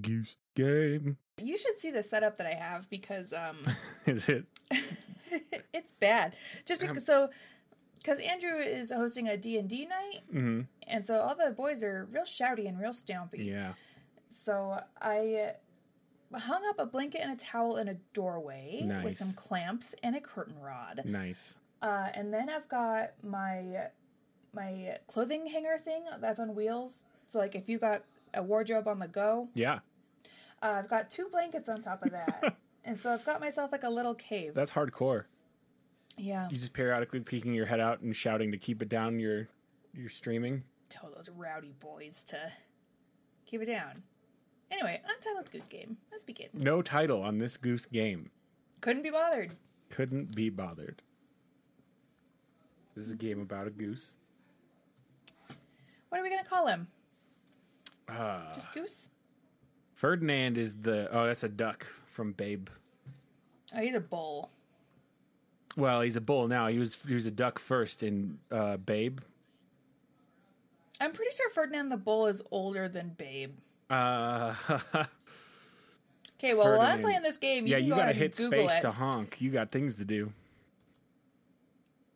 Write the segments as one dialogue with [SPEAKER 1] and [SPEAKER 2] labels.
[SPEAKER 1] Goose game.
[SPEAKER 2] You should see the setup that I have because um
[SPEAKER 1] Is it?
[SPEAKER 2] it's bad. Just
[SPEAKER 1] Um,
[SPEAKER 2] because so because Andrew is hosting a D&D night
[SPEAKER 1] Mm-hmm.
[SPEAKER 2] and so all the boys are real shouty and real stompy.
[SPEAKER 1] Yeah.
[SPEAKER 2] So I hung up a blanket and a towel in a doorway with
[SPEAKER 1] Nice.
[SPEAKER 2] some clamps and a curtain rod.
[SPEAKER 1] Nice.
[SPEAKER 2] Uh, and then I've got my my clothing hanger thing that's on wheels. So like if you got a wardrobe on the go,
[SPEAKER 1] Yeah.
[SPEAKER 2] uh, I've got two blankets on top of that. and so I've got myself like a little cave.
[SPEAKER 1] That's hardcore.
[SPEAKER 2] yeah.
[SPEAKER 1] You just periodically peeking your head out and shouting to keep it down your your streaming.
[SPEAKER 2] Tell those rowdy boys to keep it down. Anyway, Untitled Goose Game. Let's begin.
[SPEAKER 1] No title on this goose game.
[SPEAKER 2] Couldn't be bothered.
[SPEAKER 1] Couldn't be bothered. This is a game about a goose.
[SPEAKER 2] What are we gonna call him?
[SPEAKER 1] Ah.
[SPEAKER 2] Just Goose?
[SPEAKER 1] Ferdinand is the oh, that's a duck from Babe.
[SPEAKER 2] Oh, he's a bull.
[SPEAKER 1] Well, he's a bull now. He was he was a duck first in uh, Babe.
[SPEAKER 2] I'm pretty sure Ferdinand the Bull is older than Babe.
[SPEAKER 1] Uh,
[SPEAKER 2] Okay, well, while I'm
[SPEAKER 1] Ferdinand.
[SPEAKER 2] playing this game, you
[SPEAKER 1] yeah,
[SPEAKER 2] can
[SPEAKER 1] you
[SPEAKER 2] go
[SPEAKER 1] gotta
[SPEAKER 2] ahead and
[SPEAKER 1] hit
[SPEAKER 2] Google
[SPEAKER 1] space
[SPEAKER 2] it.
[SPEAKER 1] to honk. You got things to do.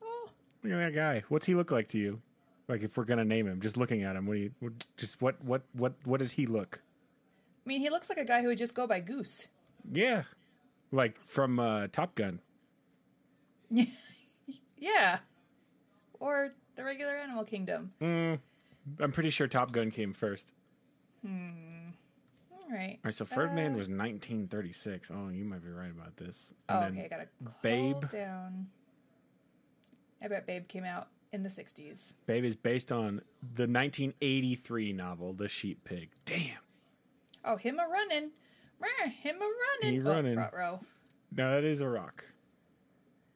[SPEAKER 2] Oh,
[SPEAKER 1] Look at that guy. What's he look like to you? Like if we're gonna name him, just looking at him, what do you what, just what what what what does he look?
[SPEAKER 2] I mean, he looks like a guy who would just go by Goose.
[SPEAKER 1] Yeah, like from uh, Top Gun.
[SPEAKER 2] Yeah. Or the regular Animal Kingdom.
[SPEAKER 1] Hmm. I'm pretty sure Top Gun came first.
[SPEAKER 2] All right.
[SPEAKER 1] All right, so Ferdinand
[SPEAKER 2] Uh,
[SPEAKER 1] was 1936. Oh, you might be right about this.
[SPEAKER 2] Oh,
[SPEAKER 1] then
[SPEAKER 2] okay, I gotta call
[SPEAKER 1] Babe.
[SPEAKER 2] down. I bet Babe came out in the 60s.
[SPEAKER 1] Babe is based on the 1983 novel The Sheep Pig. Damn.
[SPEAKER 2] Oh, him a running. Him a running.
[SPEAKER 1] He runnin'.
[SPEAKER 2] Oh, row.
[SPEAKER 1] Now that is a rock.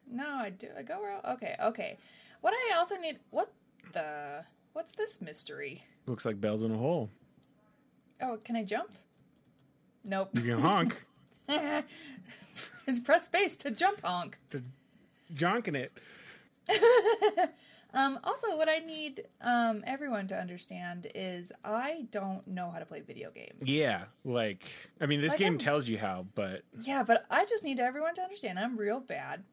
[SPEAKER 2] No, I do. I go row. Okay, okay. What I also need. What the. What's this mystery?
[SPEAKER 1] Looks like bells in a hole.
[SPEAKER 2] Oh, can I jump? Nope.
[SPEAKER 1] You can honk.
[SPEAKER 2] Press space to jump honk.
[SPEAKER 1] Jonking it.
[SPEAKER 2] Um, also, what I need um, everyone to understand is I don't know how to play video games.
[SPEAKER 1] Yeah, like I mean, this
[SPEAKER 2] Like
[SPEAKER 1] game
[SPEAKER 2] I'm-
[SPEAKER 1] tells you how, but
[SPEAKER 2] Yeah, but I just need everyone to understand I'm real bad.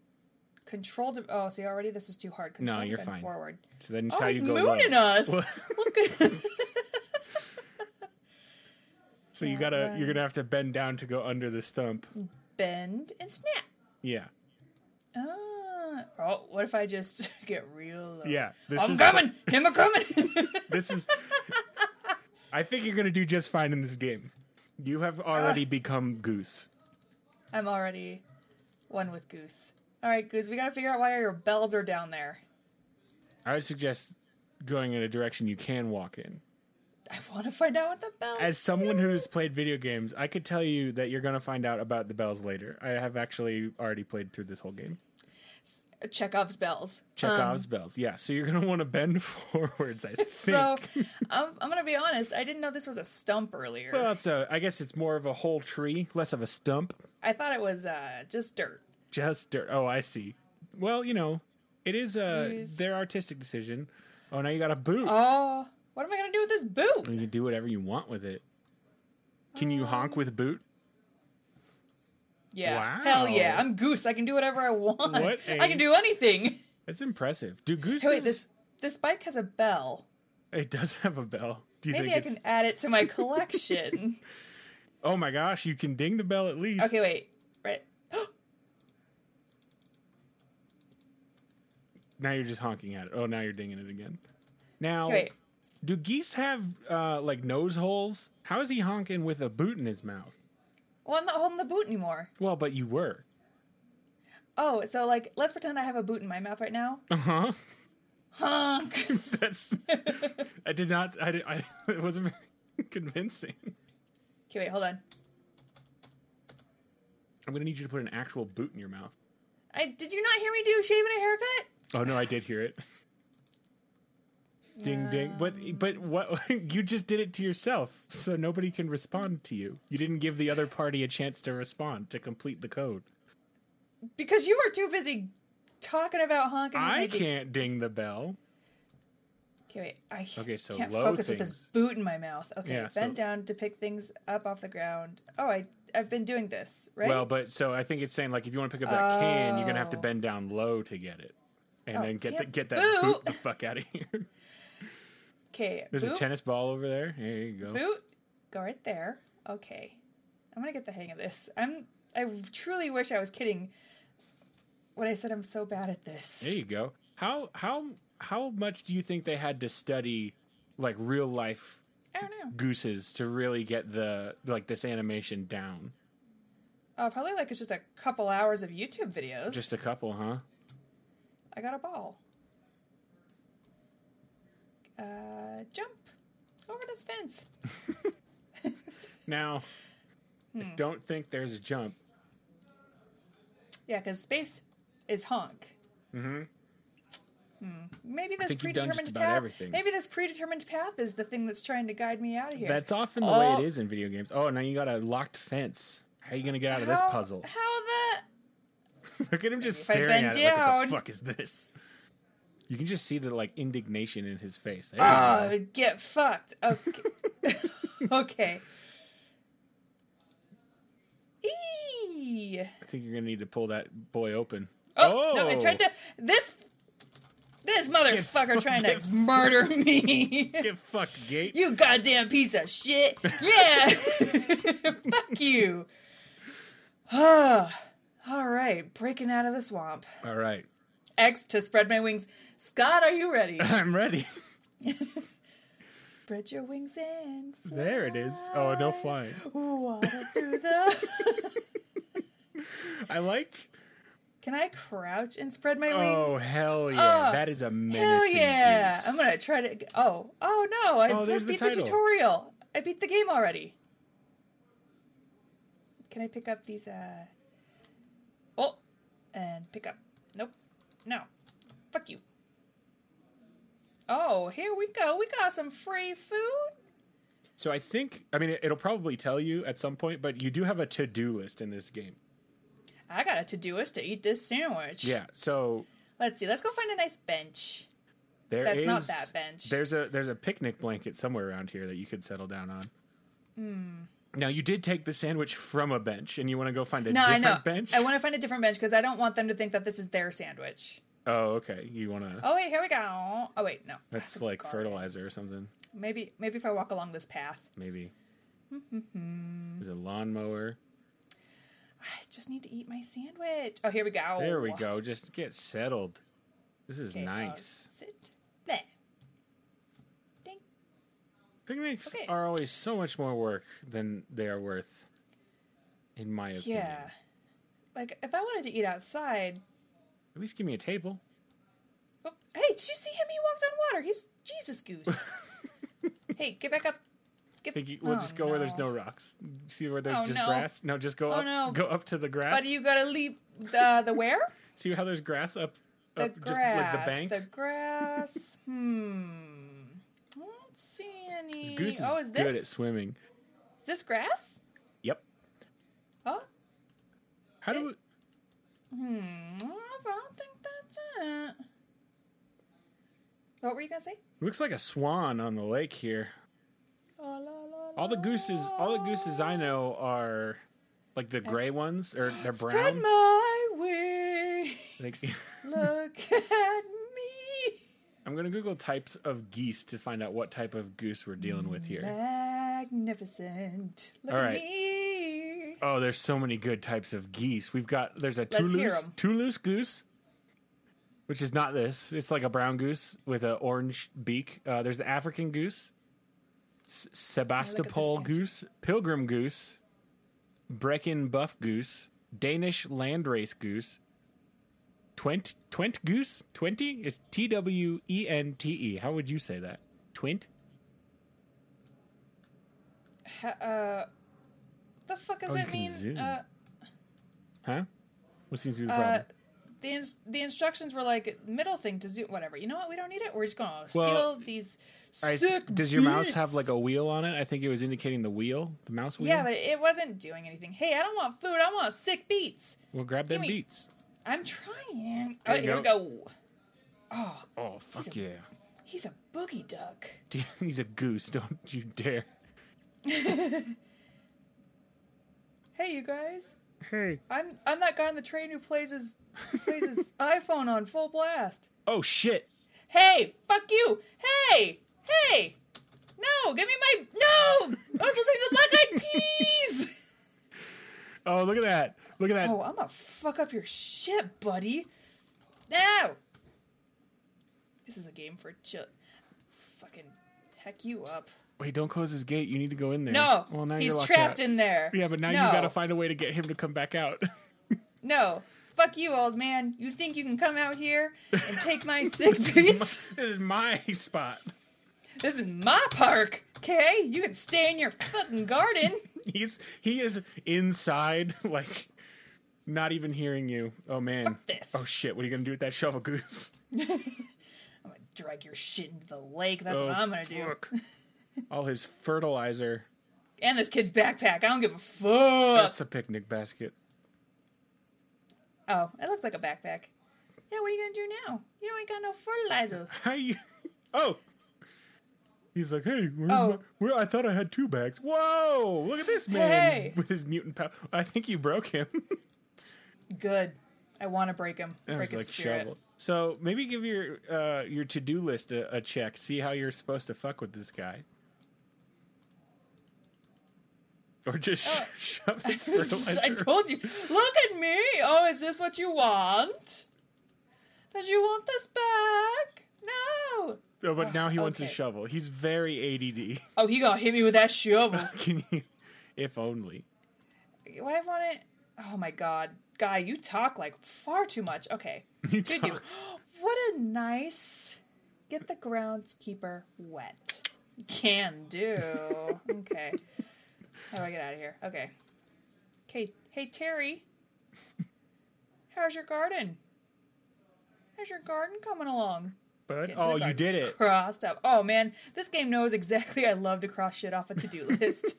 [SPEAKER 2] Control. De- oh, see, already this is too hard. Control
[SPEAKER 1] you're
[SPEAKER 2] depend
[SPEAKER 1] fine.
[SPEAKER 2] Forward.
[SPEAKER 1] so then it's
[SPEAKER 2] Oh,
[SPEAKER 1] how
[SPEAKER 2] he's
[SPEAKER 1] you go.
[SPEAKER 2] mooning
[SPEAKER 1] low.
[SPEAKER 2] us. Look at-
[SPEAKER 1] So you gotta you're gonna have to bend down to go under the stump.
[SPEAKER 2] Bend and snap.
[SPEAKER 1] Yeah,
[SPEAKER 2] Ah. oh, what if I just get real? Low?
[SPEAKER 1] yeah. This
[SPEAKER 2] I'm
[SPEAKER 1] is
[SPEAKER 2] coming. Him a coming.
[SPEAKER 1] this is. I think you're gonna do just fine in this game. You have already become goose.
[SPEAKER 2] I'm already one with Goose. All right, Goose, we gotta figure out why your bells are down there.
[SPEAKER 1] I would suggest going in a direction you can walk in.
[SPEAKER 2] I want to find out what the bells.
[SPEAKER 1] As someone who's played
[SPEAKER 2] played.
[SPEAKER 1] video games, I could tell you that you're gonna find out about the bells later. I have actually already played through this whole game.
[SPEAKER 2] Chekhov's bells. Uh,
[SPEAKER 1] Chekhov's bells. Yeah, so you're gonna want to bend forwards. I think.
[SPEAKER 2] Um. So I'm, I'm gonna be honest. I didn't know this was a stump earlier.
[SPEAKER 1] Well, it's a. I guess it's more of a whole tree, less of a stump.
[SPEAKER 2] I thought it was uh, just dirt.
[SPEAKER 1] Just dirt. Oh, I see. Well, you know, it is uh,
[SPEAKER 2] Yes.
[SPEAKER 1] their artistic decision. Oh, now you got a boot.
[SPEAKER 2] Oh, what am I gonna do with this boot?
[SPEAKER 1] You can do whatever you want with it. Can you honk with boot?
[SPEAKER 2] Yeah,
[SPEAKER 1] Wow.
[SPEAKER 2] hell yeah, I'm goose. I can do whatever I want.
[SPEAKER 1] What
[SPEAKER 2] I
[SPEAKER 1] a-
[SPEAKER 2] can do anything.
[SPEAKER 1] That's impressive. Do gooses?
[SPEAKER 2] Hey, wait, this this bike has a bell.
[SPEAKER 1] It does have a bell. Do you
[SPEAKER 2] Maybe
[SPEAKER 1] think
[SPEAKER 2] I
[SPEAKER 1] it's?
[SPEAKER 2] can add it to my collection.
[SPEAKER 1] Oh my gosh, you can ding the bell at least.
[SPEAKER 2] okay, wait, right.
[SPEAKER 1] Now you're just honking at it. Oh, now you're dinging it again. Now,
[SPEAKER 2] Okay, wait.
[SPEAKER 1] do geese have uh, like nose holes? How is he honking with a boot in his mouth?
[SPEAKER 2] Well, I'm not holding the boot anymore.
[SPEAKER 1] Well, but you were.
[SPEAKER 2] Oh, so like, let's pretend I have a boot in my mouth right now.
[SPEAKER 1] Uh huh.
[SPEAKER 2] Honk.
[SPEAKER 1] That's. I did not. I, did, I. It wasn't very convincing.
[SPEAKER 2] Okay, wait, hold on.
[SPEAKER 1] I'm gonna need you to put an actual boot in your mouth.
[SPEAKER 2] I did you not hear me do shaving a haircut?
[SPEAKER 1] Oh no, I did hear it. Ding ding. But but what? You just did it to yourself, so nobody can respond to you. You didn't give the other party a chance to respond to complete the code.
[SPEAKER 2] Because you were too busy talking about honking.
[SPEAKER 1] I
[SPEAKER 2] and making-
[SPEAKER 1] can't ding the bell.
[SPEAKER 2] Okay, Okay, wait. I
[SPEAKER 1] Okay, so
[SPEAKER 2] can't
[SPEAKER 1] low
[SPEAKER 2] focus with this
[SPEAKER 1] things.
[SPEAKER 2] boot in my mouth. Okay,
[SPEAKER 1] Yeah, so-
[SPEAKER 2] bend down to pick things up off the ground. Oh, I I've been doing this right.
[SPEAKER 1] Well, but so I think it's saying like if you want to pick up that can, you're gonna have to
[SPEAKER 2] Oh.
[SPEAKER 1] bend down low to get it, and
[SPEAKER 2] Oh,
[SPEAKER 1] then get
[SPEAKER 2] damn
[SPEAKER 1] the, get that
[SPEAKER 2] boot.
[SPEAKER 1] boot the fuck out of here.
[SPEAKER 2] okay,
[SPEAKER 1] There's
[SPEAKER 2] boot,
[SPEAKER 1] a tennis ball over there. There you go.
[SPEAKER 2] boot. Go right there. Okay, I'm gonna get the hang of this. I'm. I truly wish I was kidding when I said I'm so bad at this.
[SPEAKER 1] There you go. How how how much do you think they had to study like real life
[SPEAKER 2] I don't know.
[SPEAKER 1] gooses to really get the like this animation down?
[SPEAKER 2] Uh, probably like it's just a couple hours of YouTube videos.
[SPEAKER 1] Just a couple, huh?
[SPEAKER 2] I got a ball. Uh, jump over this fence.
[SPEAKER 1] Now,
[SPEAKER 2] Hmm.
[SPEAKER 1] I don't think there's a jump.
[SPEAKER 2] Yeah, because space is honk. Mm-hmm. Hmm. Maybe this
[SPEAKER 1] think you've done
[SPEAKER 2] predetermined
[SPEAKER 1] just about
[SPEAKER 2] path.
[SPEAKER 1] everything.
[SPEAKER 2] Maybe this predetermined path is the thing that's trying to guide me out of here.
[SPEAKER 1] That's often the way
[SPEAKER 2] Oh.
[SPEAKER 1] it is in video games. Oh, now you got a locked fence. How are you gonna get out of this
[SPEAKER 2] How-
[SPEAKER 1] puzzle?
[SPEAKER 2] How the?
[SPEAKER 1] Look at him just
[SPEAKER 2] If I
[SPEAKER 1] staring at
[SPEAKER 2] bend
[SPEAKER 1] it. Like, what
[SPEAKER 2] down-
[SPEAKER 1] the fuck is this? You can just see the like indignation in his face. There you go.
[SPEAKER 2] Oh, get fucked. Okay. okay. Eee.
[SPEAKER 1] I think you're gonna need to pull that boy open.
[SPEAKER 2] Oh, no, it tried to. This this motherfucker
[SPEAKER 1] fucked,
[SPEAKER 2] trying
[SPEAKER 1] get
[SPEAKER 2] to murder me.
[SPEAKER 1] get fucked, Gate.
[SPEAKER 2] you goddamn piece of shit. Yeah. Fuck you. All right, breaking out of the swamp.
[SPEAKER 1] All right,
[SPEAKER 2] X to spread my wings. Scott, are you ready?
[SPEAKER 1] I'm ready.
[SPEAKER 2] spread your wings and fly
[SPEAKER 1] There it is. Oh, no flying.
[SPEAKER 2] water through the.
[SPEAKER 1] I like.
[SPEAKER 2] Can I crouch and spread my wings?
[SPEAKER 1] Oh hell yeah!
[SPEAKER 2] Oh,
[SPEAKER 1] that is a
[SPEAKER 2] Hell
[SPEAKER 1] menacing
[SPEAKER 2] yeah!
[SPEAKER 1] goose.
[SPEAKER 2] I'm gonna try to. Oh, oh no! I
[SPEAKER 1] Oh, there's the
[SPEAKER 2] beat the,
[SPEAKER 1] title.
[SPEAKER 2] tutorial. I beat the game already. Can I pick up these? uh... Oh, and pick up. Nope. No. Fuck you. Oh, here we go. We got some free food.
[SPEAKER 1] So I think I mean it, it'll probably tell you at some point, but you do have a to-do list in this game.
[SPEAKER 2] I got a to-doist to eat this sandwich.
[SPEAKER 1] Yeah. So
[SPEAKER 2] Let's see. Let's go find a nice bench.
[SPEAKER 1] There
[SPEAKER 2] That's not
[SPEAKER 1] is-
[SPEAKER 2] that bench.
[SPEAKER 1] There's a there's a picnic blanket somewhere around here that you could settle down on.
[SPEAKER 2] Hmm.
[SPEAKER 1] Now you did take the sandwich from a bench, and you want to go find a
[SPEAKER 2] No, I
[SPEAKER 1] different
[SPEAKER 2] know.
[SPEAKER 1] bench.
[SPEAKER 2] I want to find a different bench because I don't want them to think that this is their sandwich.
[SPEAKER 1] oh, okay. You want to?
[SPEAKER 2] Oh wait, here we go. Oh wait, no.
[SPEAKER 1] that's
[SPEAKER 2] a
[SPEAKER 1] like
[SPEAKER 2] garden.
[SPEAKER 1] fertilizer or something,
[SPEAKER 2] Maybe maybe if I walk along this path,
[SPEAKER 1] maybe. there's a lawnmower.
[SPEAKER 2] I just need to eat my sandwich. Oh, here we go.
[SPEAKER 1] There we go. Just get settled. This is
[SPEAKER 2] Okay, uh,
[SPEAKER 1] nice.
[SPEAKER 2] sit there. Ding.
[SPEAKER 1] Picnics
[SPEAKER 2] okay.
[SPEAKER 1] are always so much more work than they are worth, in my opinion.
[SPEAKER 2] Yeah. Like if I wanted to eat outside.
[SPEAKER 1] At least give me a table.
[SPEAKER 2] Oh, hey, did you see him? He walked on water. He's Jesus goose. hey, get back up. Get,
[SPEAKER 1] Think you- we'll
[SPEAKER 2] Oh,
[SPEAKER 1] just go where there's no rocks. See where there's
[SPEAKER 2] Oh,
[SPEAKER 1] just
[SPEAKER 2] no.
[SPEAKER 1] grass. No, just go
[SPEAKER 2] Oh,
[SPEAKER 1] up.
[SPEAKER 2] no.
[SPEAKER 1] Go up to the grass.
[SPEAKER 2] But you gotta leap the the where?
[SPEAKER 1] See how there's grass up,
[SPEAKER 2] The
[SPEAKER 1] up Oh, just
[SPEAKER 2] grass.
[SPEAKER 1] like the bank.
[SPEAKER 2] grass. hmm. I don't see any.
[SPEAKER 1] This Goose is
[SPEAKER 2] oh, is
[SPEAKER 1] good
[SPEAKER 2] this
[SPEAKER 1] at swimming.
[SPEAKER 2] is this grass?
[SPEAKER 1] Yep.
[SPEAKER 2] Oh,
[SPEAKER 1] How do we,
[SPEAKER 2] Hmm, I don't think that's it. What were you gonna say?
[SPEAKER 1] looks like a swan on the lake here.
[SPEAKER 2] Oh, la, la,
[SPEAKER 1] All the
[SPEAKER 2] la.
[SPEAKER 1] gooses, all the gooses I know are like the gray ones or they're
[SPEAKER 2] Spread
[SPEAKER 1] brown.
[SPEAKER 2] my wings.
[SPEAKER 1] Like,
[SPEAKER 2] Look at me.
[SPEAKER 1] I'm gonna Google types of geese to find out what type of goose we're dealing with
[SPEAKER 2] Mm-hmm.
[SPEAKER 1] here.
[SPEAKER 2] Magnificent. Look
[SPEAKER 1] All
[SPEAKER 2] at
[SPEAKER 1] right.
[SPEAKER 2] me.
[SPEAKER 1] Oh, there's so many good types of geese. We've got there's a
[SPEAKER 2] Let's hear
[SPEAKER 1] Toulouse
[SPEAKER 2] 'em.
[SPEAKER 1] Toulouse goose, which is not this. It's like a brown goose with an orange beak. Uh, there's the African goose, S- Sebastopol
[SPEAKER 2] statue.
[SPEAKER 1] goose, Pilgrim goose, Brecken buff goose, Danish landrace goose, Twent Twent goose twenty. It's T W E N T E. How would you say that? Twint.
[SPEAKER 2] The fuck does
[SPEAKER 1] Oh, you
[SPEAKER 2] it
[SPEAKER 1] can
[SPEAKER 2] mean?
[SPEAKER 1] zoom.
[SPEAKER 2] Uh,
[SPEAKER 1] Huh? What seems to be the problem?
[SPEAKER 2] uh, the ins- the instructions were like middle thing to zoom. Whatever. You know what? We don't need it. We're just gonna
[SPEAKER 1] Well,
[SPEAKER 2] steal these
[SPEAKER 1] I-
[SPEAKER 2] sick.
[SPEAKER 1] does your mouse have
[SPEAKER 2] beats.
[SPEAKER 1] like a wheel on it? I think it was indicating the wheel, the mouse wheel.
[SPEAKER 2] Yeah, but it wasn't doing anything. Hey, I don't want food. I want sick beats.
[SPEAKER 1] well, grab them
[SPEAKER 2] gimme.
[SPEAKER 1] beats.
[SPEAKER 2] I'm trying. All right,
[SPEAKER 1] you
[SPEAKER 2] here we go.
[SPEAKER 1] Oh fuck yeah!
[SPEAKER 2] He's a boogie duck.
[SPEAKER 1] He's a goose. Don't you dare.
[SPEAKER 2] Hey, you guys.
[SPEAKER 1] Hey.
[SPEAKER 2] I'm I'm that guy on the train who plays his plays his iPhone on full blast.
[SPEAKER 1] Oh shit.
[SPEAKER 2] Hey, fuck you. Hey, hey. No, give me my no. I was listening to the Black Eyed Peas.
[SPEAKER 1] Oh look at that. Look at that.
[SPEAKER 2] oh, I'm gonna fuck up your shit, buddy. No. This is a game for chill. Fucking heck you up.
[SPEAKER 1] Wait, don't close his gate. You need to go in there.
[SPEAKER 2] No,
[SPEAKER 1] Well now you're
[SPEAKER 2] he's
[SPEAKER 1] locked
[SPEAKER 2] trapped
[SPEAKER 1] out.
[SPEAKER 2] in there.
[SPEAKER 1] Yeah, but now
[SPEAKER 2] No.
[SPEAKER 1] you gotta find a way to get him to come back out.
[SPEAKER 2] No, fuck you, old man. You think you can come out here and take my sick beats?
[SPEAKER 1] this is my spot.
[SPEAKER 2] This is my park, okay? You can stay in your fucking garden.
[SPEAKER 1] He's he is inside, like not even hearing you. Oh man.
[SPEAKER 2] Fuck this.
[SPEAKER 1] Oh shit, what are you gonna do with that shovel goose?
[SPEAKER 2] I'm gonna drag your shit into the lake. That's
[SPEAKER 1] oh,
[SPEAKER 2] what I'm gonna do.
[SPEAKER 1] fuck. All his fertilizer.
[SPEAKER 2] And this kid's backpack. I don't give a fuck.
[SPEAKER 1] That's a picnic basket.
[SPEAKER 2] Oh, it looked like a backpack. Yeah, what are you gonna do now? You ain't got no fertilizer.
[SPEAKER 1] How you? Oh, he's like, hey, where's
[SPEAKER 2] Oh.
[SPEAKER 1] my- where? I thought I had two bags. Whoa, look at this man
[SPEAKER 2] Hey.
[SPEAKER 1] with his mutant power. I think you broke him.
[SPEAKER 2] Good. I want to break him.
[SPEAKER 1] I was
[SPEAKER 2] Break his
[SPEAKER 1] like,
[SPEAKER 2] spirit.
[SPEAKER 1] shovel. So maybe give your uh, your to do list a, a check. See how you're supposed to fuck with this guy. Or just
[SPEAKER 2] Oh.
[SPEAKER 1] sh- shove his
[SPEAKER 2] I
[SPEAKER 1] fertilizer.
[SPEAKER 2] told you. Look at me. Oh, is this what you want? Does you want this back? No.
[SPEAKER 1] Oh, but now he wants a
[SPEAKER 2] Okay.
[SPEAKER 1] shovel. He's very
[SPEAKER 2] Oh, he gonna hit me with that shovel.
[SPEAKER 1] ADD. Can you? If only.
[SPEAKER 2] Why I want it? Oh my god, guy, you talk like far too much. Okay,
[SPEAKER 1] You
[SPEAKER 2] did you?
[SPEAKER 1] talk-
[SPEAKER 2] What a nice get the groundskeeper wet. Can do. okay, how do I get out of here? Okay, okay. Hey Terry, how's your garden? How's your garden coming along?
[SPEAKER 1] But
[SPEAKER 2] Get to the
[SPEAKER 1] oh, you
[SPEAKER 2] garden.
[SPEAKER 1] did it.
[SPEAKER 2] Crossed up. Oh man, this game knows exactly. I love to cross shit off a to do list.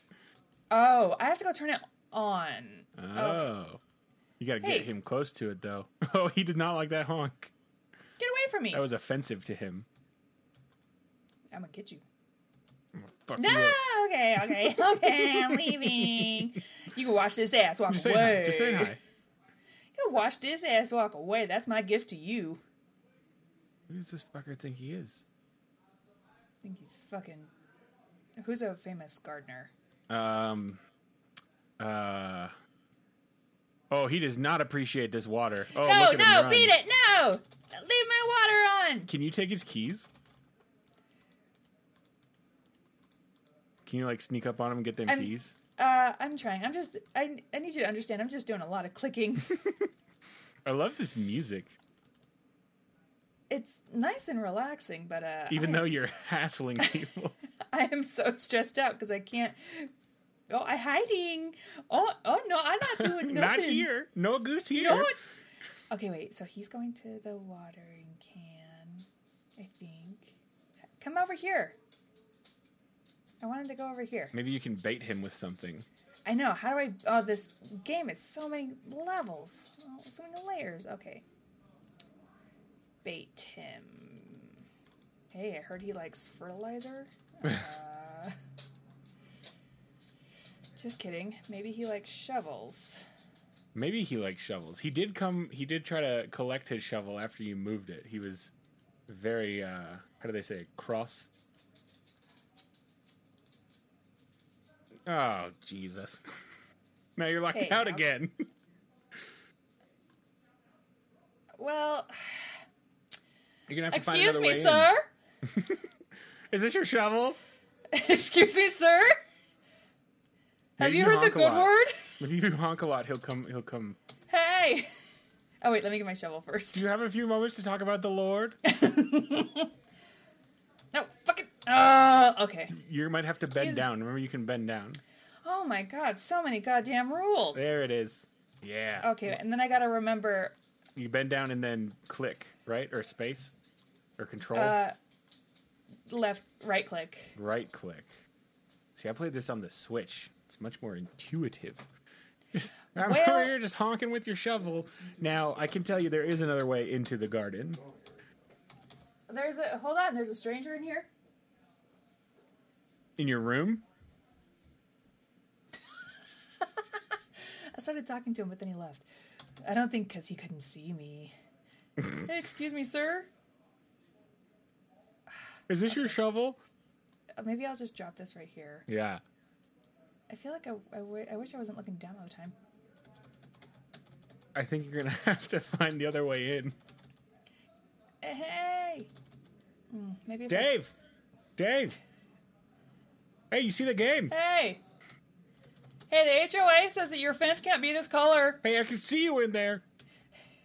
[SPEAKER 2] oh, I have to go turn it on.
[SPEAKER 1] Oh. You got to
[SPEAKER 2] Hey.
[SPEAKER 1] get him close to it, though. Oh, he did not like that honk.
[SPEAKER 2] Get away from me!
[SPEAKER 1] That was offensive to him.
[SPEAKER 2] I'm gonna get you.
[SPEAKER 1] I'm gonna fuck
[SPEAKER 2] No,
[SPEAKER 1] you up.
[SPEAKER 2] okay, okay, okay. I'm leaving. You can wash this ass walk
[SPEAKER 1] Just saying
[SPEAKER 2] away.
[SPEAKER 1] hi. Just saying hi.
[SPEAKER 2] You can wash this ass walk away. That's my gift to you.
[SPEAKER 1] Who does this fucker think he is?
[SPEAKER 2] I think he's fucking. Who's a famous gardener?
[SPEAKER 1] Um. Uh. Oh, he does not appreciate this water. Oh,
[SPEAKER 2] no,
[SPEAKER 1] look at him
[SPEAKER 2] no,
[SPEAKER 1] run.
[SPEAKER 2] beat it! No, leave my water on.
[SPEAKER 1] Can you take his keys? Can you like sneak up on him and get them
[SPEAKER 2] I'm-
[SPEAKER 1] keys?
[SPEAKER 2] Uh, I'm trying. I'm just. I, I need you to understand. I'm just doing a lot of clicking.
[SPEAKER 1] I love this music,
[SPEAKER 2] it's nice and relaxing, but uh,
[SPEAKER 1] even
[SPEAKER 2] I,
[SPEAKER 1] though you're hassling people.
[SPEAKER 2] I am so stressed out because I can't. Oh, I hiding. Oh, oh no, I'm not doing
[SPEAKER 1] not
[SPEAKER 2] nothing.
[SPEAKER 1] here. No goose here.
[SPEAKER 2] No. Okay, wait. So he's going to the watering can. I think. Come over here. I want him to go over here.
[SPEAKER 1] Maybe you can bait him with something.
[SPEAKER 2] I know. How do I? Oh, this game is so many levels, oh, so many layers. Okay. Bait him. Hey, I heard he likes fertilizer. Uh, just kidding. Maybe he likes shovels.
[SPEAKER 1] Maybe he likes shovels. He did come. He did try to collect his shovel after you moved it. He was very. uh How do they say? Cross. Oh Jesus! now you're locked
[SPEAKER 2] Hey,
[SPEAKER 1] out
[SPEAKER 2] now-
[SPEAKER 1] again.
[SPEAKER 2] Well,
[SPEAKER 1] you're gonna have to find
[SPEAKER 2] excuse
[SPEAKER 1] another
[SPEAKER 2] me,
[SPEAKER 1] way in.
[SPEAKER 2] sir.
[SPEAKER 1] Is this your shovel?
[SPEAKER 2] excuse me, sir. Have
[SPEAKER 1] Maybe
[SPEAKER 2] you
[SPEAKER 1] you
[SPEAKER 2] heard the
[SPEAKER 1] honk a
[SPEAKER 2] good
[SPEAKER 1] lot.
[SPEAKER 2] word?
[SPEAKER 1] If you honk a lot, he'll come. He'll come.
[SPEAKER 2] Hey. Oh wait, let me get my shovel
[SPEAKER 1] Do
[SPEAKER 2] first.
[SPEAKER 1] you have a few moments to talk about the Lord?
[SPEAKER 2] No, fucking. Uh, okay.
[SPEAKER 1] You might have to
[SPEAKER 2] Excuse-
[SPEAKER 1] bend down. Remember, you can bend down.
[SPEAKER 2] Oh my god, so many goddamn rules.
[SPEAKER 1] There it is. Yeah.
[SPEAKER 2] Okay, and then I gotta remember
[SPEAKER 1] You bend down and then click, right? Or space? Or control?
[SPEAKER 2] uh, left, right click.
[SPEAKER 1] right click. See, I played this on the Switch. It's much more intuitive. Just, I'm
[SPEAKER 2] Well-
[SPEAKER 1] over here just honking with your shovel. Now, I can tell you there is another way into the garden.
[SPEAKER 2] There's a hold on. There's a stranger in here.
[SPEAKER 1] In your room?
[SPEAKER 2] I started talking to him, but then he left. I don't think because he couldn't see me. hey, excuse me, sir.
[SPEAKER 1] Is this your shovel?
[SPEAKER 2] Uh, Maybe I'll just drop this right here.
[SPEAKER 1] Yeah.
[SPEAKER 2] I feel like I, I, w- I wish I wasn't looking down all the time.
[SPEAKER 1] I think you're gonna have to find the other way in.
[SPEAKER 2] Eh, Hey. Mm, maybe if I-
[SPEAKER 1] Dave! Dave! Hey, you see the game?
[SPEAKER 2] Hey. Hey, the HOA says that your fence can't be this color.
[SPEAKER 1] Hey, I can see you in there.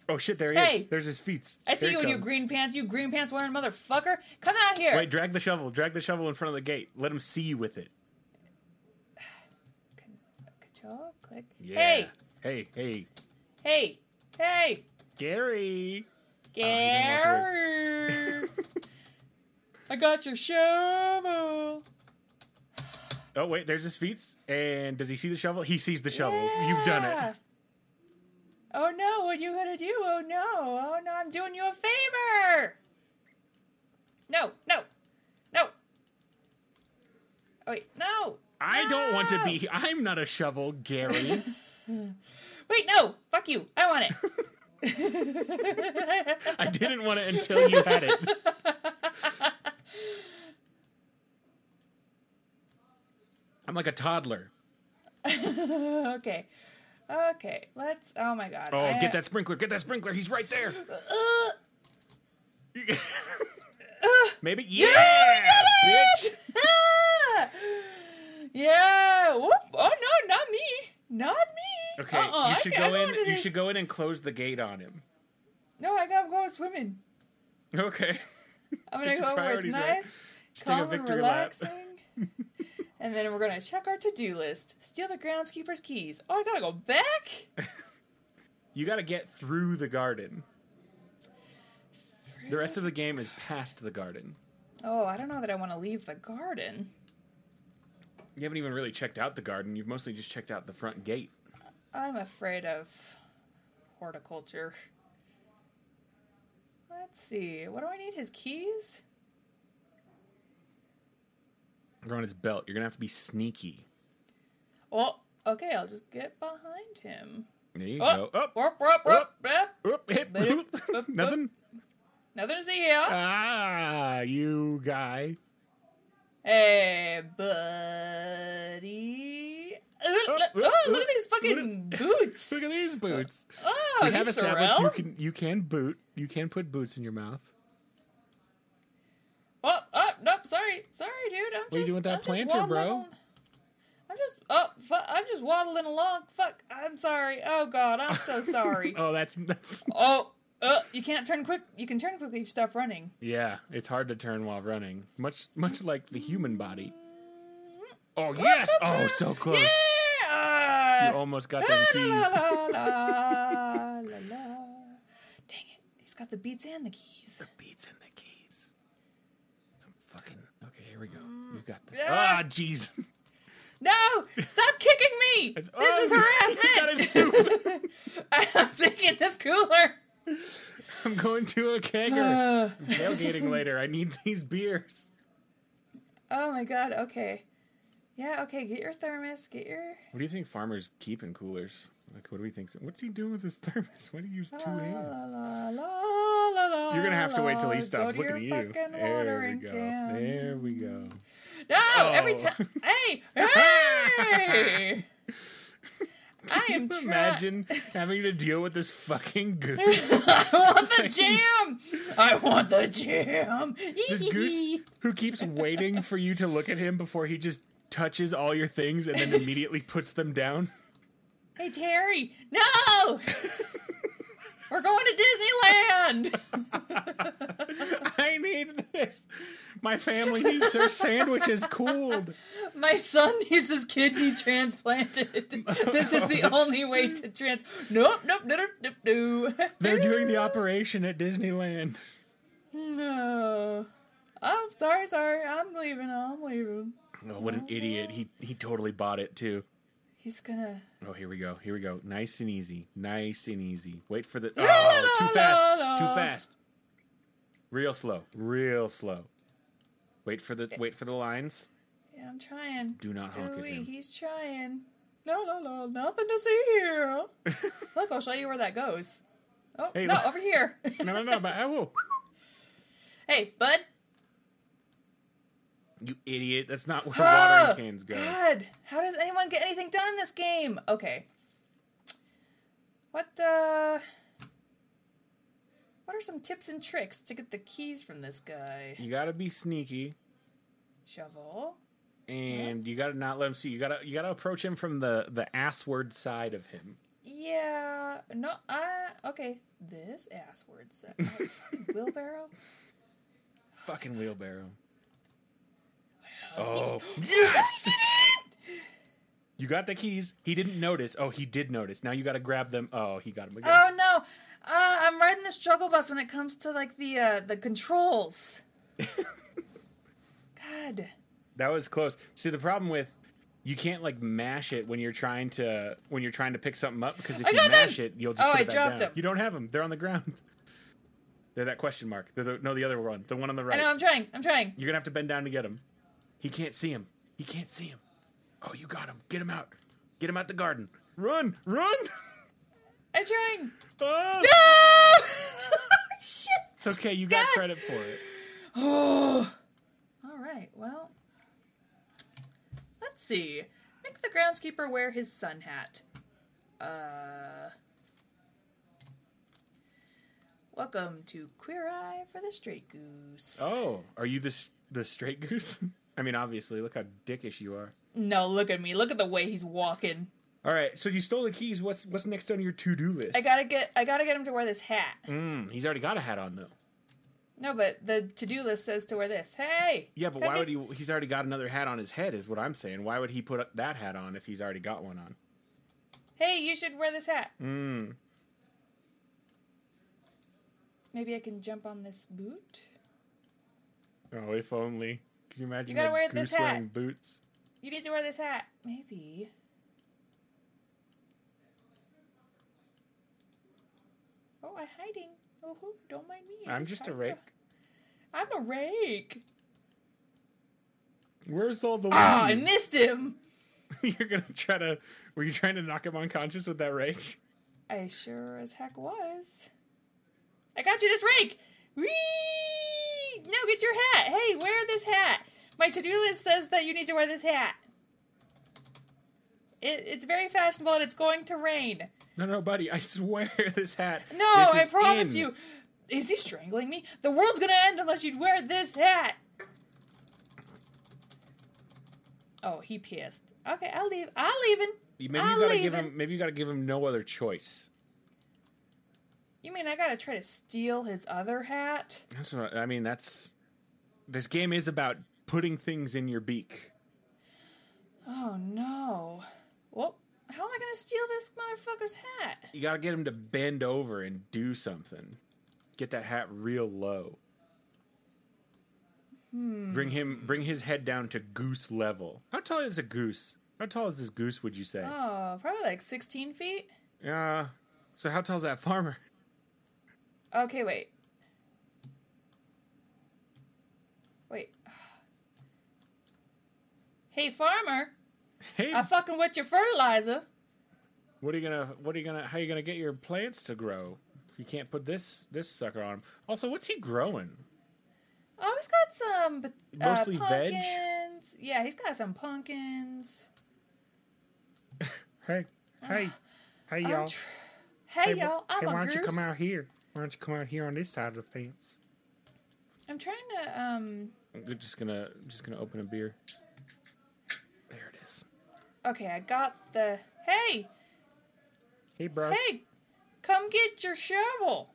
[SPEAKER 1] Oh shit, there he
[SPEAKER 2] Hey!
[SPEAKER 1] is. There's his feet.
[SPEAKER 2] I see
[SPEAKER 1] Here
[SPEAKER 2] you
[SPEAKER 1] he
[SPEAKER 2] in your
[SPEAKER 1] comes.
[SPEAKER 2] green pants, you green pants wearing motherfucker. Come out here.
[SPEAKER 1] Wait, drag the shovel. Drag the shovel in front of the gate. Let him see you with it.
[SPEAKER 2] Con- Control, click.
[SPEAKER 1] Yeah.
[SPEAKER 2] Hey,
[SPEAKER 1] Hey, hey.
[SPEAKER 2] hey, hey,
[SPEAKER 1] Gary. Ah,
[SPEAKER 2] Gary. I got your shovel.
[SPEAKER 1] Oh wait, there's his feet. And does he see the shovel? He sees the shovel. You've done
[SPEAKER 2] Yeah.
[SPEAKER 1] it.
[SPEAKER 2] Oh no, what you gonna do? Oh no, oh no, I'm doing you a favor. No, no, no. Oh, wait, no.
[SPEAKER 1] I don't want to
[SPEAKER 2] No.
[SPEAKER 1] be I'm not a shovel, Gary.
[SPEAKER 2] Wait, no. Fuck you. I want it.
[SPEAKER 1] I didn't want it until you had it. I'm like a toddler.
[SPEAKER 2] okay. Okay, let's. Oh my god.
[SPEAKER 1] Oh,
[SPEAKER 2] I-
[SPEAKER 1] get that sprinkler. Get that sprinkler. He's right there.
[SPEAKER 2] Uh,
[SPEAKER 1] Maybe. Yeah! Bitch!
[SPEAKER 2] Ah! yeah. Whoop. Oh no, not me. Not me.
[SPEAKER 1] Okay,
[SPEAKER 2] Uh-uh,
[SPEAKER 1] you
[SPEAKER 2] I
[SPEAKER 1] should
[SPEAKER 2] ca- I
[SPEAKER 1] go
[SPEAKER 2] don't
[SPEAKER 1] in.
[SPEAKER 2] do
[SPEAKER 1] You
[SPEAKER 2] this.
[SPEAKER 1] should go in and close the gate on him.
[SPEAKER 2] No, I gotta go swimming.
[SPEAKER 1] Okay.
[SPEAKER 2] I'm gonna
[SPEAKER 1] Get your
[SPEAKER 2] go where it's
[SPEAKER 1] priorities right.
[SPEAKER 2] nice,
[SPEAKER 1] take a
[SPEAKER 2] calm, and
[SPEAKER 1] victory lap.
[SPEAKER 2] relaxing. and then we're gonna check our to-do list. Steal the groundskeeper's keys. Oh, I gotta go back.
[SPEAKER 1] You got to get through the garden. The rest of the game is past the garden.
[SPEAKER 2] Oh, I don't know that I want to leave the garden.
[SPEAKER 1] You haven't even really checked out the garden. You've mostly just checked out the front gate.
[SPEAKER 2] I'm afraid of horticulture. Let's see. What do I need? His keys?
[SPEAKER 1] You're on his belt. You're gonna have to be sneaky.
[SPEAKER 2] Oh, okay. I'll just get behind him.
[SPEAKER 1] There you
[SPEAKER 2] Oh,
[SPEAKER 1] go. Up,
[SPEAKER 2] whoop, whoop, whoop, whoop.
[SPEAKER 1] up, hip,
[SPEAKER 2] Boop,
[SPEAKER 1] whoop.
[SPEAKER 2] boop, boop.
[SPEAKER 1] Nothing.
[SPEAKER 2] Nothing to see here.
[SPEAKER 1] Uh. Ah, you guy.
[SPEAKER 2] hey, buddy. Oh,
[SPEAKER 1] Oh,
[SPEAKER 2] look,
[SPEAKER 1] oh,
[SPEAKER 2] look
[SPEAKER 1] look,
[SPEAKER 2] at these fucking boots.
[SPEAKER 1] Look at these boots.
[SPEAKER 2] Oh,
[SPEAKER 1] We
[SPEAKER 2] these
[SPEAKER 1] have established you
[SPEAKER 2] Sorels?
[SPEAKER 1] can you can boot. You can put boots in your mouth.
[SPEAKER 2] Oh, oh, nope. Sorry, sorry, dude. I'm just.
[SPEAKER 1] you doing with that
[SPEAKER 2] I'm just
[SPEAKER 1] planter, bro?
[SPEAKER 2] waddling al- I'm just. Oh, fu- I'm just waddling along. Fuck. I'm sorry. Oh God, I'm so sorry.
[SPEAKER 1] Oh, that's that's
[SPEAKER 2] oh, oh, you can't turn quick. You can turn quickly if you stop running.
[SPEAKER 1] yeah. It's hard to turn while running. Much much like the human body.
[SPEAKER 2] Mm,
[SPEAKER 1] Oh yes. Oh, so close. You
[SPEAKER 2] Yeah.
[SPEAKER 1] almost got
[SPEAKER 2] La,
[SPEAKER 1] them keys.
[SPEAKER 2] la, la, la, la, la. Dang it! He's got the beats and the keys.
[SPEAKER 1] Beats and the keys. Some fucking. Okay, here we go. You got this.
[SPEAKER 2] Yeah.
[SPEAKER 1] Ah, jeez.
[SPEAKER 2] No! Stop kicking me! This is
[SPEAKER 1] Oh, you got
[SPEAKER 2] harassment!
[SPEAKER 1] a soup.
[SPEAKER 2] I'm taking this cooler. Uh,
[SPEAKER 1] I'm going to a kegger. I'm tailgating later. I need these beers.
[SPEAKER 2] Oh my god, okay. Yeah, okay, get your thermos, get your.
[SPEAKER 1] What do you think farmers keep in coolers? Like, what do we think? What's he doing with his thermos? Why do you use two
[SPEAKER 2] La,
[SPEAKER 1] hands?
[SPEAKER 2] la, la, la, la,
[SPEAKER 1] You're gonna have to wait till
[SPEAKER 2] la.
[SPEAKER 1] he
[SPEAKER 2] Go
[SPEAKER 1] stops
[SPEAKER 2] to
[SPEAKER 1] looking at
[SPEAKER 2] your
[SPEAKER 1] you.
[SPEAKER 2] fucking
[SPEAKER 1] There
[SPEAKER 2] watering
[SPEAKER 1] we go.
[SPEAKER 2] can.
[SPEAKER 1] There we go.
[SPEAKER 2] No, every
[SPEAKER 1] Oh.
[SPEAKER 2] time. Hey! Hey! I am trying.
[SPEAKER 1] Imagine having to deal with this fucking goose.
[SPEAKER 2] I want the jam! I want the jam!
[SPEAKER 1] This goose who keeps waiting for you to look at him before he just touches all your things and then immediately puts them down.
[SPEAKER 2] Hey, Terry! No! We're going to Disneyland!
[SPEAKER 1] I need this. My family needs their sandwiches cooled.
[SPEAKER 2] My son needs his kidney transplanted. This is the only way to trans. Nope, nope, nope, nope, nope.
[SPEAKER 1] They're doing the operation at Disneyland.
[SPEAKER 2] No. Oh, sorry, sorry. I'm leaving. I'm leaving.
[SPEAKER 1] Oh, what an idiot. He he totally bought it too.
[SPEAKER 2] He's gonna.
[SPEAKER 1] Oh, here we go. Here we go. Nice and easy. Nice and easy. Wait for the Oh, too fast. Too fast. Real slow. Real slow. Wait for the wait for the lines.
[SPEAKER 2] Yeah, I'm trying.
[SPEAKER 1] Do not honk at
[SPEAKER 2] Ooh-wee,
[SPEAKER 1] him.
[SPEAKER 2] He's trying. No, no, no, nothing to see here. Look, I'll show you where that goes. Oh
[SPEAKER 1] Hey,
[SPEAKER 2] no,
[SPEAKER 1] look.
[SPEAKER 2] over here.
[SPEAKER 1] No, no, no. But I will.
[SPEAKER 2] hey, bud.
[SPEAKER 1] You idiot. That's not where watering
[SPEAKER 2] Ah,
[SPEAKER 1] cans go.
[SPEAKER 2] God, how does anyone get anything done in this game? Okay. What uh What are some tips and tricks to get the keys from this guy?
[SPEAKER 1] You gotta be sneaky,
[SPEAKER 2] Shovel.
[SPEAKER 1] and you gotta not let him see. You gotta you gotta approach him from the the assward side of him.
[SPEAKER 2] Yeah, no, uh, okay. This ass word set. Wheelbarrow?
[SPEAKER 1] Fucking wheelbarrow.
[SPEAKER 2] Oh,
[SPEAKER 1] yes! You got the keys. He didn't notice. Oh, he did notice. Now you got to grab them. Oh, he got them again.
[SPEAKER 2] Oh no! Uh, I'm riding the struggle bus when it comes to like the uh, the controls. God,
[SPEAKER 1] That was close. See, the problem with you can't like mash it when you're trying to when you're trying to pick something up because if
[SPEAKER 2] I
[SPEAKER 1] you
[SPEAKER 2] got
[SPEAKER 1] mash
[SPEAKER 2] them!
[SPEAKER 1] it, you'll just
[SPEAKER 2] Oh,
[SPEAKER 1] put
[SPEAKER 2] I
[SPEAKER 1] it back
[SPEAKER 2] dropped
[SPEAKER 1] down.
[SPEAKER 2] them.
[SPEAKER 1] You don't have them. They're on the ground. They're that question mark. They're the, no, the other one, the one on the
[SPEAKER 2] I
[SPEAKER 1] right.
[SPEAKER 2] know. I'm trying. I'm trying.
[SPEAKER 1] You're gonna have to bend down to get him. He can't see him. He can't see him. Oh, you got him. Get him out. Get him out the garden. Run, run.
[SPEAKER 2] I'm trying.
[SPEAKER 1] Ah!
[SPEAKER 2] Oh, shit!
[SPEAKER 1] It's okay. You got
[SPEAKER 2] God.
[SPEAKER 1] credit for it.
[SPEAKER 2] All right. Well, let's see. Make the groundskeeper wear his sun hat. Uh. Welcome to Queer Eye for the Straight Goose.
[SPEAKER 1] Oh, are you the s- the straight goose? I mean, obviously, look how dickish you are.
[SPEAKER 2] No, look at me. Look at the way he's walking.
[SPEAKER 1] All right, so you stole the keys. What's what's next on your to do list?
[SPEAKER 2] I gotta get. I gotta get him to wear this hat.
[SPEAKER 1] Mm, he's already got a hat on though.
[SPEAKER 2] No, but the to-do list says to wear this. Hey.
[SPEAKER 1] Yeah, but
[SPEAKER 2] come
[SPEAKER 1] why
[SPEAKER 2] get-
[SPEAKER 1] would he? He's already got another hat on his head, is what I'm saying. Why would he put that hat on if he's already got one on?
[SPEAKER 2] Hey, you should wear this hat.
[SPEAKER 1] Hmm.
[SPEAKER 2] Maybe I can jump on this boot.
[SPEAKER 1] Oh, if only. Can you imagine?
[SPEAKER 2] You gotta
[SPEAKER 1] a
[SPEAKER 2] wear this
[SPEAKER 1] goose
[SPEAKER 2] hat.
[SPEAKER 1] wearing boots.
[SPEAKER 2] You need to wear this hat. Maybe. Oh, I'm hiding. Oh, hoo, don't mind me.
[SPEAKER 1] I'm just a
[SPEAKER 2] hide-
[SPEAKER 1] rake.
[SPEAKER 2] I'm a rake.
[SPEAKER 1] Where's all the?
[SPEAKER 2] Ah, I
[SPEAKER 1] leaves?
[SPEAKER 2] missed him.
[SPEAKER 1] You're gonna try to? Were you trying to knock him unconscious with that rake?
[SPEAKER 2] I sure as heck was. I got you this rake. Whee! Now get your hat. Hey, wear this hat. My to-do list says that you need to wear this hat. It, it's very fashionable and it's going to rain.
[SPEAKER 1] No, no, buddy. I swear this hat.
[SPEAKER 2] No,
[SPEAKER 1] this
[SPEAKER 2] I
[SPEAKER 1] is
[SPEAKER 2] promise
[SPEAKER 1] in.
[SPEAKER 2] you. Is he strangling me? The world's gonna end unless you'd wear this hat. Oh, he pissed. Okay, I'll leave. I'm leaving.
[SPEAKER 1] Maybe
[SPEAKER 2] I'll
[SPEAKER 1] you gotta
[SPEAKER 2] leave
[SPEAKER 1] give
[SPEAKER 2] him.
[SPEAKER 1] him. Maybe you gotta give him no other choice.
[SPEAKER 2] You mean I gotta try to steal his other hat?
[SPEAKER 1] That's what I mean. That's this game is about putting things in your beak.
[SPEAKER 2] Oh no. Well, how am I gonna steal this motherfucker's hat?
[SPEAKER 1] You gotta get him to bend over and do something. Get that hat real low. Bring him. Bring his head down to goose level. How tall is a goose? How tall is this goose? Would you say?
[SPEAKER 2] Oh, probably like 16 feet?
[SPEAKER 1] Yeah. so how tall is that farmer?
[SPEAKER 2] Okay, wait. Wait. Hey, farmer,
[SPEAKER 1] Hey,
[SPEAKER 2] I fucking with your fertilizer.
[SPEAKER 1] what are you gonna? What are you gonna? How are you gonna get your plants to grow? If you can't put this this sucker on him. Also, what's he growing?
[SPEAKER 2] Oh, he's got some but- uh,
[SPEAKER 1] Mostly veg?
[SPEAKER 2] pumpkins. Yeah, he's got some pumpkins.
[SPEAKER 1] Hey, hey, hey,
[SPEAKER 2] I'm tr- hey,
[SPEAKER 1] wh-
[SPEAKER 2] y'all, I'm
[SPEAKER 1] hey,
[SPEAKER 2] a
[SPEAKER 1] why don't you come
[SPEAKER 2] goose.
[SPEAKER 1] out here? Why don't you come out here on this side of the fence?
[SPEAKER 2] I'm trying to um.
[SPEAKER 1] I'm just gonna just gonna open a beer. There it is.
[SPEAKER 2] Okay, I got the. Hey,
[SPEAKER 1] Hey, bro.
[SPEAKER 2] hey, come get your shovel.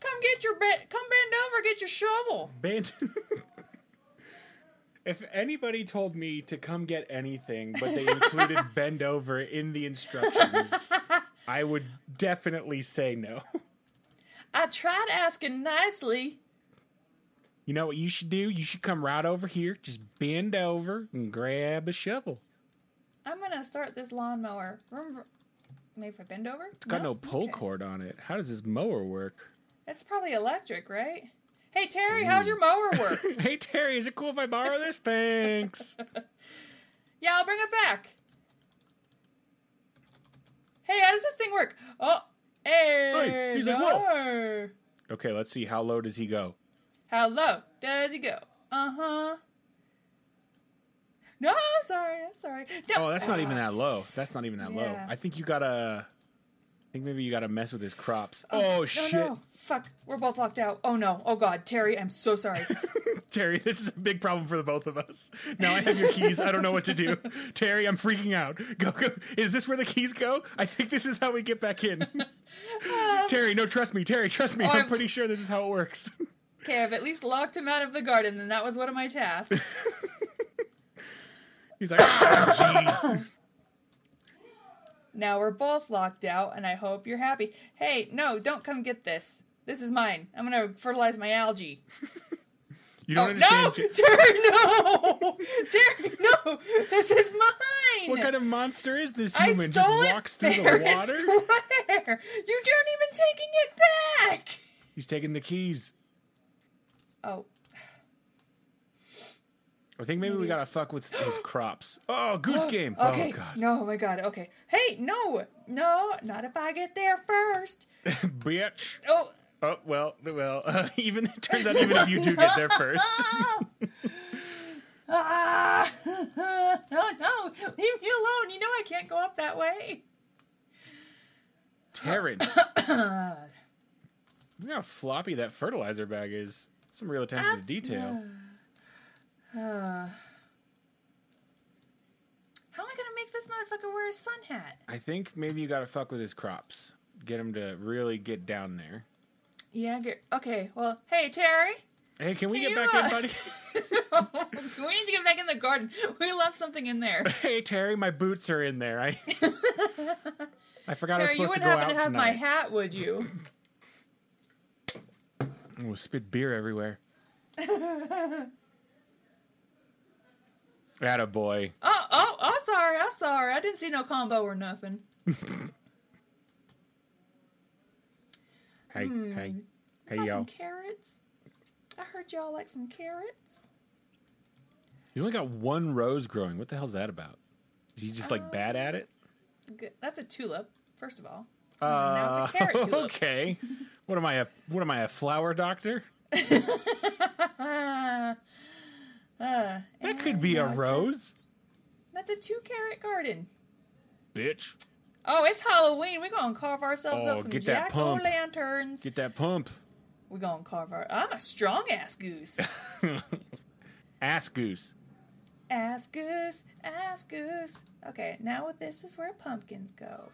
[SPEAKER 2] Come get your bed. Come bend over. Get your shovel.
[SPEAKER 1] Band. if anybody told me to come get anything, but they included bend over in the instructions, I would definitely say no.
[SPEAKER 2] I tried asking nicely.
[SPEAKER 1] You know what you should do? You should come right over here, just bend over and grab a shovel.
[SPEAKER 2] I'm gonna start this lawnmower. Remember, maybe if I bend over.
[SPEAKER 1] It's got no pull cord on it. How does this mower work?
[SPEAKER 2] That's probably electric, right? Hey Terry, how's your mower work?
[SPEAKER 1] Hey Terry, is it cool if I borrow this? Thanks.
[SPEAKER 2] yeah, I'll bring it back. Hey, how does this thing work? Oh, hey,
[SPEAKER 1] Hey, he's like, whoa.
[SPEAKER 2] no.
[SPEAKER 1] Okay, let's see. How low does he go?
[SPEAKER 2] How low does he go? Uh huh. No, I'm sorry. I'm sorry. No.
[SPEAKER 1] Oh, that's not even that low. That's not even that low.
[SPEAKER 2] Yeah.
[SPEAKER 1] I think you gotta. I think maybe you gotta mess with his crops. Oh,
[SPEAKER 2] no,
[SPEAKER 1] shit,
[SPEAKER 2] no. Fuck. We're both locked out. Oh no. Oh god, Terry, I'm so sorry.
[SPEAKER 1] Terry, this is a big problem for the both of us. Now I have your keys. I don't know what to do. Terry, I'm freaking out. Go, go. Is this where the keys go? I think this is how we get back in. Terry, no, trust me. Terry, trust me. I'm
[SPEAKER 2] Oh, I'm-
[SPEAKER 1] pretty sure this is how it works.
[SPEAKER 2] okay, I've at least locked him out of the garden, and that was one of my tasks.
[SPEAKER 1] He's like, "Ah, jeez.
[SPEAKER 2] Now we're both locked out, and I hope you're happy. Hey, no, don't come get this. This is mine. I'm gonna fertilize my algae.
[SPEAKER 1] you don't
[SPEAKER 2] Oh,
[SPEAKER 1] understand.
[SPEAKER 2] no,
[SPEAKER 1] J-
[SPEAKER 2] Terry, no, Terry, no. This is mine.
[SPEAKER 1] What kind of monster is this
[SPEAKER 2] I
[SPEAKER 1] human?
[SPEAKER 2] stole
[SPEAKER 1] Just
[SPEAKER 2] it
[SPEAKER 1] walks through
[SPEAKER 2] fair
[SPEAKER 1] the
[SPEAKER 2] and
[SPEAKER 1] water.
[SPEAKER 2] square. You aren't even taking it back.
[SPEAKER 1] He's taking the keys.
[SPEAKER 2] Oh,
[SPEAKER 1] I think maybe we gotta fuck with his crops. Oh, goose game.
[SPEAKER 2] okay.
[SPEAKER 1] Oh god,
[SPEAKER 2] No, oh my God. Okay. Hey, no, no, not if I get there first.
[SPEAKER 1] bitch.
[SPEAKER 2] Oh,
[SPEAKER 1] Oh well, well. even it turns out even if you do get there first.
[SPEAKER 2] ah, no, no, leave me alone. You know I can't go up that way.
[SPEAKER 1] Terrence. Look how floppy that fertilizer bag is. Some real attention to detail.
[SPEAKER 2] How am I gonna make this motherfucker wear a sun hat?
[SPEAKER 1] I think maybe you gotta fuck with his crops. Get him to really get down there.
[SPEAKER 2] Yeah. Get, okay. Well, hey, Terry.
[SPEAKER 1] Hey, can we
[SPEAKER 2] Can
[SPEAKER 1] get
[SPEAKER 2] you,
[SPEAKER 1] back
[SPEAKER 2] uh,
[SPEAKER 1] in, buddy?
[SPEAKER 2] we need to get back in the garden. We left something in there.
[SPEAKER 1] hey, Terry, my boots are in there. I I forgot I was
[SPEAKER 2] Terry, you
[SPEAKER 1] supposed to
[SPEAKER 2] wouldn't
[SPEAKER 1] go out
[SPEAKER 2] happen to have my
[SPEAKER 1] tonight.
[SPEAKER 2] hat, would you?
[SPEAKER 1] We'll spit beer everywhere. Atta boy.
[SPEAKER 2] Oh, oh, oh, sorry, I'm sorry. I didn't see no combo or nothing.
[SPEAKER 1] Hey,
[SPEAKER 2] Hmm.
[SPEAKER 1] hey, hey,
[SPEAKER 2] How about
[SPEAKER 1] y'all.
[SPEAKER 2] some carrots? I heard y'all like some carrots.
[SPEAKER 1] He's only got one rose growing. What the hell's that about? Is he just like bad at it?
[SPEAKER 2] Good. That's a tulip, first of all. Uh, now it's a
[SPEAKER 1] Uh,
[SPEAKER 2] carrot tulip.
[SPEAKER 1] okay. What am I? A, what am I? A flower doctor?
[SPEAKER 2] Uh,
[SPEAKER 1] that could be a rose,
[SPEAKER 2] That's a two carrot garden.
[SPEAKER 1] bitch.
[SPEAKER 2] Oh, it's Halloween. We're gonna carve ourselves
[SPEAKER 1] Oh,
[SPEAKER 2] up some
[SPEAKER 1] get that
[SPEAKER 2] jack o'
[SPEAKER 1] pump.
[SPEAKER 2] lanterns.
[SPEAKER 1] Get that pump.
[SPEAKER 2] We're gonna carve our. I'm a strong ass goose.
[SPEAKER 1] Ass goose.
[SPEAKER 2] ass goose, ass goose. Okay, now this is where pumpkins go.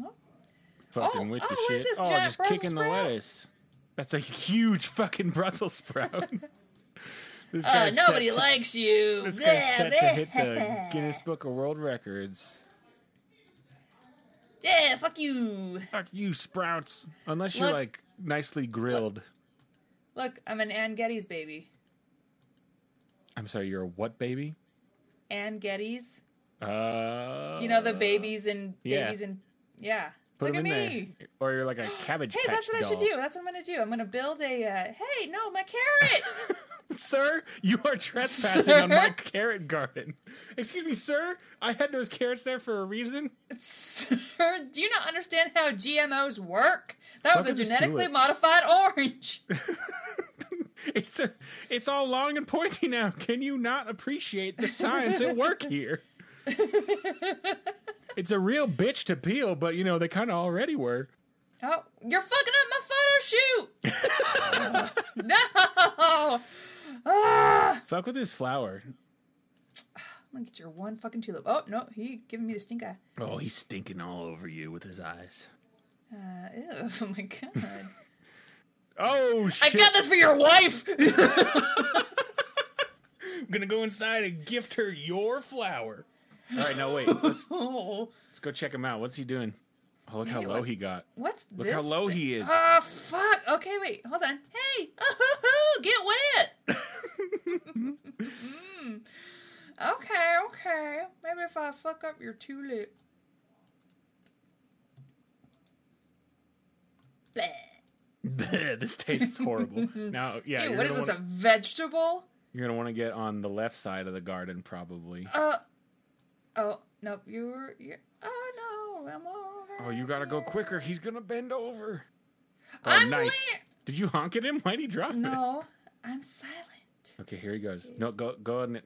[SPEAKER 2] Oh,
[SPEAKER 1] Fucking
[SPEAKER 2] Oh,
[SPEAKER 1] with
[SPEAKER 2] oh,
[SPEAKER 1] the
[SPEAKER 2] what
[SPEAKER 1] shit.
[SPEAKER 2] is this
[SPEAKER 1] oh,
[SPEAKER 2] giant
[SPEAKER 1] just
[SPEAKER 2] Brussels
[SPEAKER 1] kicking the
[SPEAKER 2] sprout?
[SPEAKER 1] lettuce. That's a huge fucking Brussels sprout. this
[SPEAKER 2] Uh,
[SPEAKER 1] guy's set
[SPEAKER 2] nobody
[SPEAKER 1] to-
[SPEAKER 2] likes you.
[SPEAKER 1] This guy's
[SPEAKER 2] Bleh,
[SPEAKER 1] set to hit the
[SPEAKER 2] bleh.
[SPEAKER 1] Guinness Book of World Records.
[SPEAKER 2] Yeah, fuck you.
[SPEAKER 1] Fuck you, sprouts. Unless you're
[SPEAKER 2] Look-
[SPEAKER 1] like nicely grilled.
[SPEAKER 2] Look, I'm an Ann Geddes baby.
[SPEAKER 1] I'm sorry, you're a what baby?
[SPEAKER 2] Ann Geddes.
[SPEAKER 1] Uh,
[SPEAKER 2] You know the babies and
[SPEAKER 1] yeah.
[SPEAKER 2] babies and yeah.
[SPEAKER 1] put
[SPEAKER 2] Look at
[SPEAKER 1] him
[SPEAKER 2] me.
[SPEAKER 1] in there. Or you're like a cabbage
[SPEAKER 2] Hey,
[SPEAKER 1] patch
[SPEAKER 2] that's what I should
[SPEAKER 1] doll.
[SPEAKER 2] do. That's what I'm gonna do. I'm gonna build a. Uh, hey, no, my carrots.
[SPEAKER 1] Sir, you are trespassing
[SPEAKER 2] Sir?
[SPEAKER 1] on my carrot garden. Excuse me, sir. I had those carrots there for a reason.
[SPEAKER 2] Sir, do you not understand how GMOs work? That was
[SPEAKER 1] Fucking
[SPEAKER 2] a
[SPEAKER 1] just do
[SPEAKER 2] genetically
[SPEAKER 1] it.
[SPEAKER 2] modified orange.
[SPEAKER 1] It's a, it's all long and pointy now. Can you not appreciate the science at work here? it's a real bitch to peel, but you know they kind of already were.
[SPEAKER 2] Oh, you're fucking up my photo shoot. no. Ah.
[SPEAKER 1] Fuck with his flower.
[SPEAKER 2] I'm gonna get your one fucking tulip. Oh no, he giving me the stink eye.
[SPEAKER 1] Oh, he's stinking all over you with his eyes.
[SPEAKER 2] Uh, ew, oh my god.
[SPEAKER 1] Oh
[SPEAKER 2] I
[SPEAKER 1] shit!
[SPEAKER 2] got this for your wife.
[SPEAKER 1] I'm gonna go inside and gift her your flower. All right, now wait. Let's,
[SPEAKER 2] oh,
[SPEAKER 1] let's go check him out. What's he doing? Oh, look how
[SPEAKER 2] Hey,
[SPEAKER 1] low
[SPEAKER 2] what's-
[SPEAKER 1] he got.
[SPEAKER 2] what's
[SPEAKER 1] Look
[SPEAKER 2] this?
[SPEAKER 1] how low
[SPEAKER 2] thing?
[SPEAKER 1] he is.
[SPEAKER 2] Oh fuck. Okay, wait. Hold on. Hey. Oh, get wet. Mm. okay, okay. Maybe if I fuck up your tulip. Bleh.
[SPEAKER 1] "Bleh, this tastes horrible. now, yeah, you're
[SPEAKER 2] Ew, what
[SPEAKER 1] gonna
[SPEAKER 2] is this?
[SPEAKER 1] wanna-
[SPEAKER 2] A vegetable?
[SPEAKER 1] you're gonna want to get on the left side of the garden, probably.
[SPEAKER 2] Oh nope, you were. You're, oh no, I'm over.
[SPEAKER 1] oh, you gotta go quicker. He's gonna bend over. Oh,
[SPEAKER 2] I'm
[SPEAKER 1] nice.
[SPEAKER 2] late.
[SPEAKER 1] Did you honk at him? Why'd he drop it?
[SPEAKER 2] No, I'm silent.
[SPEAKER 1] Okay, here he goes. No, go go on it.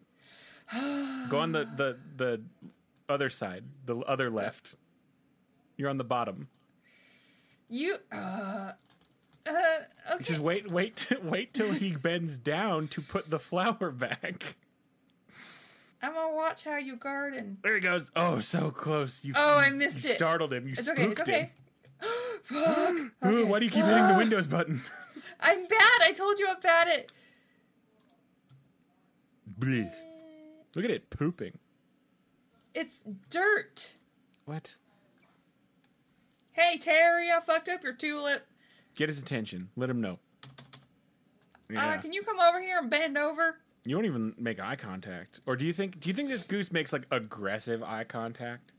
[SPEAKER 1] go on the the the other side, the other left. You're on the bottom.
[SPEAKER 2] You. Uh, uh, okay.
[SPEAKER 1] Just wait, wait, wait till he bends down to put the flower back.
[SPEAKER 2] I'm gonna watch how you garden.
[SPEAKER 1] There he goes. Oh, so close. You,
[SPEAKER 2] Oh, I
[SPEAKER 1] you-
[SPEAKER 2] missed
[SPEAKER 1] you
[SPEAKER 2] it.
[SPEAKER 1] startled him. You
[SPEAKER 2] It's okay.
[SPEAKER 1] spooked
[SPEAKER 2] It's okay. Fuck.
[SPEAKER 1] him. Ooh, why do you keep hitting the Windows button?
[SPEAKER 2] I'm bad. I told you I'm bad at.
[SPEAKER 1] Blech. Look at it pooping.
[SPEAKER 2] It's dirt.
[SPEAKER 1] What?
[SPEAKER 2] Hey Terry, I fucked up your tulip.
[SPEAKER 1] Get his attention. Let him know. Yeah.
[SPEAKER 2] Uh, can you come over here and bend over?
[SPEAKER 1] you won't even make eye contact. Or do you think? Do you think this goose makes like aggressive eye contact?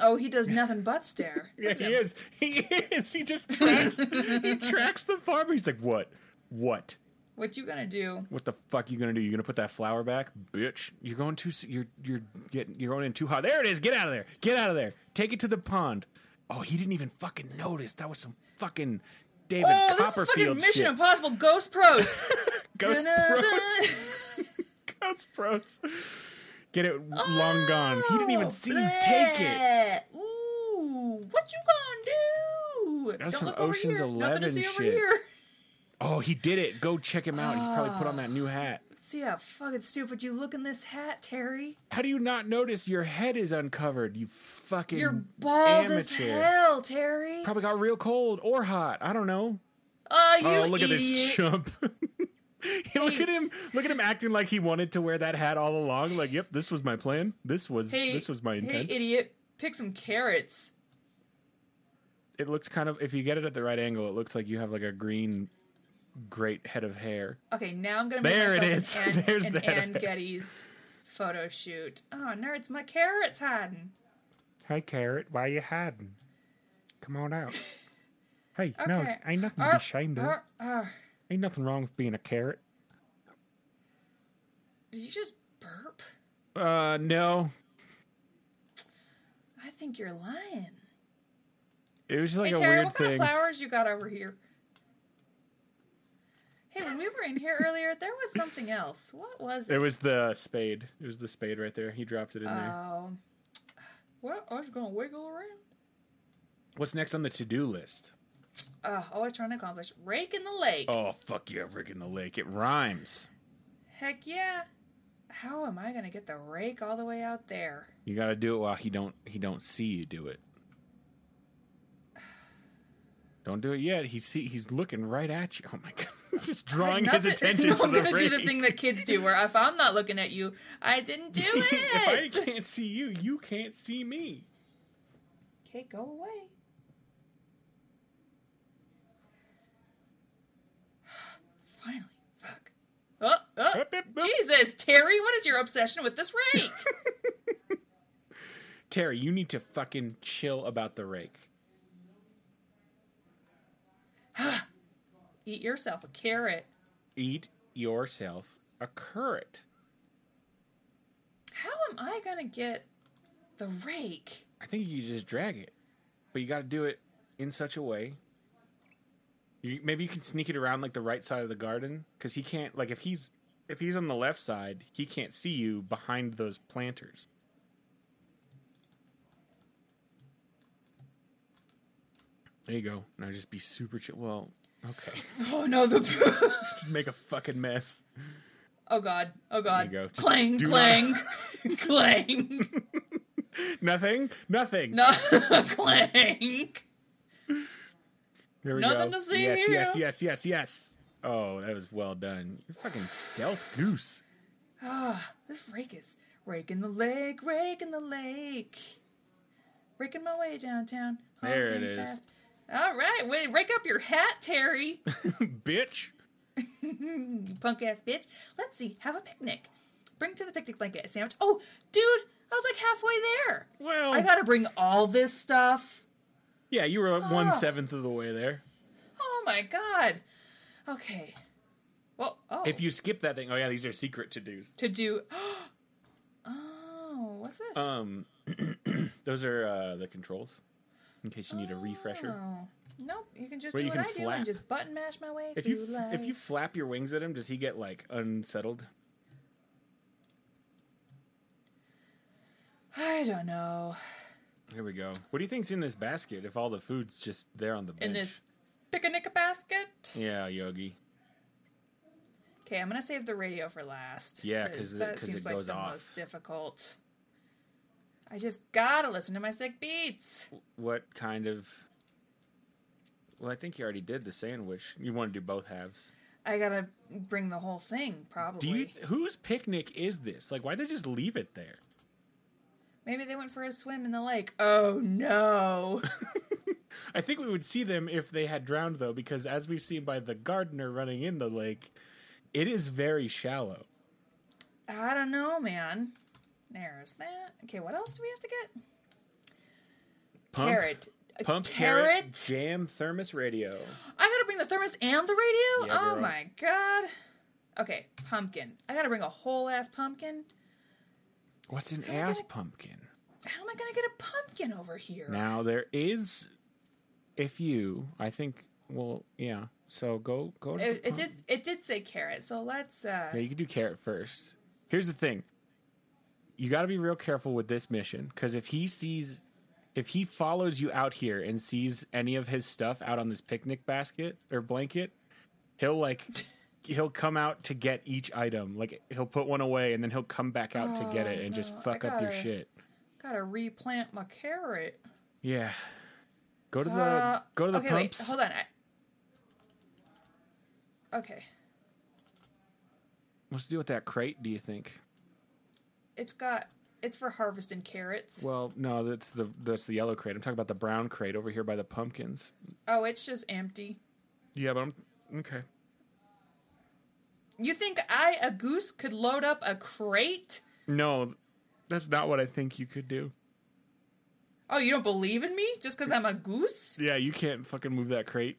[SPEAKER 2] Oh, he does nothing but stare.
[SPEAKER 1] Yeah, he is. He is. He just tracks. he tracks the farmer. He's like, what? What?
[SPEAKER 2] What you gonna do?
[SPEAKER 1] What the fuck you gonna do? You gonna put that flower back, bitch? You're going too. s- You're you're getting. You're going in too hot. There it is. Get out of there. Get out of there. Take it to the pond. Oh, he didn't even fucking notice. That was some fucking David
[SPEAKER 2] Oh, this is fucking
[SPEAKER 1] Copperfield
[SPEAKER 2] Mission
[SPEAKER 1] shit.
[SPEAKER 2] Impossible Ghost Pros.
[SPEAKER 1] Ghost
[SPEAKER 2] Dun-dun-dun.
[SPEAKER 1] Pros. Ghost Pros. Get it long gone. He didn't
[SPEAKER 2] Oh,
[SPEAKER 1] even see you take it.
[SPEAKER 2] it. Ooh, what you gonna do?
[SPEAKER 1] was
[SPEAKER 2] Don't
[SPEAKER 1] some
[SPEAKER 2] look over
[SPEAKER 1] Ocean's
[SPEAKER 2] here. Nothing to
[SPEAKER 1] 11
[SPEAKER 2] see over
[SPEAKER 1] shit.
[SPEAKER 2] here.
[SPEAKER 1] Oh, he did it. Go check him out. He's probably put on that new hat.
[SPEAKER 2] See how fucking stupid you look in this hat, Terry.
[SPEAKER 1] How do you not notice your head is uncovered? You fucking
[SPEAKER 2] You're bald
[SPEAKER 1] amateur.
[SPEAKER 2] as hell, Terry.
[SPEAKER 1] Probably got real cold or hot. I don't know.
[SPEAKER 2] Oh, you
[SPEAKER 1] Oh, look
[SPEAKER 2] idiot.
[SPEAKER 1] at this chump. Hey, look at him! Look at him acting like he wanted to wear that hat all along. Like, yep, this was my plan. This was
[SPEAKER 2] Hey,
[SPEAKER 1] this was my intent.
[SPEAKER 2] Hey, idiot. Pick some carrots.
[SPEAKER 1] it looks kind of if you get it at the right angle, it looks like you have like a green, great head of hair.
[SPEAKER 2] Okay, now I'm gonna make
[SPEAKER 1] There it
[SPEAKER 2] myself
[SPEAKER 1] is.
[SPEAKER 2] An, Ann-
[SPEAKER 1] There's
[SPEAKER 2] an
[SPEAKER 1] that
[SPEAKER 2] Ann
[SPEAKER 1] effect.
[SPEAKER 2] Getty's photo shoot. Oh, nerds, my carrots hiding.
[SPEAKER 1] Hey, carrot, why you hiding? Come on out. hey,
[SPEAKER 2] Okay. Uh, Arr, arr, arr.
[SPEAKER 1] Ain't nothing wrong with being a carrot.
[SPEAKER 2] Did you just burp?
[SPEAKER 1] Uh, no.
[SPEAKER 2] I think you're lying.
[SPEAKER 1] It was just like
[SPEAKER 2] hey,
[SPEAKER 1] a
[SPEAKER 2] Terry,
[SPEAKER 1] weird
[SPEAKER 2] what kind
[SPEAKER 1] thing.
[SPEAKER 2] of flowers you got over here? Hey, when we were in here earlier, there was something else. What was
[SPEAKER 1] It
[SPEAKER 2] it?
[SPEAKER 1] was the spade. It was the spade right there. He dropped it in there.
[SPEAKER 2] Um, well, I was gonna wiggle around.
[SPEAKER 1] What's next on the to-do list?
[SPEAKER 2] Oh, always trying to accomplish. Rake in the lake.
[SPEAKER 1] Oh fuck yeah, Rick in the Lake. It rhymes.
[SPEAKER 2] Heck yeah. How am I gonna get the rake all the way out there?
[SPEAKER 1] You gotta do it while he don't he don't see you do it. Don't do it yet. He see he's looking right at you. Oh my god. Just drawing his
[SPEAKER 2] Nothing-
[SPEAKER 1] attention
[SPEAKER 2] No,
[SPEAKER 1] to
[SPEAKER 2] I'm
[SPEAKER 1] the
[SPEAKER 2] gonna do
[SPEAKER 1] rake.
[SPEAKER 2] the thing that kids do, where if I'm not looking at you, I didn't do
[SPEAKER 1] I
[SPEAKER 2] it.
[SPEAKER 1] can't see you. You can't see me.
[SPEAKER 2] okay, go away. Finally, fuck. Oh, oh.
[SPEAKER 1] Hup, hup, hup.
[SPEAKER 2] Jesus, Terry, what is your obsession with this rake?
[SPEAKER 1] Terry, you need to fucking chill about the rake.
[SPEAKER 2] Eat yourself a carrot.
[SPEAKER 1] Eat yourself a carrot.
[SPEAKER 2] How am I gonna get the rake?
[SPEAKER 1] I think you just drag it, but you got to do it in such a way. You, maybe you can sneak it around like the right side of the garden because he can't. Like if he's if he's on the left side, he can't see you behind those planters. There you go. Now just be super chill. Well, okay.
[SPEAKER 2] Oh no, the.
[SPEAKER 1] just make a fucking mess.
[SPEAKER 2] Oh god. Oh god.
[SPEAKER 1] There you go. Just
[SPEAKER 2] Clang,
[SPEAKER 1] do
[SPEAKER 2] clang, clang.
[SPEAKER 1] Nothing. Nothing.
[SPEAKER 2] No, clang.
[SPEAKER 1] There we
[SPEAKER 2] Nothing
[SPEAKER 1] go.
[SPEAKER 2] to see
[SPEAKER 1] yes,
[SPEAKER 2] here.
[SPEAKER 1] yes, yes, yes, yes. Oh, that was well done. You're fucking stealth goose.
[SPEAKER 2] This rake is raking the lake, raking the lake. Raking my way downtown.
[SPEAKER 1] There it
[SPEAKER 2] honking
[SPEAKER 1] is.
[SPEAKER 2] All right, wait, rake up your hat, Terry.
[SPEAKER 1] Bitch.
[SPEAKER 2] you punk ass bitch. Let's see, have a picnic. Bring to the picnic blanket a sandwich. Oh, dude, I was like halfway there.
[SPEAKER 1] Well,
[SPEAKER 2] I gotta bring all this stuff.
[SPEAKER 1] yeah, you were like one
[SPEAKER 2] Ah.
[SPEAKER 1] seventh of the way there.
[SPEAKER 2] Oh my god. Okay. Well, oh.
[SPEAKER 1] If you skip that thing, oh yeah, these are secret to dos.
[SPEAKER 2] to do. oh, what's this?
[SPEAKER 1] Um, those are uh, the controls. In case you need a refresher.
[SPEAKER 2] Oh. Nope, you can just
[SPEAKER 1] Where
[SPEAKER 2] do
[SPEAKER 1] you
[SPEAKER 2] what
[SPEAKER 1] can
[SPEAKER 2] I do
[SPEAKER 1] flap.
[SPEAKER 2] and just button mash my way
[SPEAKER 1] If
[SPEAKER 2] through
[SPEAKER 1] you
[SPEAKER 2] life.
[SPEAKER 1] if you flap your wings at him, does he get like unsettled?
[SPEAKER 2] I don't know.
[SPEAKER 1] Here we go. What do you think's in this basket? If all the food's just there on the bench.
[SPEAKER 2] In this picnic basket.
[SPEAKER 1] Yeah, Yogi.
[SPEAKER 2] Okay, I'm gonna save the radio for last.
[SPEAKER 1] Yeah, 'cause it-
[SPEAKER 2] that
[SPEAKER 1] 'cause it
[SPEAKER 2] seems like
[SPEAKER 1] goes
[SPEAKER 2] the
[SPEAKER 1] off.
[SPEAKER 2] most difficult. I just gotta listen to my sick beats.
[SPEAKER 1] What kind of? Well, I think you already did the sandwich. You want to do both halves.
[SPEAKER 2] I gotta bring the whole thing, probably.
[SPEAKER 1] Do you? Whose picnic is this? Like, why they just leave it there?
[SPEAKER 2] Maybe they went for a swim in the lake. Oh no!
[SPEAKER 1] I think we would see them if they had drowned, though, because as we've seen by the gardener running in the lake, it is very shallow.
[SPEAKER 2] I don't know, man. There's that. Okay, what else do we have to get?
[SPEAKER 1] Pump,
[SPEAKER 2] Carrot. A
[SPEAKER 1] pump carrot, jam thermos radio.
[SPEAKER 2] I gotta bring the thermos and the radio?
[SPEAKER 1] Yeah,
[SPEAKER 2] oh
[SPEAKER 1] girl.
[SPEAKER 2] my god. Okay, pumpkin. I gotta bring a whole ass pumpkin.
[SPEAKER 1] What's an
[SPEAKER 2] am I
[SPEAKER 1] ass
[SPEAKER 2] gonna-
[SPEAKER 1] pumpkin?
[SPEAKER 2] How am I gonna get a pumpkin over here?
[SPEAKER 1] Now there is, if you, I think, well, yeah. So go go. To
[SPEAKER 2] It,
[SPEAKER 1] the
[SPEAKER 2] it
[SPEAKER 1] pump.
[SPEAKER 2] did it did say carrot, so let's uh
[SPEAKER 1] Yeah, you can do carrot first. Here's the thing. You got to be real careful with this mission because if he sees, if he follows you out here and sees any of his stuff out on this picnic basket or blanket, he'll like, he'll come out to get each item. Like he'll put one away and then he'll come back out to get it and just
[SPEAKER 2] no, Oh, I
[SPEAKER 1] fuck up your
[SPEAKER 2] gotta-
[SPEAKER 1] shit.
[SPEAKER 2] gotta replant my carrot.
[SPEAKER 1] Yeah. Go to the
[SPEAKER 2] Uh,
[SPEAKER 1] go to the
[SPEAKER 2] okay,
[SPEAKER 1] pumps.
[SPEAKER 2] Wait, hold on. I... Okay,
[SPEAKER 1] What's to do with that crate? Do you think?
[SPEAKER 2] it's got it's for harvesting carrots.
[SPEAKER 1] Well, no, that's the that's the yellow crate. I'm talking about the brown crate over here by the pumpkins.
[SPEAKER 2] Oh, it's just empty.
[SPEAKER 1] Yeah, but I'm okay.
[SPEAKER 2] You think I, a goose, could load up a crate?
[SPEAKER 1] No, that's not what I think you could do.
[SPEAKER 2] Oh, you don't believe in me just because I'm a goose?
[SPEAKER 1] Yeah, you can't fucking move that crate.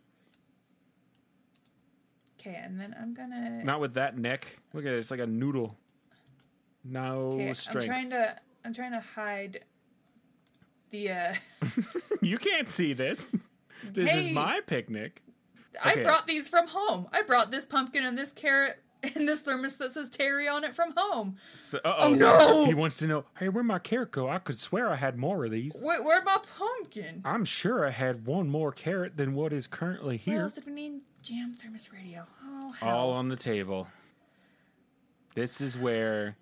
[SPEAKER 2] Okay, and then I'm gonna.
[SPEAKER 1] Not with that neck. Look at it; it's like a noodle. No
[SPEAKER 2] okay, I'm
[SPEAKER 1] strength.
[SPEAKER 2] trying to. I'm trying to hide. The uh,
[SPEAKER 1] you can't see this. This
[SPEAKER 2] Hey.
[SPEAKER 1] is my picnic.
[SPEAKER 2] I
[SPEAKER 1] Okay.
[SPEAKER 2] brought these from home. I brought this pumpkin and this carrot and this thermos that says Terry on it from home.
[SPEAKER 1] So, uh-oh.
[SPEAKER 2] Oh, no!
[SPEAKER 1] He wants to know. Hey, where my carrot go? I could swear I had more of these.
[SPEAKER 2] Where, where my pumpkin?
[SPEAKER 1] I'm sure I had one more carrot than what is currently
[SPEAKER 2] What
[SPEAKER 1] here.
[SPEAKER 2] else did we need? Jam thermos radio. Oh hell.
[SPEAKER 1] All on the table. This is where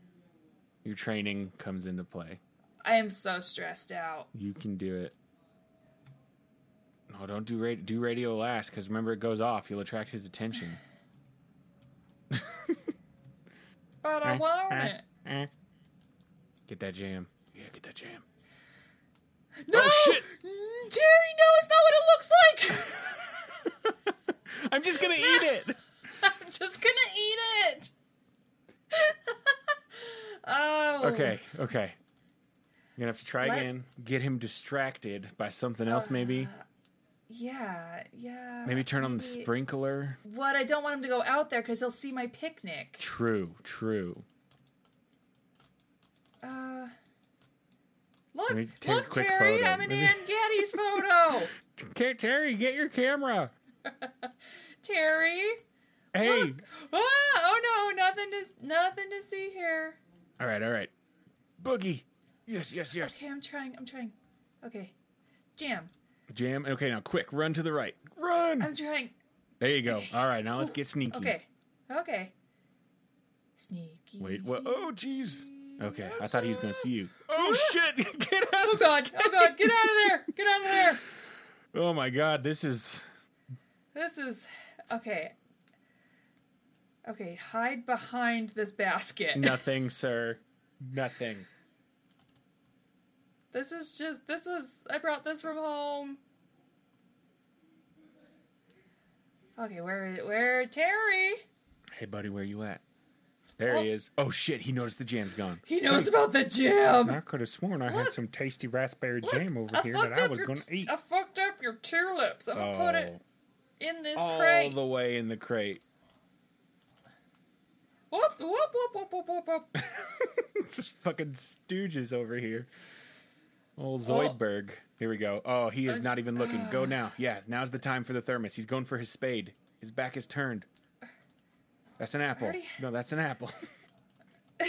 [SPEAKER 1] your training comes into play.
[SPEAKER 2] I am so stressed out.
[SPEAKER 1] You can do it. No, don't do radio. Do radio last, because remember it goes off. You'll attract his attention.
[SPEAKER 2] But I want it.
[SPEAKER 1] Eh. Get that jam. Yeah, get that jam.
[SPEAKER 2] No!
[SPEAKER 1] Oh, shit.
[SPEAKER 2] Mm, Terry, no, it's not what it looks
[SPEAKER 1] I'm just gonna eat it.
[SPEAKER 2] like! I'm just gonna eat it! oh.
[SPEAKER 1] Okay, okay. You're gonna have to try
[SPEAKER 2] Let-
[SPEAKER 1] again. Get him distracted by something else, maybe.
[SPEAKER 2] Uh, Yeah, yeah.
[SPEAKER 1] Maybe turn on the
[SPEAKER 2] maybe-
[SPEAKER 1] sprinkler.
[SPEAKER 2] What? I don't want him to go out there because he'll see my picnic.
[SPEAKER 1] True, true.
[SPEAKER 2] Uh. Look,
[SPEAKER 1] me take a
[SPEAKER 2] look,
[SPEAKER 1] quick
[SPEAKER 2] Terry,
[SPEAKER 1] photo.
[SPEAKER 2] I'm in
[SPEAKER 1] Let me-
[SPEAKER 2] Ann Getty's photo!
[SPEAKER 1] Ter- Terry, get your camera.
[SPEAKER 2] Terry!
[SPEAKER 1] Hey.
[SPEAKER 2] Ah, oh no, nothing to, nothing to see here.
[SPEAKER 1] All right, all right. Boogie. Yes, yes, yes.
[SPEAKER 2] Okay, I'm trying. I'm trying. Okay. Jam.
[SPEAKER 1] Jam. Okay, now quick, run to the right. Run.
[SPEAKER 2] I'm trying.
[SPEAKER 1] There you go. All right, now let's get sneaky.
[SPEAKER 2] Okay. Okay. Sneaky.
[SPEAKER 1] Wait. What?
[SPEAKER 2] sneaky.
[SPEAKER 1] Oh, jeez. Okay, I thought he was gonna see you. Oh shit! Get
[SPEAKER 2] Oh
[SPEAKER 1] out!
[SPEAKER 2] god. Oh god. Get out of there. Get out of there.
[SPEAKER 1] Oh my god, this is.
[SPEAKER 2] This is okay. Okay, hide behind this basket.
[SPEAKER 1] Nothing, sir. Nothing.
[SPEAKER 2] This is just this was I brought this from home. Okay, where where Terry?
[SPEAKER 1] Hey, buddy, where you at? There he is. Oh shit! He noticed the jam's gone.
[SPEAKER 2] He knows about the jam.
[SPEAKER 1] I could have sworn I had
[SPEAKER 2] Look.
[SPEAKER 1] some tasty raspberry jam over
[SPEAKER 2] Look,
[SPEAKER 1] here that
[SPEAKER 2] fucked
[SPEAKER 1] I
[SPEAKER 2] up
[SPEAKER 1] was
[SPEAKER 2] your
[SPEAKER 1] gonna
[SPEAKER 2] t-
[SPEAKER 1] eat.
[SPEAKER 2] I fucked up your tulips. I'm gonna put it in this
[SPEAKER 1] Oh, all
[SPEAKER 2] crate.
[SPEAKER 1] the way in the crate.
[SPEAKER 2] Whoop, whoop, whoop, whoop, whoop, whoop, whoop.
[SPEAKER 1] It's just fucking stooges over here. Old
[SPEAKER 2] Oh.
[SPEAKER 1] Zoidberg. Here we go. Oh, he is
[SPEAKER 2] That's-
[SPEAKER 1] not even looking. Go now. Yeah, now's the time for the thermos. He's going for his spade. His back is turned. That's an apple.
[SPEAKER 2] already-
[SPEAKER 1] No, that's an apple.
[SPEAKER 2] no!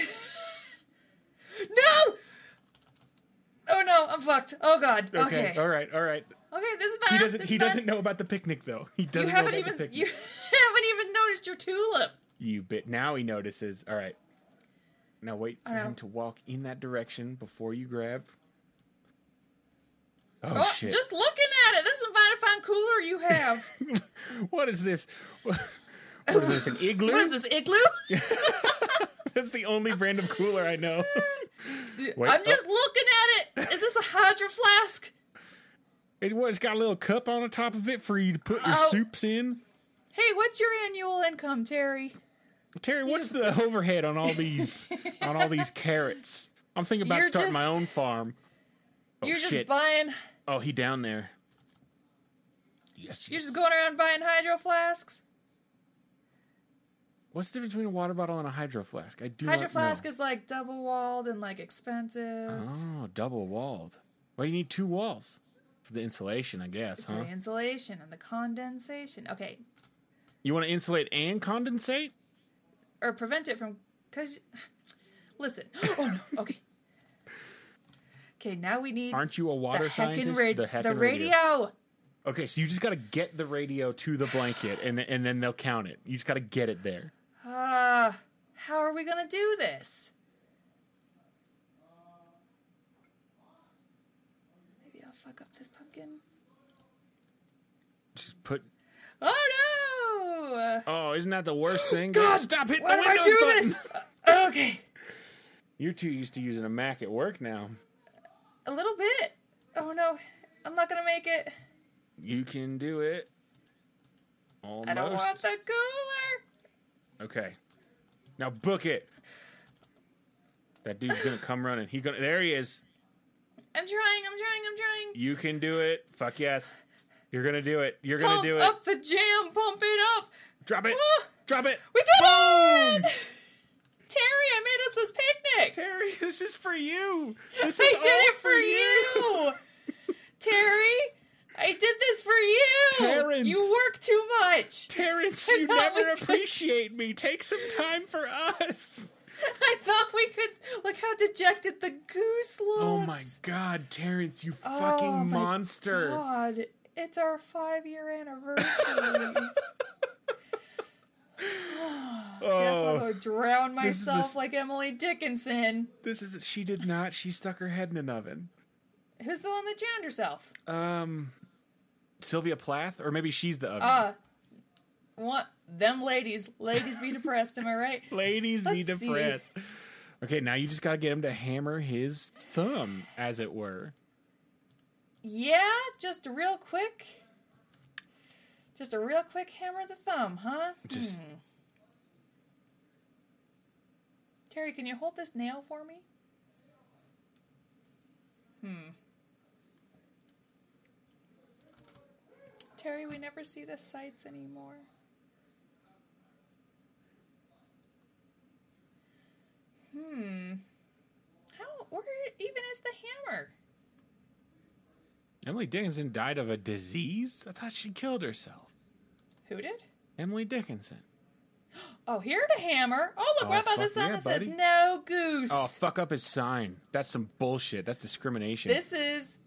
[SPEAKER 2] Oh no, I'm fucked. Oh god. Okay.
[SPEAKER 1] Okay.
[SPEAKER 2] Okay,
[SPEAKER 1] All right. All right.
[SPEAKER 2] this is bad.
[SPEAKER 1] He doesn't.
[SPEAKER 2] this is
[SPEAKER 1] He
[SPEAKER 2] bad.
[SPEAKER 1] doesn't know about the picnic though. He doesn't
[SPEAKER 2] You
[SPEAKER 1] know
[SPEAKER 2] haven't
[SPEAKER 1] about
[SPEAKER 2] even
[SPEAKER 1] the picnic.
[SPEAKER 2] you haven't even noticed your tulip.
[SPEAKER 1] You bit. Now he notices. All right. Now wait for
[SPEAKER 2] I know.
[SPEAKER 1] him to walk in that direction before you grab. Oh,
[SPEAKER 2] Oh,
[SPEAKER 1] shit!
[SPEAKER 2] just looking at it. This is about to find cooler you have.
[SPEAKER 1] what is this? What is this? An igloo?
[SPEAKER 2] what is this igloo?
[SPEAKER 1] That's the only brand of cooler I know. Wait,
[SPEAKER 2] I'm
[SPEAKER 1] oh.
[SPEAKER 2] just looking at it. Is this a hydro flask?
[SPEAKER 1] It's what? It's got a little cup on the top of it for you to put your
[SPEAKER 2] Oh.
[SPEAKER 1] soups in.
[SPEAKER 2] Hey, what's your annual income, Terry?
[SPEAKER 1] Terry, what's the overhead on all these on all these carrots? I'm thinking about
[SPEAKER 2] You're
[SPEAKER 1] starting my
[SPEAKER 2] just-
[SPEAKER 1] own farm. Oh
[SPEAKER 2] you're
[SPEAKER 1] shit!
[SPEAKER 2] just buying.
[SPEAKER 1] oh, he down there. Yes.
[SPEAKER 2] You're
[SPEAKER 1] yes.
[SPEAKER 2] just going around buying hydro flasks.
[SPEAKER 1] What's the difference between a water bottle and a hydro flask? I do.
[SPEAKER 2] Hydro
[SPEAKER 1] not
[SPEAKER 2] flask
[SPEAKER 1] know.
[SPEAKER 2] is like double walled and like expensive
[SPEAKER 1] oh double walled. Why do you need two walls for the insulation? I guess,
[SPEAKER 2] for
[SPEAKER 1] huh?
[SPEAKER 2] the insulation and the condensation. Okay,
[SPEAKER 1] You want to insulate and condensate?
[SPEAKER 2] or prevent it from because listen oh no okay okay now we need
[SPEAKER 1] Aren't you a
[SPEAKER 2] the
[SPEAKER 1] water
[SPEAKER 2] heckin'
[SPEAKER 1] scientist?
[SPEAKER 2] ra-
[SPEAKER 1] heckin'
[SPEAKER 2] the radio
[SPEAKER 1] Okay, so you just got to get the radio to the blanket, and and then they'll count it. You just got to get it there.
[SPEAKER 2] uh how are we gonna do this maybe i'll fuck up this pumpkin
[SPEAKER 1] Just put.
[SPEAKER 2] oh no Uh,
[SPEAKER 1] Oh, isn't that the worst thing?
[SPEAKER 2] god
[SPEAKER 1] stop hitting
[SPEAKER 2] why
[SPEAKER 1] the
[SPEAKER 2] do i
[SPEAKER 1] windows
[SPEAKER 2] do
[SPEAKER 1] button.
[SPEAKER 2] this Uh, okay
[SPEAKER 1] You're too used to using a Mac at work now.
[SPEAKER 2] a little bit oh no i'm not gonna make it
[SPEAKER 1] You can do it. Almost.
[SPEAKER 2] i don't want the cooler
[SPEAKER 1] Okay. Now book it. That dude's gonna come running. He gonna. There he is.
[SPEAKER 2] i'm trying i'm trying i'm trying
[SPEAKER 1] You can do it. Fuck yes. You're gonna do it. You're gonna
[SPEAKER 2] Pump
[SPEAKER 1] do it.
[SPEAKER 2] up the jam, pump it up.
[SPEAKER 1] Drop it.
[SPEAKER 2] Ah!
[SPEAKER 1] Drop it.
[SPEAKER 2] We did
[SPEAKER 1] Boom!
[SPEAKER 2] it! Terry, I made us this picnic.
[SPEAKER 1] Terry, this is for you. This
[SPEAKER 2] I
[SPEAKER 1] is
[SPEAKER 2] did
[SPEAKER 1] all
[SPEAKER 2] it for you. Terry, I did this for you.
[SPEAKER 1] Terrence.
[SPEAKER 2] You work too much.
[SPEAKER 1] Terrence, you
[SPEAKER 2] thought we
[SPEAKER 1] never
[SPEAKER 2] could-
[SPEAKER 1] appreciate me. Take some time for us.
[SPEAKER 2] I thought we could. Look how dejected the goose looks.
[SPEAKER 1] Oh my god, Terrence, you
[SPEAKER 2] Oh
[SPEAKER 1] fucking
[SPEAKER 2] my
[SPEAKER 1] monster.
[SPEAKER 2] God, it's our five year anniversary. Guess I'll
[SPEAKER 1] Oh,
[SPEAKER 2] go drown
[SPEAKER 1] This is a
[SPEAKER 2] myself
[SPEAKER 1] s-
[SPEAKER 2] like Emily Dickinson.
[SPEAKER 1] this is she did not. She stuck her head in an oven.
[SPEAKER 2] Who's the one that drowned herself?
[SPEAKER 1] Um Sylvia Plath or maybe she's the oven.
[SPEAKER 2] Uh, what? Them ladies. Ladies be depressed, am I right?
[SPEAKER 1] Ladies be
[SPEAKER 2] Oh. let's see.
[SPEAKER 1] depressed. Okay, now you just got to get him to hammer his thumb as it were.
[SPEAKER 2] Yeah, just a real quick. Just a real quick hammer of the thumb, huh? Hmm.
[SPEAKER 1] Just
[SPEAKER 2] Terry, can you hold this nail for me? Hmm. Terry, we never see the sights anymore. Hmm. How, where even is the hammer?
[SPEAKER 1] Emily Dickinson died of a disease? I thought she killed herself.
[SPEAKER 2] Who did?
[SPEAKER 1] Emily Dickinson.
[SPEAKER 2] Oh, here to hammer. Oh, look,
[SPEAKER 1] Oh,
[SPEAKER 2] what about
[SPEAKER 1] fuck
[SPEAKER 2] this sign
[SPEAKER 1] yeah,
[SPEAKER 2] that says
[SPEAKER 1] buddy.
[SPEAKER 2] no goose?
[SPEAKER 1] Oh, fuck up his sign. That's some bullshit. That's discrimination.
[SPEAKER 2] this is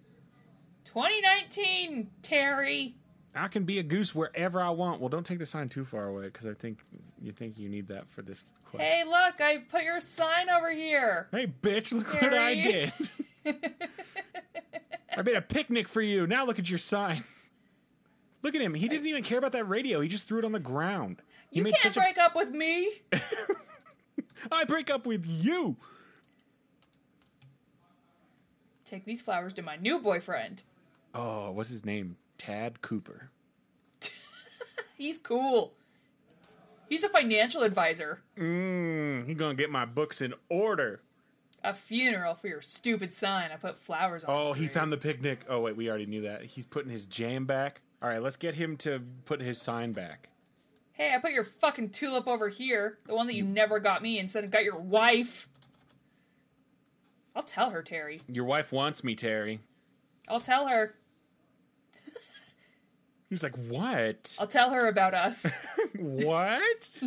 [SPEAKER 2] 2019, Terry.
[SPEAKER 1] I can be a goose wherever I want. Well, don't take the sign too far away because I think you think you need that for this question.
[SPEAKER 2] Hey, look, I put your sign over here.
[SPEAKER 1] Hey, bitch, look what I
[SPEAKER 2] Gary.
[SPEAKER 1] did. I made a picnic for you. Now look at your sign. Look at him. He didn't even care about that radio. He just threw it on the ground. He
[SPEAKER 2] You
[SPEAKER 1] made
[SPEAKER 2] can't
[SPEAKER 1] such a-
[SPEAKER 2] break up with me.
[SPEAKER 1] I break up with you.
[SPEAKER 2] Take these flowers to my new boyfriend.
[SPEAKER 1] Oh, what's his name? Tad Cooper.
[SPEAKER 2] He's cool. He's a financial advisor.
[SPEAKER 1] Mmm, he's gonna get my books in order.
[SPEAKER 2] A funeral for your stupid sign. I put flowers on.
[SPEAKER 1] Oh,
[SPEAKER 2] his
[SPEAKER 1] he
[SPEAKER 2] grave.
[SPEAKER 1] found the picnic. Oh wait, we already knew that. He's putting his jam back. All right, let's get him to put his sign back.
[SPEAKER 2] Hey, I put your fucking tulip over here, the one that you never got me, instead of got your wife. I'll tell her, Terry.
[SPEAKER 1] Your wife wants me, Terry.
[SPEAKER 2] I'll tell her.
[SPEAKER 1] He's like, what?
[SPEAKER 2] I'll tell her about us.
[SPEAKER 1] what?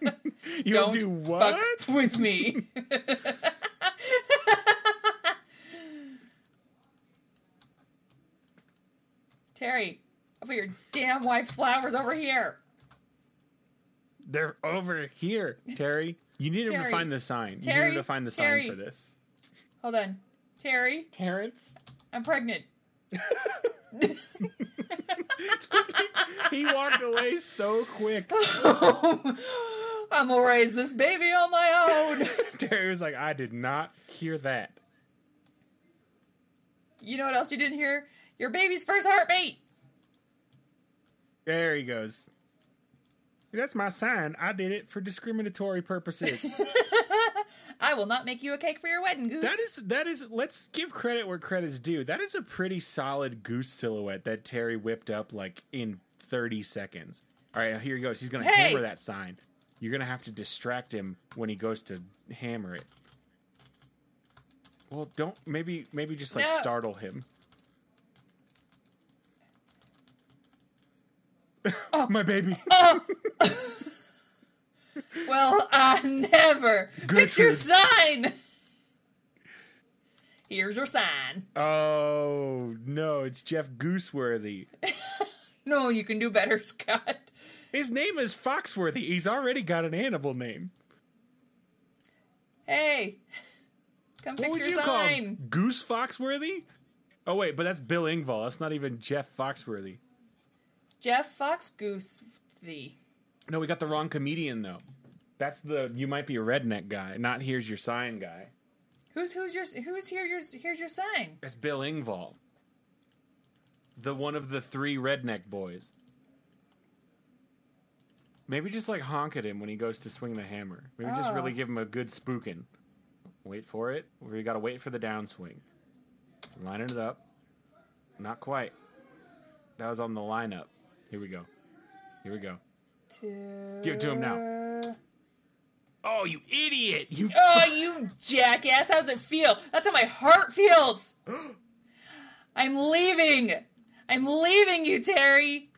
[SPEAKER 1] You'll do what?
[SPEAKER 2] fuck with me. Terry, I'll put your damn wife's flowers over here.
[SPEAKER 1] They're over here, Terry. You need him to
[SPEAKER 2] Terry.
[SPEAKER 1] find the sign. you need
[SPEAKER 2] Terry.
[SPEAKER 1] him to find the
[SPEAKER 2] Terry.
[SPEAKER 1] sign for this.
[SPEAKER 2] Hold on. Terry,
[SPEAKER 1] Terrence?
[SPEAKER 2] I'm pregnant.
[SPEAKER 1] He walked away so quick.
[SPEAKER 2] I'm gonna raise this baby on my own.
[SPEAKER 1] Terry was like, I did not hear that.
[SPEAKER 2] you know what else you didn't hear? Your baby's first heartbeat.
[SPEAKER 1] There he goes. That's my sign. I did it for discriminatory purposes.
[SPEAKER 2] I will not make you a cake for your wedding, Goose.
[SPEAKER 1] that is that is let's give credit where credit's due. That is a pretty solid goose silhouette that Terry whipped up like in 30 seconds. All right, here he goes. He's going to
[SPEAKER 2] Hey!
[SPEAKER 1] hammer that sign. You're going to have to distract him when he goes to hammer it. Well, don't maybe maybe just like
[SPEAKER 2] No.
[SPEAKER 1] startle him.
[SPEAKER 2] Oh.
[SPEAKER 1] my baby.
[SPEAKER 2] Well, I never. Fix your
[SPEAKER 1] Gertrude.
[SPEAKER 2] sign. Here's your sign.
[SPEAKER 1] Oh no, it's Jeff Gooseworthy.
[SPEAKER 2] No, you can do better, Scott.
[SPEAKER 1] His name is Foxworthy. He's already got an animal name.
[SPEAKER 2] Hey, come
[SPEAKER 1] What
[SPEAKER 2] fix
[SPEAKER 1] would
[SPEAKER 2] your
[SPEAKER 1] you call him?
[SPEAKER 2] sign.
[SPEAKER 1] Goose Foxworthy? Oh wait, but that's Bill Ingvall. That's not even Jeff Foxworthy.
[SPEAKER 2] Jeff Fox Goose the.
[SPEAKER 1] No, we got the wrong comedian though. That's the you might be a redneck guy, not here's your sign guy.
[SPEAKER 2] Who's who's your who's here your here's your sign?
[SPEAKER 1] That's Bill Ingvall. The one of the three redneck boys. Maybe just like honk at him when he goes to swing the hammer. Maybe just
[SPEAKER 2] Oh.
[SPEAKER 1] really give him a good spooking. Wait for it. We gotta wait for the downswing. Lining it up. Not quite. That was on the lineup. Here we go. Here we go.
[SPEAKER 2] To
[SPEAKER 1] Give it to him now. Oh, you idiot! You
[SPEAKER 2] Oh, you jackass! How's it feel? That's how my heart feels. I'm leaving. I'm leaving you, Terry.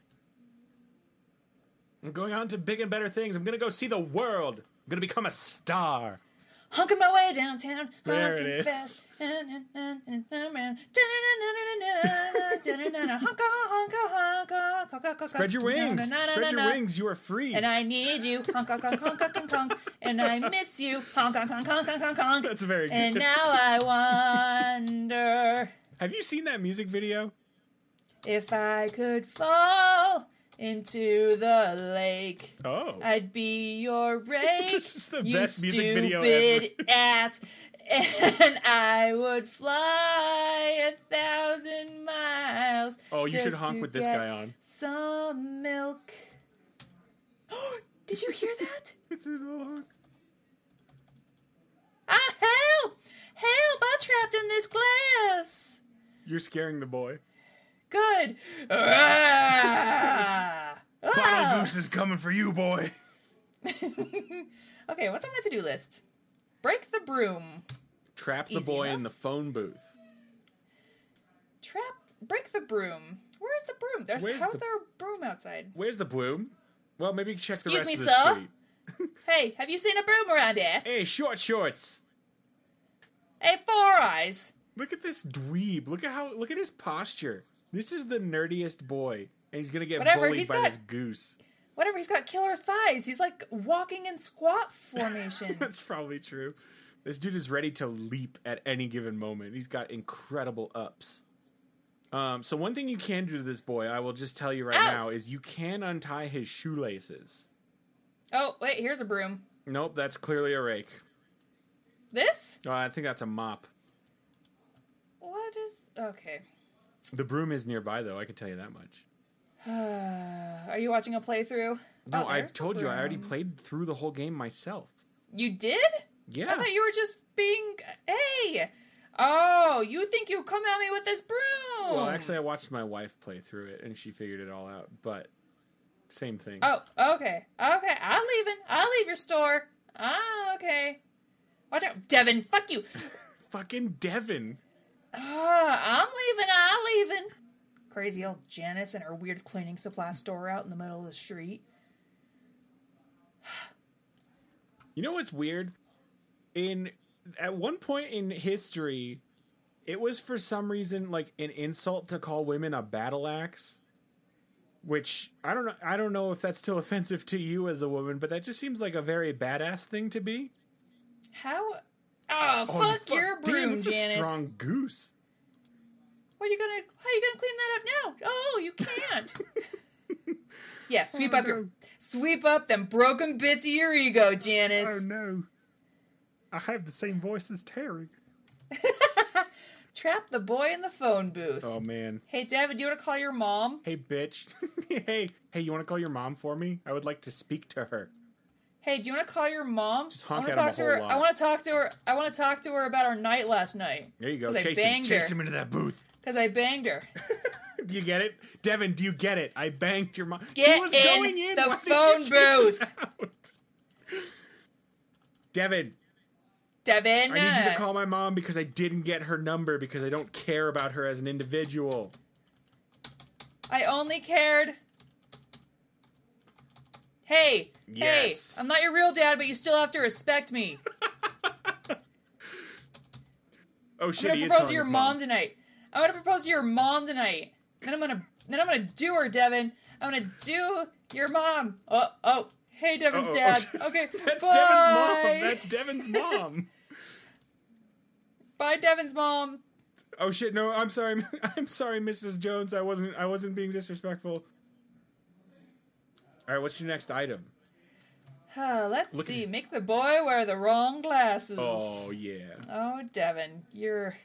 [SPEAKER 1] I'm going on to big and better things. I'm gonna go see the world. I'm gonna become a star.
[SPEAKER 2] Hunking my way downtown,
[SPEAKER 1] There it
[SPEAKER 2] honking
[SPEAKER 1] is.
[SPEAKER 2] fast. Spread
[SPEAKER 1] Spread your wings. Spread your wings. You are free.
[SPEAKER 2] And I need you, honk, honk, honk, honk, honk, honk, honk. And I miss you, honk, honk, honk, honk, honk, honk, honk.
[SPEAKER 1] That's very
[SPEAKER 2] And
[SPEAKER 1] good.
[SPEAKER 2] now I wonder
[SPEAKER 1] Have you seen that music video?
[SPEAKER 2] if I could fall into the lake.
[SPEAKER 1] Oh.
[SPEAKER 2] I'd be your rake.
[SPEAKER 1] This is the
[SPEAKER 2] you
[SPEAKER 1] best music
[SPEAKER 2] stupid
[SPEAKER 1] video
[SPEAKER 2] ass. And I would fly a thousand miles.
[SPEAKER 1] oh, you should
[SPEAKER 2] just
[SPEAKER 1] honk
[SPEAKER 2] to
[SPEAKER 1] with this
[SPEAKER 2] get
[SPEAKER 1] guy on.
[SPEAKER 2] Some milk. Did you hear that?
[SPEAKER 1] It's a little honk.
[SPEAKER 2] Ah, help! Help! I'm trapped in this glass.
[SPEAKER 1] You're scaring the boy.
[SPEAKER 2] Good. Ah! Ah!
[SPEAKER 1] is coming for you, boy.
[SPEAKER 2] Okay, what's on my to-do list? Break the broom.
[SPEAKER 1] Trap the
[SPEAKER 2] Easy
[SPEAKER 1] boy in
[SPEAKER 2] enough.
[SPEAKER 1] the phone booth.
[SPEAKER 2] Trap, break the broom. Where's the broom? There's
[SPEAKER 1] Where's
[SPEAKER 2] how's
[SPEAKER 1] the-
[SPEAKER 2] there a broom outside?
[SPEAKER 1] Where's the boom? Well, maybe you can check
[SPEAKER 2] Excuse
[SPEAKER 1] the rest of
[SPEAKER 2] me,
[SPEAKER 1] the
[SPEAKER 2] sir?
[SPEAKER 1] street.
[SPEAKER 2] Hey, have you seen a broom around here?
[SPEAKER 1] Hey, short shorts.
[SPEAKER 2] Hey, four eyes.
[SPEAKER 1] Look at this dweeb. Look at how. Look at his posture. This is the nerdiest boy, and he's gonna get
[SPEAKER 2] Whatever,
[SPEAKER 1] bullied
[SPEAKER 2] he's
[SPEAKER 1] by
[SPEAKER 2] got-
[SPEAKER 1] this goose.
[SPEAKER 2] Whatever, he's got killer thighs. He's like walking in squat formation.
[SPEAKER 1] That's probably true. This dude is ready to leap at any given moment. He's got incredible ups. Um, so one thing you can do to this boy, I will just tell you right
[SPEAKER 2] Ow.
[SPEAKER 1] now, is you can untie his shoelaces.
[SPEAKER 2] oh, wait, here's a broom.
[SPEAKER 1] Nope, that's clearly a rake.
[SPEAKER 2] This?
[SPEAKER 1] Oh, I think that's a mop.
[SPEAKER 2] What is okay.
[SPEAKER 1] The broom is nearby, though. I can tell you that much.
[SPEAKER 2] Uh, Are you watching a playthrough?
[SPEAKER 1] No,
[SPEAKER 2] Oh,
[SPEAKER 1] I
[SPEAKER 2] there's the
[SPEAKER 1] told you I already
[SPEAKER 2] broom.
[SPEAKER 1] played through the whole game myself.
[SPEAKER 2] You did? I
[SPEAKER 1] Yeah,
[SPEAKER 2] thought you were just being. Hey, Oh, you think you come at me with this broom?
[SPEAKER 1] Well, actually, I watched my wife play through it and she figured it all out, but same thing.
[SPEAKER 2] Oh, okay. Okay, I'm leaving. I'll leave your store. Ah, okay. Watch out, Devin. Fuck you.
[SPEAKER 1] Fucking Devin.
[SPEAKER 2] Ah, I'm leaving. I'm leaving. Crazy old Janice and her weird cleaning supply store out in the middle of the street.
[SPEAKER 1] You know what's weird? In at one point in history, it was for some reason like an insult to call women a battle axe, which I don't know I don't know if that's still offensive to you as a woman, but that just seems like a very badass thing to be.
[SPEAKER 2] How? Oh, fuck
[SPEAKER 1] fuck,
[SPEAKER 2] your
[SPEAKER 1] damn,
[SPEAKER 2] broom,
[SPEAKER 1] it's
[SPEAKER 2] Janice.
[SPEAKER 1] a strong goose.
[SPEAKER 2] What are you gonna? How are you gonna clean that up now? Oh, you can't. yeah, sweep
[SPEAKER 1] Oh,
[SPEAKER 2] up your,
[SPEAKER 1] no. Oh,
[SPEAKER 2] sweep up them broken bits of your ego, Janice.
[SPEAKER 1] no. I have the same voice as Terry.
[SPEAKER 2] Trap the boy in the phone booth.
[SPEAKER 1] Oh man.
[SPEAKER 2] Hey, David, do you want to call your mom?
[SPEAKER 1] Hey bitch. hey, hey, you want to call your mom for me? I would like to speak to her.
[SPEAKER 2] Hey, do you want to call your mom? I
[SPEAKER 1] honk
[SPEAKER 2] want to
[SPEAKER 1] at him a
[SPEAKER 2] talk to
[SPEAKER 1] whole
[SPEAKER 2] her.
[SPEAKER 1] lot.
[SPEAKER 2] I want to talk to her. I want to talk to her about our night last night.
[SPEAKER 1] There you go.
[SPEAKER 2] 'Cause I
[SPEAKER 1] Chase him.
[SPEAKER 2] banged
[SPEAKER 1] Chase
[SPEAKER 2] her.
[SPEAKER 1] him into that booth.
[SPEAKER 2] Because I banged her.
[SPEAKER 1] Do you get it, Devin? Do you get it? I banged your mom.
[SPEAKER 2] Get in the
[SPEAKER 1] Why did you
[SPEAKER 2] phone
[SPEAKER 1] chase him
[SPEAKER 2] booth.
[SPEAKER 1] out? Devin,
[SPEAKER 2] Devin,
[SPEAKER 1] I need you to call my mom because I didn't get her number because I don't care about her as an individual.
[SPEAKER 2] I only cared. Hey,
[SPEAKER 1] Yes.
[SPEAKER 2] hey, I'm not your real dad, but you still have to respect me.
[SPEAKER 1] Oh
[SPEAKER 2] I'm
[SPEAKER 1] shit,
[SPEAKER 2] gonna
[SPEAKER 1] he is
[SPEAKER 2] propose
[SPEAKER 1] calling
[SPEAKER 2] to your
[SPEAKER 1] his
[SPEAKER 2] mom.
[SPEAKER 1] mom.
[SPEAKER 2] tonight. I'm gonna propose to your mom tonight. Then I'm gonna then I'm gonna do her, Devin. I'm gonna do your mom. Oh oh. Hey Devin's
[SPEAKER 1] Uh-oh.
[SPEAKER 2] dad. Okay.
[SPEAKER 1] That's
[SPEAKER 2] bye.
[SPEAKER 1] Devin's mom. That's Devin's mom.
[SPEAKER 2] Bye Devin's mom.
[SPEAKER 1] oh shit, no, I'm sorry, I'm sorry, Mrs. Jones. I wasn't, I wasn't being disrespectful. All right, what's your next item?
[SPEAKER 2] Uh, let's
[SPEAKER 1] Look at
[SPEAKER 2] see.
[SPEAKER 1] you.
[SPEAKER 2] Make the boy wear the wrong glasses.
[SPEAKER 1] Oh yeah.
[SPEAKER 2] Oh, Devin, your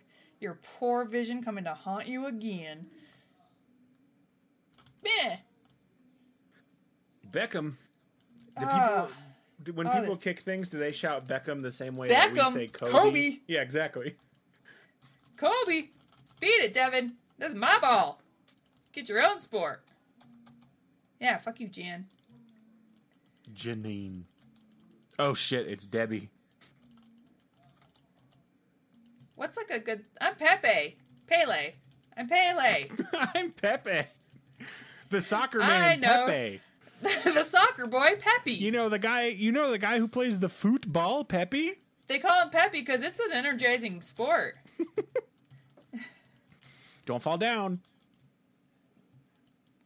[SPEAKER 2] your poor vision coming to haunt you again. Meh.
[SPEAKER 1] Beckham. Do people,
[SPEAKER 2] Ah.
[SPEAKER 1] do, when
[SPEAKER 2] Oh,
[SPEAKER 1] people
[SPEAKER 2] this-
[SPEAKER 1] kick things, do they shout Beckham the same way that
[SPEAKER 2] Beckham?
[SPEAKER 1] we say Kobe?
[SPEAKER 2] Kobe!
[SPEAKER 1] Yeah, exactly.
[SPEAKER 2] Kobe, beat it, Devin. That's my ball. Get your own sport. Yeah, fuck you, Jan.
[SPEAKER 1] Janine. Oh shit! It's Debbie.
[SPEAKER 2] What's like a good? I'm Pepe. Pele. I'm Pele.
[SPEAKER 1] I'm Pepe, the soccer
[SPEAKER 2] I
[SPEAKER 1] man.
[SPEAKER 2] know.
[SPEAKER 1] Pepe.
[SPEAKER 2] the soccer boy, Pepe.
[SPEAKER 1] You know the guy. You know the guy who plays the football. Pepe.
[SPEAKER 2] they call him Pepe because it's an energizing sport.
[SPEAKER 1] Don't fall down.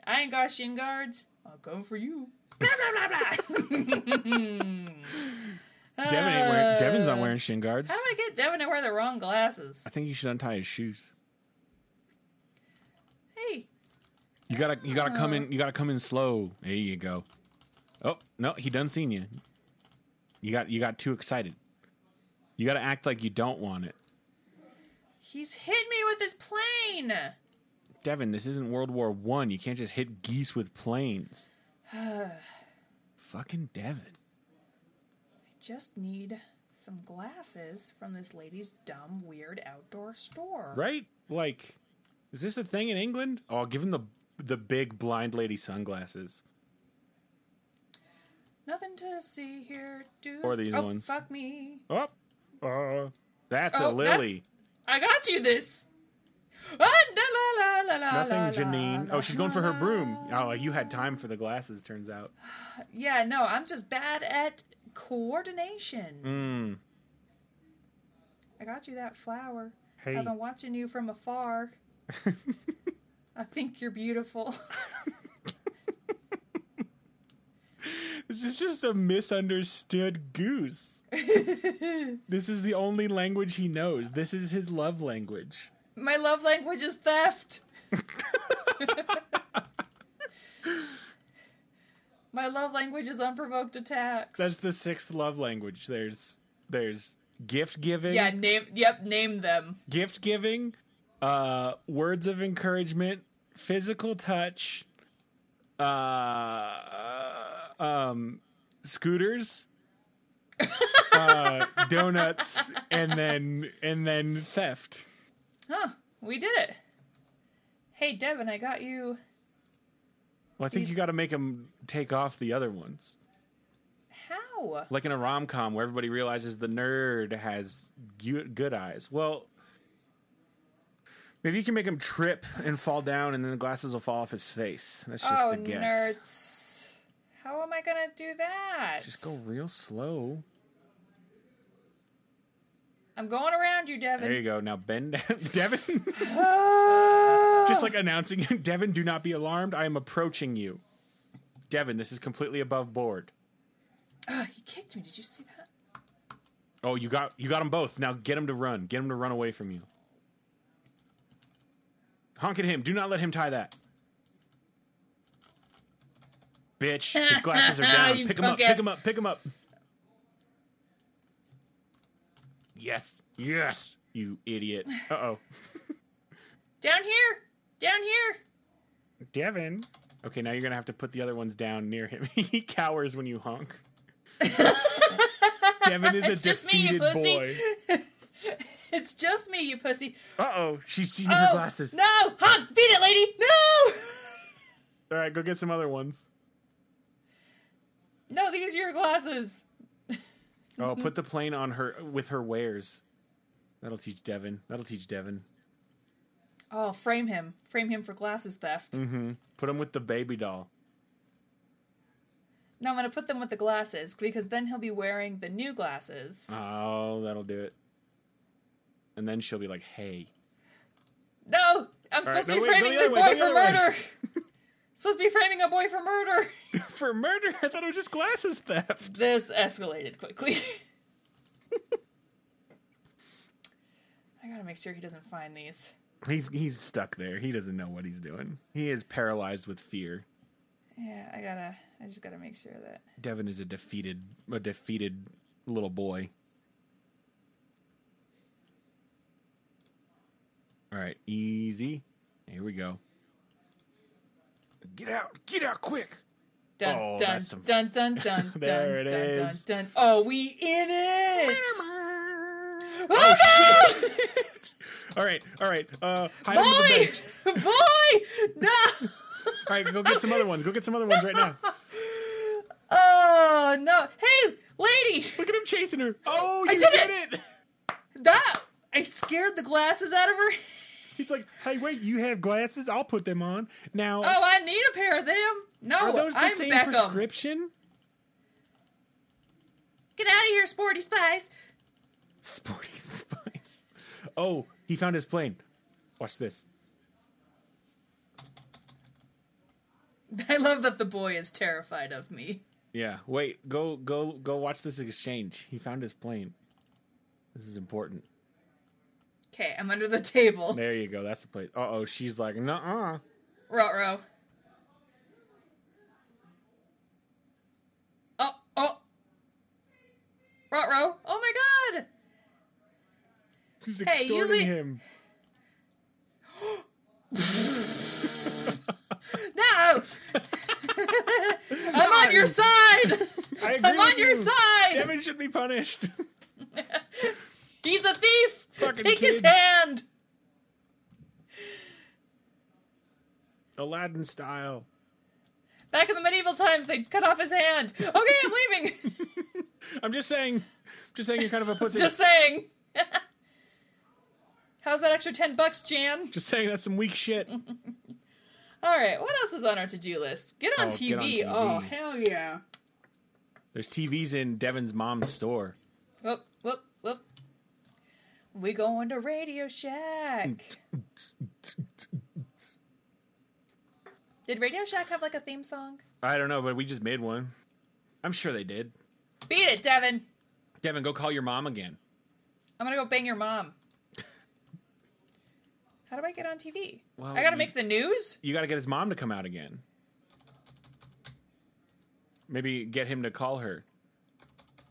[SPEAKER 2] I ain't got shin guards. I'll go for you. Blah blah blah blah.
[SPEAKER 1] Devin ain't wearing, Devin's not wearing shin guards.
[SPEAKER 2] Uh, How do I get Devin to wear the wrong glasses?
[SPEAKER 1] I think you should untie his shoes.
[SPEAKER 2] Hey,
[SPEAKER 1] You gotta you gotta come
[SPEAKER 2] Uh.
[SPEAKER 1] in you gotta come in slow. There you go. Oh no, he done seen you. You got you got too excited. You gotta act like you don't want it.
[SPEAKER 2] he's hitting me with his plane.
[SPEAKER 1] Devin, this isn't World War One. You can't just hit geese with planes. Fucking Devin.
[SPEAKER 2] I just need some glasses from this lady's dumb, weird outdoor store.
[SPEAKER 1] Right? Like is this a thing in England? Oh, I'll give him the the big blind lady sunglasses.
[SPEAKER 2] Nothing to see here, dude.
[SPEAKER 1] Or these
[SPEAKER 2] oh,
[SPEAKER 1] ones.
[SPEAKER 2] Fuck me.
[SPEAKER 1] Oh, uh, that's a
[SPEAKER 2] Oh, that's-
[SPEAKER 1] lily.
[SPEAKER 2] I got you this. Ah, da, la, la, la, la, la,
[SPEAKER 1] Nothing, Janine.
[SPEAKER 2] la,
[SPEAKER 1] Oh, she's going for her
[SPEAKER 2] la,
[SPEAKER 1] broom.
[SPEAKER 2] la.
[SPEAKER 1] Oh, you had time for the glasses, turns out.
[SPEAKER 2] Yeah, no, I'm just bad at coordination.
[SPEAKER 1] Hmm.
[SPEAKER 2] I got you that flower.
[SPEAKER 1] Hey.
[SPEAKER 2] I've been watching you from afar. I think you're beautiful.
[SPEAKER 1] This is just a misunderstood goose. this is the only language he knows. This is his love language.
[SPEAKER 2] My love language is theft. My love language is unprovoked attacks.
[SPEAKER 1] That's the sixth love language. There's there's gift giving,
[SPEAKER 2] yeah, name yep, name them.
[SPEAKER 1] gift giving, uh, words of encouragement, physical touch, uh, um, scooters, uh, donuts, and then and then theft.
[SPEAKER 2] Huh, we did it. Hey, Devin, I got you.
[SPEAKER 1] Well, I think you got to make them take off the other ones,
[SPEAKER 2] How?
[SPEAKER 1] like in a rom com where everybody realizes the nerd has gu- good eyes. Well, maybe you can make him trip and fall down, and then the glasses will fall off his face. That's just
[SPEAKER 2] oh,
[SPEAKER 1] a guess.
[SPEAKER 2] nerds. How am I going to do that?
[SPEAKER 1] Just go real slow.
[SPEAKER 2] I'm going around you, Devin.
[SPEAKER 1] There you go. Now bend down. Devin,
[SPEAKER 2] Oh.
[SPEAKER 1] just like announcing it. Devin, do not be alarmed. I am approaching you. Devin, this is completely above board.
[SPEAKER 2] Ugh, Ah, he kicked me. Did you see that?
[SPEAKER 1] Oh, you got you got them both. Now get him to run. Get him to run away from you. Honk at him. Do not let him tie that. Bitch, his glasses are down.
[SPEAKER 2] You
[SPEAKER 1] pick him up.
[SPEAKER 2] punk ass.
[SPEAKER 1] Pick him up. Pick him up. Yes. Yes. You idiot. Uh-oh.
[SPEAKER 2] Down here. Down here.
[SPEAKER 1] Devin. Okay, now you're gonna have to put the other ones down near him. he cowers when you honk. Devin is a
[SPEAKER 2] just me, you
[SPEAKER 1] defeated
[SPEAKER 2] pussy.
[SPEAKER 1] boy.
[SPEAKER 2] It's just me, you pussy.
[SPEAKER 1] Uh oh, she's seen
[SPEAKER 2] Oh,
[SPEAKER 1] her glasses.
[SPEAKER 2] No! Honk! Beat it, lady! No!
[SPEAKER 1] All right, go get some other ones.
[SPEAKER 2] no, these are your glasses.
[SPEAKER 1] Oh, put the plane on her with her wares. That'll teach Devin. That'll teach Devin.
[SPEAKER 2] Oh, frame him. Frame him for glasses theft.
[SPEAKER 1] Mm-hmm. Put him with the baby doll.
[SPEAKER 2] No, I'm going to put them with the glasses because then he'll be wearing the new glasses.
[SPEAKER 1] Oh, that'll do it. And then she'll be like, "Hey,
[SPEAKER 2] No, I'm supposed
[SPEAKER 1] no,
[SPEAKER 2] to be
[SPEAKER 1] wait, go
[SPEAKER 2] framing
[SPEAKER 1] the
[SPEAKER 2] the
[SPEAKER 1] other way,
[SPEAKER 2] boy
[SPEAKER 1] go the
[SPEAKER 2] for
[SPEAKER 1] other way.
[SPEAKER 2] murder. supposed to be framing a boy for murder.
[SPEAKER 1] for murder? I thought it was just glasses theft."
[SPEAKER 2] This escalated quickly. I gotta make sure he doesn't find these.
[SPEAKER 1] He's he's stuck there. He doesn't know what he's doing. He is paralyzed with fear.
[SPEAKER 2] Yeah, I gotta. I just gotta make sure that.
[SPEAKER 1] Devin is a defeated a defeated little boy. All right, easy. Here we go. Get out! Get out quick!
[SPEAKER 2] Dun
[SPEAKER 1] Oh,
[SPEAKER 2] dun,
[SPEAKER 1] that's some-
[SPEAKER 2] dun dun dun
[SPEAKER 1] There
[SPEAKER 2] dun
[SPEAKER 1] it
[SPEAKER 2] dun
[SPEAKER 1] is.
[SPEAKER 2] dun dun. Oh, we in it!
[SPEAKER 1] Oh shit! all right, all right. Uh, hide under the bench.
[SPEAKER 2] Boy, boy, no!
[SPEAKER 1] All right, go get some other ones. Go get some other ones right now.
[SPEAKER 2] Oh no! Hey, lady!
[SPEAKER 1] Look at him chasing her. Oh,
[SPEAKER 2] I
[SPEAKER 1] you
[SPEAKER 2] did
[SPEAKER 1] did it!
[SPEAKER 2] That I scared the glasses out of her.
[SPEAKER 1] He's like, hey, wait, you have glasses? I'll put them on now.
[SPEAKER 2] Oh, I need a pair of them. No,
[SPEAKER 1] Are those the
[SPEAKER 2] I'm
[SPEAKER 1] same
[SPEAKER 2] Beckham.
[SPEAKER 1] prescription?
[SPEAKER 2] Get out of here, Sporty Spice.
[SPEAKER 1] Sporty Spice. Oh, he found his plane. Watch this.
[SPEAKER 2] I love that the boy is terrified of me.
[SPEAKER 1] Yeah. Wait. Go. Go. Go. Watch this exchange. He found his plane. This is important.
[SPEAKER 2] Okay, I'm under the table.
[SPEAKER 1] There you go. That's the plane. Uh oh. She's like, nah. uh
[SPEAKER 2] Ruh-roh. Oh, oh. Ruh-roh. Oh my god.
[SPEAKER 1] She's
[SPEAKER 2] Hey,
[SPEAKER 1] extorting
[SPEAKER 2] you le-
[SPEAKER 1] him.
[SPEAKER 2] No. I'm on your side.
[SPEAKER 1] I agree
[SPEAKER 2] I'm
[SPEAKER 1] with
[SPEAKER 2] on your
[SPEAKER 1] you.
[SPEAKER 2] side.
[SPEAKER 1] Devin should be punished.
[SPEAKER 2] He's a thief.
[SPEAKER 1] Fucking
[SPEAKER 2] Take his
[SPEAKER 1] kids.
[SPEAKER 2] hand.
[SPEAKER 1] Aladdin style.
[SPEAKER 2] Back in the medieval times, they'd cut off his hand. Okay, I'm leaving.
[SPEAKER 1] I'm just saying. Just saying, you're kind of a pussy.
[SPEAKER 2] Just saying. How's that extra 10 bucks, Jan?
[SPEAKER 1] just saying, that's some weak shit.
[SPEAKER 2] All right, what else is on our to do list? Get on,
[SPEAKER 1] Oh,
[SPEAKER 2] TV.
[SPEAKER 1] get on TV.
[SPEAKER 2] Oh, hell yeah.
[SPEAKER 1] There's TVs in Devin's mom's store.
[SPEAKER 2] Whoop, whoop, whoop. We going to Radio Shack. Did Radio Shack have like a theme song?
[SPEAKER 1] I don't know, but we just made one. I'm sure they did.
[SPEAKER 2] Beat it, Devin.
[SPEAKER 1] Devin, go call your mom again.
[SPEAKER 2] I'm gonna go bang your mom. How do I get on TV?
[SPEAKER 1] Well,
[SPEAKER 2] I gotta
[SPEAKER 1] you-
[SPEAKER 2] make the news?
[SPEAKER 1] You got to get his mom to come out again. Maybe get him to call her.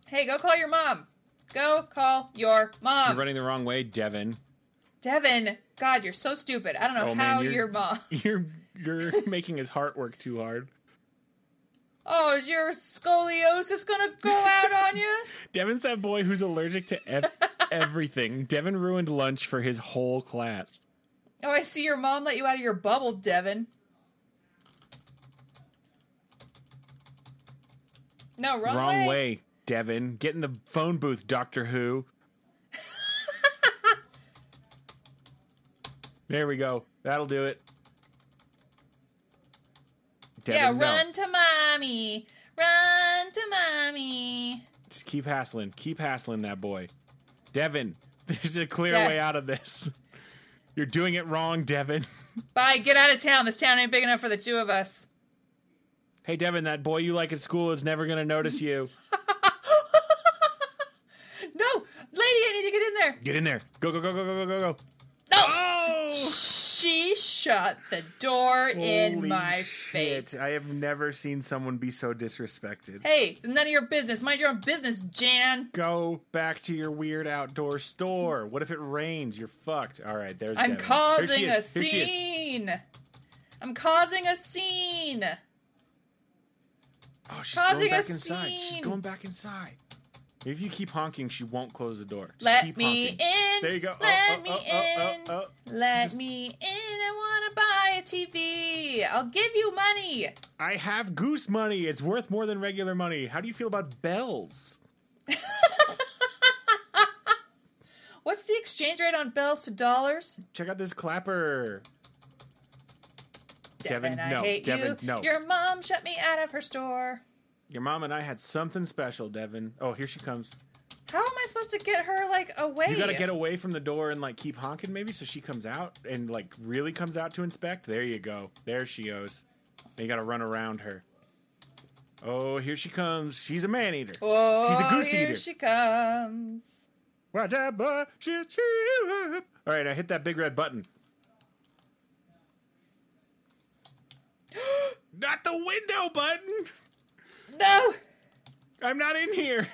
[SPEAKER 2] Hey, go call your mom. Go call your mom.
[SPEAKER 1] You're running the wrong way, Devin.
[SPEAKER 2] Devin, God, you're so stupid. I don't know
[SPEAKER 1] Oh, man,
[SPEAKER 2] how
[SPEAKER 1] you're-
[SPEAKER 2] your mom.
[SPEAKER 1] You're you're making his heart work too hard.
[SPEAKER 2] Oh, is your scoliosis gonna go out on you?
[SPEAKER 1] Devin's that boy who's allergic to ev- everything. Devin ruined lunch for his whole class.
[SPEAKER 2] Oh, I see your mom let you out of your bubble, Devin. No, wrong,
[SPEAKER 1] Wrong
[SPEAKER 2] way.
[SPEAKER 1] way, Devin. Get in the phone booth, Doctor Who. there we go. That'll do it.
[SPEAKER 2] yeah,
[SPEAKER 1] Devin, no.
[SPEAKER 2] run to mommy. Run to mommy.
[SPEAKER 1] Just keep hassling. Keep hassling that boy. Devin, there's a clear
[SPEAKER 2] Dev-
[SPEAKER 1] way out of this. You're doing it wrong, Devin.
[SPEAKER 2] Bye, get out of town. This town ain't big enough for the two of us.
[SPEAKER 1] Hey, Devin, that boy you like at school is never going to notice you.
[SPEAKER 2] No, lady, I need to get in there.
[SPEAKER 1] Get in there. Go, go, go, go, go, go, go, go.
[SPEAKER 2] No.
[SPEAKER 1] Oh!
[SPEAKER 2] She shut the door in
[SPEAKER 1] Holy
[SPEAKER 2] my
[SPEAKER 1] shit.
[SPEAKER 2] face.
[SPEAKER 1] I have never seen someone be so disrespected.
[SPEAKER 2] Hey, none of your business. Mind your own business, Jan.
[SPEAKER 1] Go back to your weird outdoor store. What if it rains? You're fucked. All right, there's
[SPEAKER 2] I'm
[SPEAKER 1] Devin. Here she
[SPEAKER 2] causing a
[SPEAKER 1] is. Here she is.
[SPEAKER 2] scene. I'm causing a scene.
[SPEAKER 1] Oh, she's
[SPEAKER 2] Causing
[SPEAKER 1] going back
[SPEAKER 2] a
[SPEAKER 1] inside.
[SPEAKER 2] scene.
[SPEAKER 1] She's going back inside. If you keep honking, she won't close the door. Just
[SPEAKER 2] Let
[SPEAKER 1] keep
[SPEAKER 2] me
[SPEAKER 1] honking.
[SPEAKER 2] in.
[SPEAKER 1] There you go. Oh,
[SPEAKER 2] Let
[SPEAKER 1] oh,
[SPEAKER 2] me
[SPEAKER 1] oh, oh,
[SPEAKER 2] in.
[SPEAKER 1] oh, oh.
[SPEAKER 2] Let
[SPEAKER 1] Just-
[SPEAKER 2] me in. I want to buy a TV. I'll give you money.
[SPEAKER 1] I have goose money. It's worth more than regular money. How do you feel about bells?
[SPEAKER 2] What's the exchange rate on bells to dollars?
[SPEAKER 1] Check out this clapper. Devin,
[SPEAKER 2] I
[SPEAKER 1] no.
[SPEAKER 2] hate
[SPEAKER 1] Devin,
[SPEAKER 2] you.
[SPEAKER 1] no.
[SPEAKER 2] Your mom shut me out of her store.
[SPEAKER 1] Your mom and I had something special, Devin. Oh, here she comes.
[SPEAKER 2] How am I supposed to get her like away?
[SPEAKER 1] You gotta get away from the door and like keep honking, maybe, so she comes out and like really comes out to inspect. There you go. There she goes. Then you gotta run around her. Oh, here she comes. She's a man eater.
[SPEAKER 2] Oh,
[SPEAKER 1] She's a goose
[SPEAKER 2] here
[SPEAKER 1] eater.
[SPEAKER 2] she comes.
[SPEAKER 1] Watch out, boy. She'll chew you up. All right, I hit that big red button. not the window button.
[SPEAKER 2] No.
[SPEAKER 1] I'm not in here.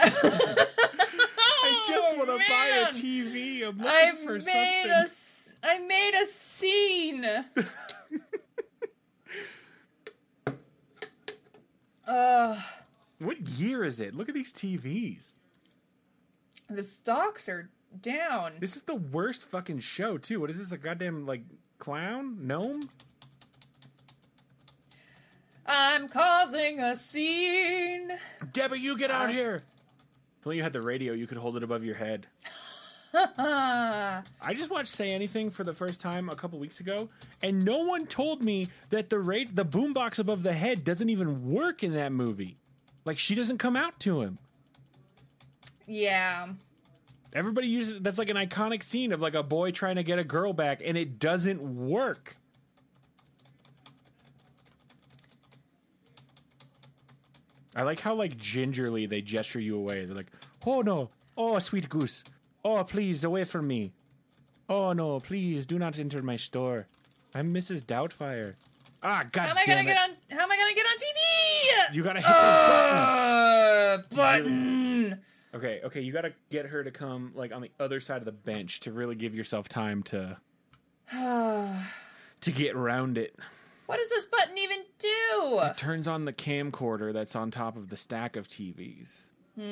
[SPEAKER 1] I just want to buy
[SPEAKER 2] Oh, man.
[SPEAKER 1] a TV. I'm looking
[SPEAKER 2] I
[SPEAKER 1] for
[SPEAKER 2] made
[SPEAKER 1] something.
[SPEAKER 2] a. s- I made a scene. Ugh.
[SPEAKER 1] What year is it? Look at these TVs.
[SPEAKER 2] the stocks are down.
[SPEAKER 1] This is the worst fucking show too. What is this? A goddamn like clown gnome?
[SPEAKER 2] I'm causing a scene.
[SPEAKER 1] Debbie, you get out here. If only you had the radio, you could hold it above your head.
[SPEAKER 2] Ah.
[SPEAKER 1] I just watched Say Anything for the first time a couple weeks ago, and no one told me that the rate the boombox above the head doesn't even work in that movie. Like she doesn't come out to him.
[SPEAKER 2] yeah.
[SPEAKER 1] Everybody uses that's like an iconic scene of like a boy trying to get a girl back, and it doesn't work. I like how like gingerly they gesture you away. They're like, "Oh no, oh sweet goose, oh please away from me, oh no, please do not enter my store. I'm Mrs. Doubtfire. Ah, god
[SPEAKER 2] How am I
[SPEAKER 1] damn
[SPEAKER 2] gonna
[SPEAKER 1] it!
[SPEAKER 2] get on? Oh. How am I gonna get on TV?
[SPEAKER 1] you gotta hit
[SPEAKER 2] Uh, button.
[SPEAKER 1] the button. Okay, okay, you gotta get her to come like on the other side of the bench to really give yourself time to to get round it.
[SPEAKER 2] what does this button even do?
[SPEAKER 1] Turns on the camcorder that's on top of the stack of TVs.
[SPEAKER 2] Bah,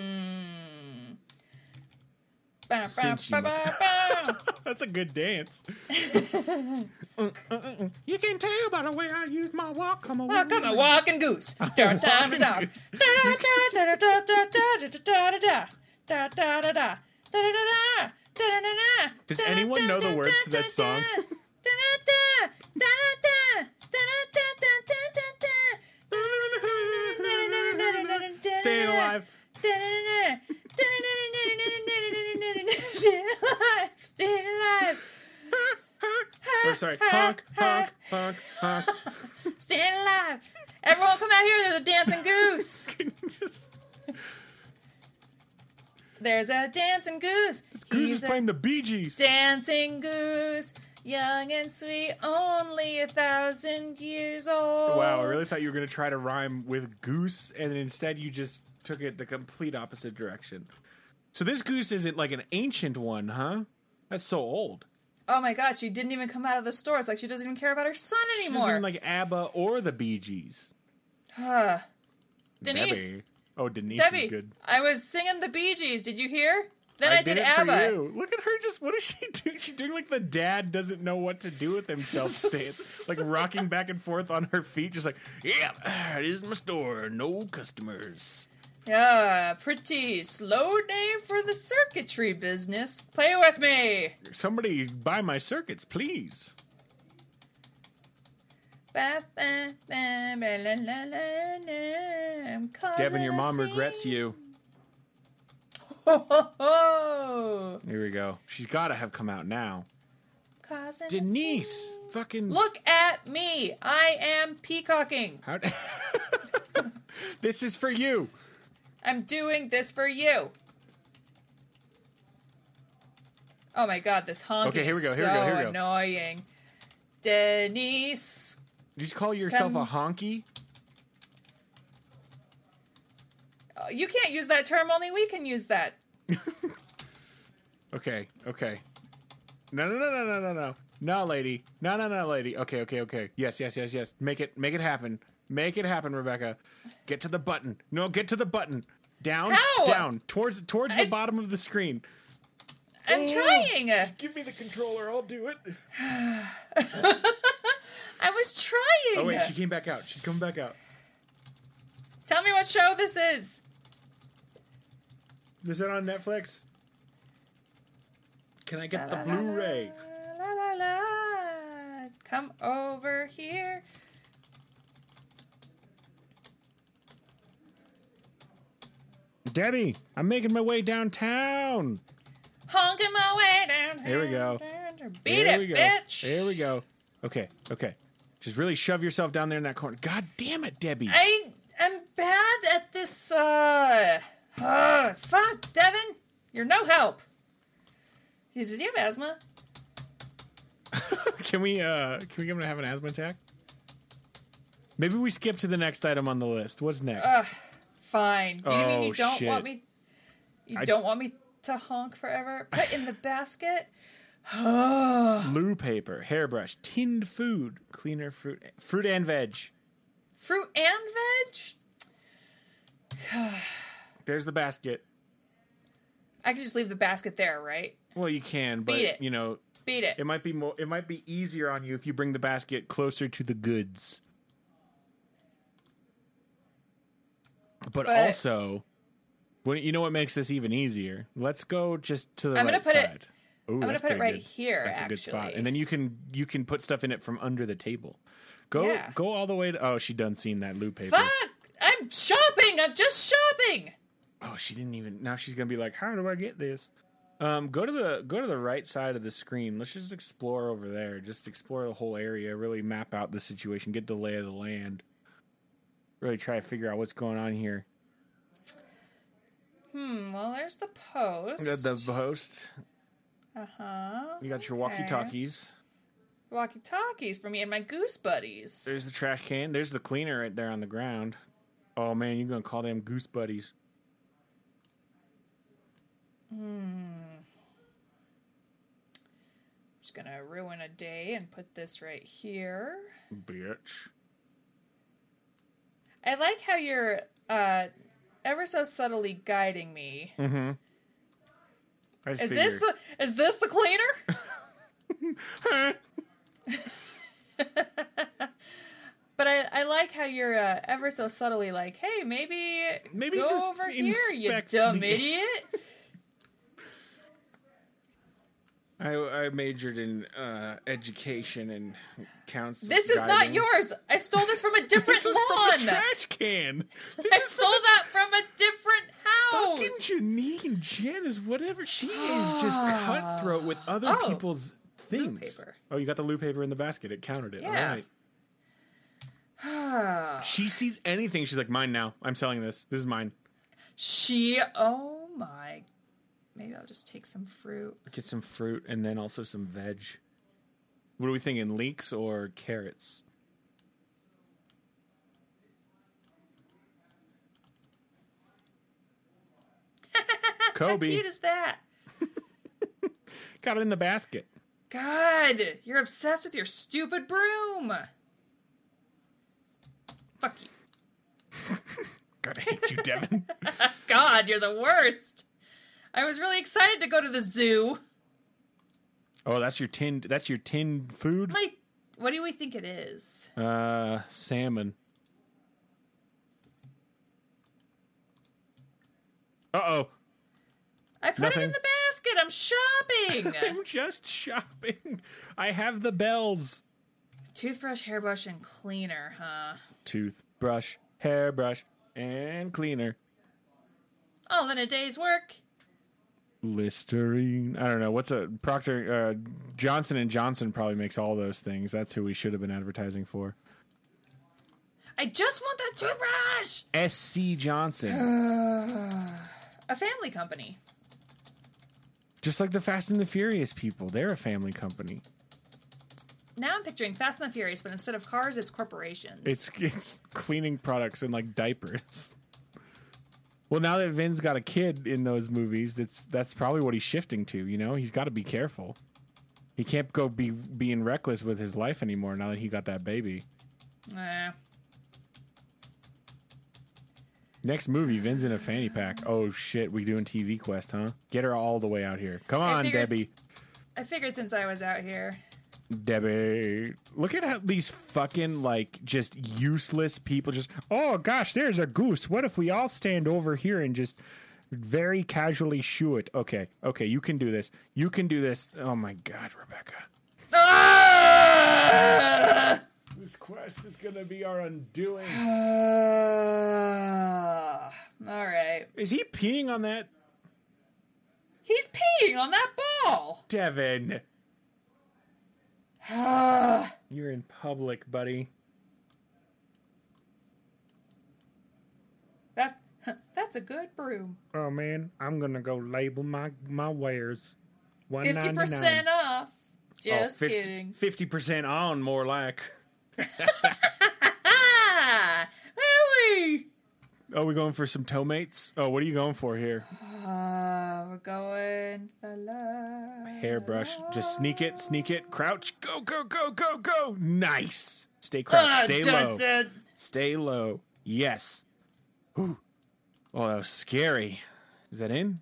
[SPEAKER 2] bah,
[SPEAKER 1] Since you
[SPEAKER 2] bah, bah, bah.
[SPEAKER 1] That's a good dance. You can tell by the way I use my walk. I'm a
[SPEAKER 2] Walk, I'm a Ah, walking goose. Down time to talk. Da da da da da da da da da da da da da da da da da da
[SPEAKER 1] Does anyone know the words to that song? Staying alive.
[SPEAKER 2] Staying alive. Staying alive.
[SPEAKER 1] Or sorry, honk, honk, honk, honk.
[SPEAKER 2] Staying alive. Everyone come out here. There's a dancing goose.
[SPEAKER 1] Just-
[SPEAKER 2] There's a dancing goose.
[SPEAKER 1] Goose
[SPEAKER 2] He's
[SPEAKER 1] is
[SPEAKER 2] a
[SPEAKER 1] playing the Bee Gees.
[SPEAKER 2] dancing goose, young and sweet, only a thousand years old.
[SPEAKER 1] Wow, I really thought you were going to try to rhyme with goose, and instead you just took it the complete opposite direction. So this goose isn't like an ancient one, huh? That's so old.
[SPEAKER 2] Oh my god, she didn't even come out of the store. It's like she doesn't even care about her son
[SPEAKER 1] She doesn't
[SPEAKER 2] anymore.
[SPEAKER 1] even like ABBA or the Bee Gees.
[SPEAKER 2] Ugh. Denise.
[SPEAKER 1] Debbie. Oh, Denise is
[SPEAKER 2] Debbie,
[SPEAKER 1] good.
[SPEAKER 2] I was singing the Bee Gees. Did you hear? Then I, did,
[SPEAKER 1] it
[SPEAKER 2] ABBA.
[SPEAKER 1] for you. Look at her just what is she doing? She's doing like the dad doesn't know what to do with himself stance. like rocking back and forth on her feet, just like, yeah, it is my store. No customers.
[SPEAKER 2] Yeah, pretty slow day for the circuitry business. Play with me.
[SPEAKER 1] Somebody buy my circuits, please.
[SPEAKER 2] Ba, ba, ba, ba, la, la, la, la. I'm
[SPEAKER 1] Deb
[SPEAKER 2] causing
[SPEAKER 1] and your
[SPEAKER 2] a
[SPEAKER 1] mom
[SPEAKER 2] scene.
[SPEAKER 1] regrets you.
[SPEAKER 2] Ho, ho, ho.
[SPEAKER 1] Here we go. She's gotta have come out now.
[SPEAKER 2] Causing a
[SPEAKER 1] Denise!
[SPEAKER 2] scene.
[SPEAKER 1] Fucking
[SPEAKER 2] Look at me. I am peacocking.
[SPEAKER 1] How This is for you.
[SPEAKER 2] I'm doing this for you. Oh my god, this honking
[SPEAKER 1] Okay, here we go,
[SPEAKER 2] is
[SPEAKER 1] here we go,
[SPEAKER 2] so
[SPEAKER 1] here we go.
[SPEAKER 2] annoying. Denise,
[SPEAKER 1] Did you call yourself a
[SPEAKER 2] Come-
[SPEAKER 1] honky?
[SPEAKER 2] Oh, you can't use that term. Only we can use that.
[SPEAKER 1] Okay, okay. No, no, no, no, no, no, no. No, lady. No, no, no, lady. Okay, okay, okay. Yes, yes, yes, yes. Make it, make it happen. Make it happen, Rebecca. Get to the button. No, get to the button. Down,
[SPEAKER 2] How?
[SPEAKER 1] down, towards, towards
[SPEAKER 2] I-
[SPEAKER 1] the bottom of the screen.
[SPEAKER 2] I'm
[SPEAKER 1] Oh.
[SPEAKER 2] trying.
[SPEAKER 1] Give me the controller. I'll do it.
[SPEAKER 2] I was trying.
[SPEAKER 1] Oh wait, she came back out. She's coming back out.
[SPEAKER 2] Tell me what show this is.
[SPEAKER 1] Is that on Netflix? Can I get the Blu-ray?
[SPEAKER 2] La, la, la. Come over here.
[SPEAKER 1] Debbie, I'm making my way downtown.
[SPEAKER 2] Honking my way down.
[SPEAKER 1] Here we go.
[SPEAKER 2] Beat
[SPEAKER 1] There
[SPEAKER 2] it,
[SPEAKER 1] we go.
[SPEAKER 2] bitch.
[SPEAKER 1] There we go. Okay, okay. Just really shove yourself down there in that corner. God damn it, Debbie.
[SPEAKER 2] I am bad at this. Uh, Ugh, fuck, Devin, you're no help. He says, "You have asthma."
[SPEAKER 1] can we uh can we get him to have an asthma attack? Maybe we skip to the next item on the list. What's next?
[SPEAKER 2] Ugh, fine. You mean
[SPEAKER 1] Oh,
[SPEAKER 2] you don't want
[SPEAKER 1] shit.
[SPEAKER 2] me? You
[SPEAKER 1] I-
[SPEAKER 2] don't want me to honk forever? Put in the basket. Ugh,
[SPEAKER 1] Blue paper, hairbrush, tinned food, cleaner fruit, fruit and veg.
[SPEAKER 2] Fruit and veg.
[SPEAKER 1] There's the basket.
[SPEAKER 2] I can just leave the basket there, right?
[SPEAKER 1] Well, you can, but
[SPEAKER 2] Beat it.
[SPEAKER 1] you know,
[SPEAKER 2] Beat it.
[SPEAKER 1] it might be more it might be easier on you if you bring the basket closer to the goods. But,
[SPEAKER 2] But-
[SPEAKER 1] also, when, you know what makes this even easier? Let's go just to the
[SPEAKER 2] I'm
[SPEAKER 1] right
[SPEAKER 2] gonna put it-
[SPEAKER 1] side. Ooh,
[SPEAKER 2] gonna
[SPEAKER 1] that's
[SPEAKER 2] put it
[SPEAKER 1] pretty
[SPEAKER 2] right
[SPEAKER 1] good.
[SPEAKER 2] here,
[SPEAKER 1] That's a good spot,
[SPEAKER 2] actually.
[SPEAKER 1] and then you can you can put stuff in it from under the table. Go
[SPEAKER 2] Yeah.
[SPEAKER 1] go all the way to. Oh, she done seen that loop paper.
[SPEAKER 2] Fuck! I'm shopping. I'm just shopping.
[SPEAKER 1] Oh, she didn't even. Now she's gonna be like, "How do I get this?" Um, go to the go to the right side of the screen. Let's just explore over there. Just explore the whole area. Really map out the situation. Get the lay of the land. Really try to figure out what's going on here.
[SPEAKER 2] Hmm. Well, there's the post.
[SPEAKER 1] The, the host.
[SPEAKER 2] uh huh.
[SPEAKER 1] You got your walkie talkies.
[SPEAKER 2] walkie talkies for me and my goose buddies.
[SPEAKER 1] There's the trash can. There's the cleaner right there on the ground. Oh man, you're gonna call them goose buddies.
[SPEAKER 2] just gonna ruin a day and put this right here.
[SPEAKER 1] Bitch.
[SPEAKER 2] I like how you're uh, ever so subtly guiding me.
[SPEAKER 1] Mm, I just
[SPEAKER 2] Is
[SPEAKER 1] figured.
[SPEAKER 2] this the is this the cleaner? But I, I like how you're uh, ever so subtly like, hey, maybe
[SPEAKER 1] Maybe
[SPEAKER 2] go
[SPEAKER 1] just
[SPEAKER 2] over here, you
[SPEAKER 1] inspect
[SPEAKER 2] dumb
[SPEAKER 1] the-
[SPEAKER 2] idiot.
[SPEAKER 1] I, I majored in uh, education and counseling.
[SPEAKER 2] This is not yours. I stole this from a different
[SPEAKER 1] This was
[SPEAKER 2] lawn.
[SPEAKER 1] from the trash can.
[SPEAKER 2] I stole that from a different
[SPEAKER 1] Fucking
[SPEAKER 2] house.
[SPEAKER 1] Janine Janice, whatever. She is just cutthroat with other
[SPEAKER 2] Oh.
[SPEAKER 1] people's things.
[SPEAKER 2] paper.
[SPEAKER 1] Oh, you got the loo paper in the basket. It counted it.
[SPEAKER 2] Yeah.
[SPEAKER 1] All right. She sees anything. She's like, mine now. I'm selling this. This is mine.
[SPEAKER 2] She, oh my. Maybe I'll just take some fruit.
[SPEAKER 1] Get some fruit and then also some veg. What are we thinking? Leeks or carrots? Kobe.
[SPEAKER 2] How cute is that?
[SPEAKER 1] Got it in the basket.
[SPEAKER 2] God, you're obsessed with your stupid broom. Fuck you.
[SPEAKER 1] God, I hate you, Devin.
[SPEAKER 2] God, you're the worst. I was really excited to go to the zoo.
[SPEAKER 1] oh, that's your tinned. That's your tinned food.
[SPEAKER 2] My, what do we think it is?
[SPEAKER 1] Uh, salmon. Uh oh.
[SPEAKER 2] I put it in
[SPEAKER 1] Nothing.
[SPEAKER 2] the basket. I'm shopping.
[SPEAKER 1] I'm just shopping. I have the bells.
[SPEAKER 2] Toothbrush, hairbrush, and cleaner, huh?
[SPEAKER 1] Toothbrush, hairbrush, and cleaner.
[SPEAKER 2] All in a day's work.
[SPEAKER 1] Listerine. I don't know. What's a Procter uh, Johnson and Johnson probably makes all those things. That's who we should have been advertising for.
[SPEAKER 2] I just want that toothbrush.
[SPEAKER 1] SC Johnson.
[SPEAKER 2] A family company.
[SPEAKER 1] Just like the Fast and the Furious people. They're a family company.
[SPEAKER 2] Now I'm picturing Fast and the Furious, but instead of cars, it's corporations.
[SPEAKER 1] It's it's cleaning products and like diapers. Well, now that Vin's got a kid in those movies, that's that's probably what he's shifting to. You know, he's got to be careful. He can't go be being reckless with his life anymore. Now that he got that baby.
[SPEAKER 2] Eh.
[SPEAKER 1] Next movie, Vin's in a fanny pack. Oh shit, we doing TV quest, huh? Get her all the way out here. Come on,
[SPEAKER 2] figured-
[SPEAKER 1] Debbie.
[SPEAKER 2] I figured since I was out here.
[SPEAKER 1] Debbie. Look at how these fucking like just useless people just oh gosh, there's a goose. What if we all stand over here and just very casually shoo it? Okay, okay, you can do this. You can do this. Oh my god, Rebecca.
[SPEAKER 2] Ah!
[SPEAKER 1] This quest is gonna be our undoing.
[SPEAKER 2] all right.
[SPEAKER 1] is he peeing on that?
[SPEAKER 2] He's peeing on that ball.
[SPEAKER 1] Devin. You're in public, buddy.
[SPEAKER 2] That that's a good broom.
[SPEAKER 1] Oh man, I'm gonna go label my my wares.
[SPEAKER 2] Fifty percent off. Just kidding.
[SPEAKER 1] Oh, Fifty percent on, more like.
[SPEAKER 2] Ah, really?
[SPEAKER 1] Oh, we going for some tomates? Oh, what are you going for here?
[SPEAKER 2] Ah, we're going. La, la,
[SPEAKER 1] Hairbrush. Just sneak it, sneak it, crouch, go, go, go, go, go. Nice. Stay crouched,
[SPEAKER 2] Ah,
[SPEAKER 1] stay
[SPEAKER 2] dun,
[SPEAKER 1] low,
[SPEAKER 2] dun.
[SPEAKER 1] stay low. Yes. Ooh. Oh, that was scary. Is that in?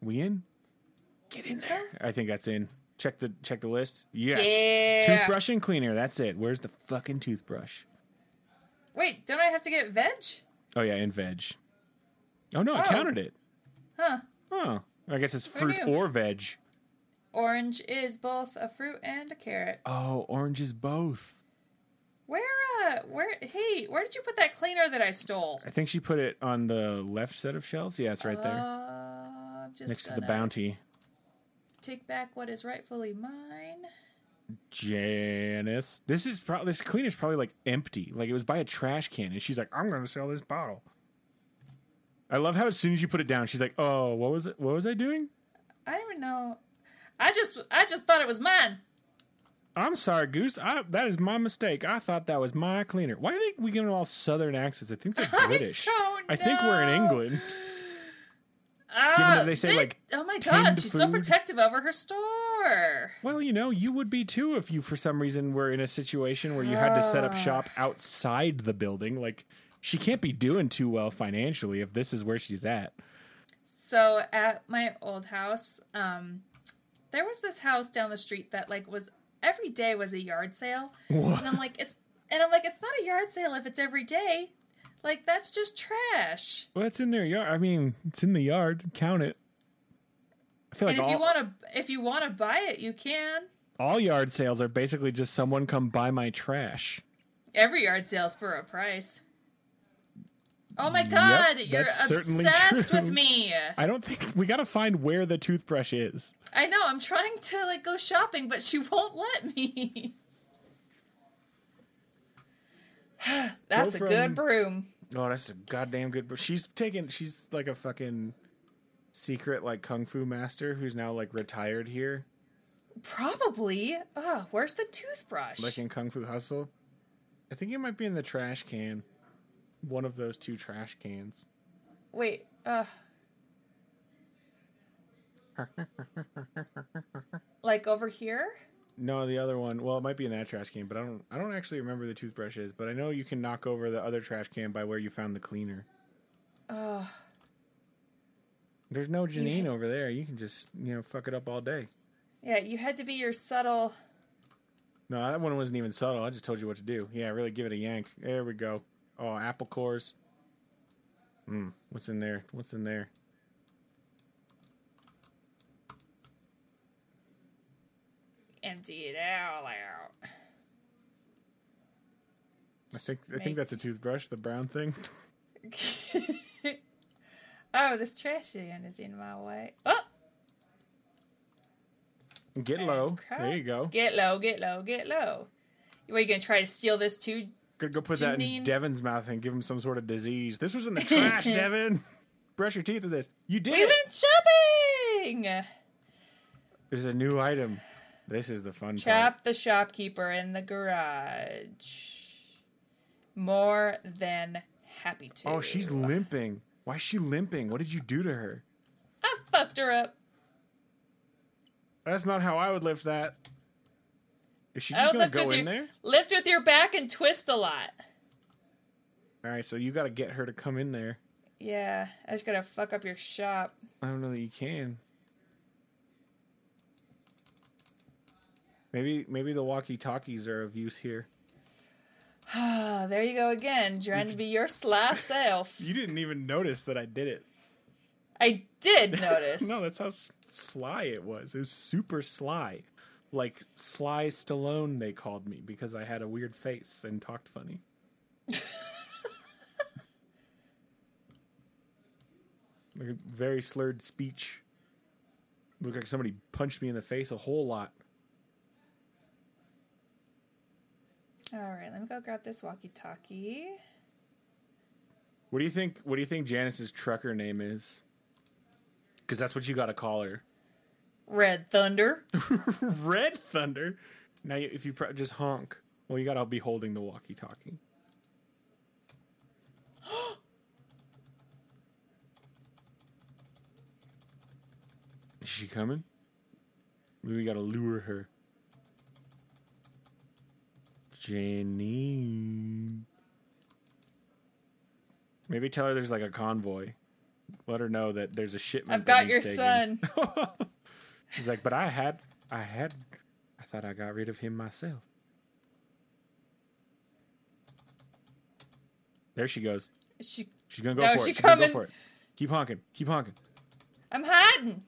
[SPEAKER 1] We in?
[SPEAKER 2] Get in there.
[SPEAKER 1] I think that's in. Check the check the list. Yes.
[SPEAKER 2] Yeah.
[SPEAKER 1] Toothbrush and cleaner. That's it. Where's the fucking toothbrush?
[SPEAKER 2] Wait, don't I have to get veg?
[SPEAKER 1] Oh yeah, and veg. Oh no, I
[SPEAKER 2] Oh.
[SPEAKER 1] counted it.
[SPEAKER 2] Huh.
[SPEAKER 1] Oh, I guess it's fruit
[SPEAKER 2] knew?
[SPEAKER 1] or veg.
[SPEAKER 2] Orange is both a fruit and a carrot.
[SPEAKER 1] Oh, orange is both.
[SPEAKER 2] Where, uh, where, hey, where did you put that cleaner that I stole?
[SPEAKER 1] I think she put it on the left set of shells. Yeah, it's right
[SPEAKER 2] Uh,
[SPEAKER 1] there
[SPEAKER 2] I'm just
[SPEAKER 1] next to the
[SPEAKER 2] gonna
[SPEAKER 1] bounty.
[SPEAKER 2] Take back what is rightfully mine.
[SPEAKER 1] Janice, this is probably this cleaner's probably like empty. Like it was by a trash can, and she's like, "I'm going to sell this bottle." I love how as soon as you put it down, she's like, "Oh, what was it? What was I doing?
[SPEAKER 2] I don't even know. I just, I just thought it was mine.
[SPEAKER 1] I'm sorry, Goose. I, that is my mistake. I thought that was my cleaner. Why are we giving them all Southern accents? I think they're British.
[SPEAKER 2] don't
[SPEAKER 1] I think we're in
[SPEAKER 2] know.
[SPEAKER 1] England.
[SPEAKER 2] Ah,
[SPEAKER 1] that they say, like,
[SPEAKER 2] oh my
[SPEAKER 1] tinned
[SPEAKER 2] god, she's so
[SPEAKER 1] food.
[SPEAKER 2] protective over her store.
[SPEAKER 1] Well, you know, you would be too if you, for some reason, were in a situation where you had to set up shop outside the building. Like, she can't be doing too well financially if this is where she's at.
[SPEAKER 2] So at my old house, um, there was this house down the street that like was every day was a yard sale, and I'm like it's and I'm like it's not a yard sale if it's every day, like that's just trash.
[SPEAKER 1] Well, it's in their yard. I mean, it's in the yard. Count it. I feel like
[SPEAKER 2] and if
[SPEAKER 1] all,
[SPEAKER 2] you want to if you want to buy it, you can.
[SPEAKER 1] all yard sales are basically just someone come buy my trash.
[SPEAKER 2] Every yard sale's for a price. Oh my god, you're
[SPEAKER 1] that's certainly
[SPEAKER 2] obsessed
[SPEAKER 1] true.
[SPEAKER 2] with me.
[SPEAKER 1] I don't think we got to find where the toothbrush is.
[SPEAKER 2] I know I'm trying to like go shopping, but she won't let me. that's
[SPEAKER 1] Go
[SPEAKER 2] a good
[SPEAKER 1] from-
[SPEAKER 2] broom.
[SPEAKER 1] Oh, that's a goddamn good. But she's taking. She's like a fucking secret, like kung fu master who's now like retired here,
[SPEAKER 2] Probably. Oh, where's the toothbrush?
[SPEAKER 1] like in Kung Fu Hustle. I think it might be in the trash can, one of those two trash cans.
[SPEAKER 2] Wait. Uh. like over here?
[SPEAKER 1] No, the other one. Well, it might be in that trash can, but I don't. I don't actually remember the toothbrush is. But I know you can knock over the other trash can by where you found the cleaner. There's no Janine over there. You can just you know fuck it up all day.
[SPEAKER 2] Yeah, you had to be your subtle.
[SPEAKER 1] No, that one wasn't even subtle. I just told you what to do. Yeah, really give it a yank. There we go. Oh, apple cores. Hmm. What's in there? What's in there?
[SPEAKER 2] Empty it out. like, out.
[SPEAKER 1] I think I think that's a toothbrush, the brown thing.
[SPEAKER 2] Oh, this trash can is in my way. Oh,
[SPEAKER 1] Get low.
[SPEAKER 2] crap.
[SPEAKER 1] There you go.
[SPEAKER 2] get low, get low, get low. What, you gonna try to steal this too?
[SPEAKER 1] Gonna go put that in
[SPEAKER 2] Janine.
[SPEAKER 1] Devin's mouth and give him some sort of disease. This was in the trash, Devin. Brush your teeth with this. You did.
[SPEAKER 2] We
[SPEAKER 1] it.
[SPEAKER 2] went shopping!
[SPEAKER 1] There's a new item. This is the fun part.
[SPEAKER 2] Trap the shopkeeper in the garage. More than happy to.
[SPEAKER 1] Oh, she's limping. Why is she limping? What did you do to her?
[SPEAKER 2] I fucked her up.
[SPEAKER 1] That's not how I would lift that. Is she
[SPEAKER 2] I
[SPEAKER 1] just
[SPEAKER 2] would
[SPEAKER 1] gonna
[SPEAKER 2] lift
[SPEAKER 1] go
[SPEAKER 2] with
[SPEAKER 1] in
[SPEAKER 2] your
[SPEAKER 1] there?
[SPEAKER 2] lift with your back and twist a lot.
[SPEAKER 1] All right, so you got to get her to come in there.
[SPEAKER 2] Yeah, I just gotta fuck up your shop.
[SPEAKER 1] I don't know that you can. Maybe maybe the walkie-talkies are of use here.
[SPEAKER 2] Ah, there you go again, trying to be your sly self.
[SPEAKER 1] You didn't even notice that I did it.
[SPEAKER 2] I did notice.
[SPEAKER 1] No, that's how s- sly it was. It was super sly. Like Sly Stallone, they called me because I had a weird face and talked funny. Like a Very slurred speech. Looked like somebody punched me in the face a whole lot.
[SPEAKER 2] All right, let me go grab this walkie-talkie.
[SPEAKER 1] What do you think? What do you think Janice's trucker name is? Because that's what you got to call her.
[SPEAKER 2] Red Thunder.
[SPEAKER 1] Red Thunder. Now, you- if you pr- just honk, well, you gotta be holding the walkie-talkie. Is she coming? Maybe we gotta lure her. Janine. Maybe tell her there's like a convoy. Let her know that there's a shipment.
[SPEAKER 2] I've
[SPEAKER 1] that needs
[SPEAKER 2] got your
[SPEAKER 1] taking.
[SPEAKER 2] son.
[SPEAKER 1] He's like, but I had, I had, I thought I got rid of him myself. There she goes.
[SPEAKER 2] She,
[SPEAKER 1] She's gonna go
[SPEAKER 2] No,
[SPEAKER 1] for
[SPEAKER 2] she
[SPEAKER 1] it. She's gonna go
[SPEAKER 2] coming.
[SPEAKER 1] for it. Keep honking. Keep honking.
[SPEAKER 2] I'm hiding.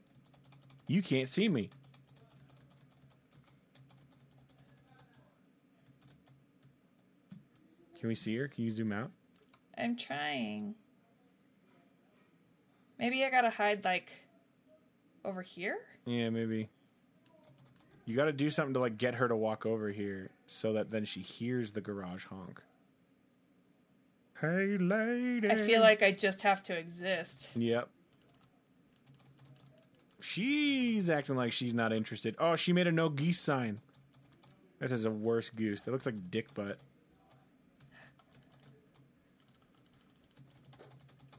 [SPEAKER 1] You can't see me. Can we see her? Can you zoom out?
[SPEAKER 2] I'm trying. Maybe I gotta hide like over here.
[SPEAKER 1] Yeah, maybe. You got to do something to like get her to walk over here so that then she hears the garage honk. Hey, lady.
[SPEAKER 2] I feel like I just have to exist.
[SPEAKER 1] Yep. She's acting like she's not interested. Oh, she made a no geese sign. That is a worse goose. That looks like dick butt.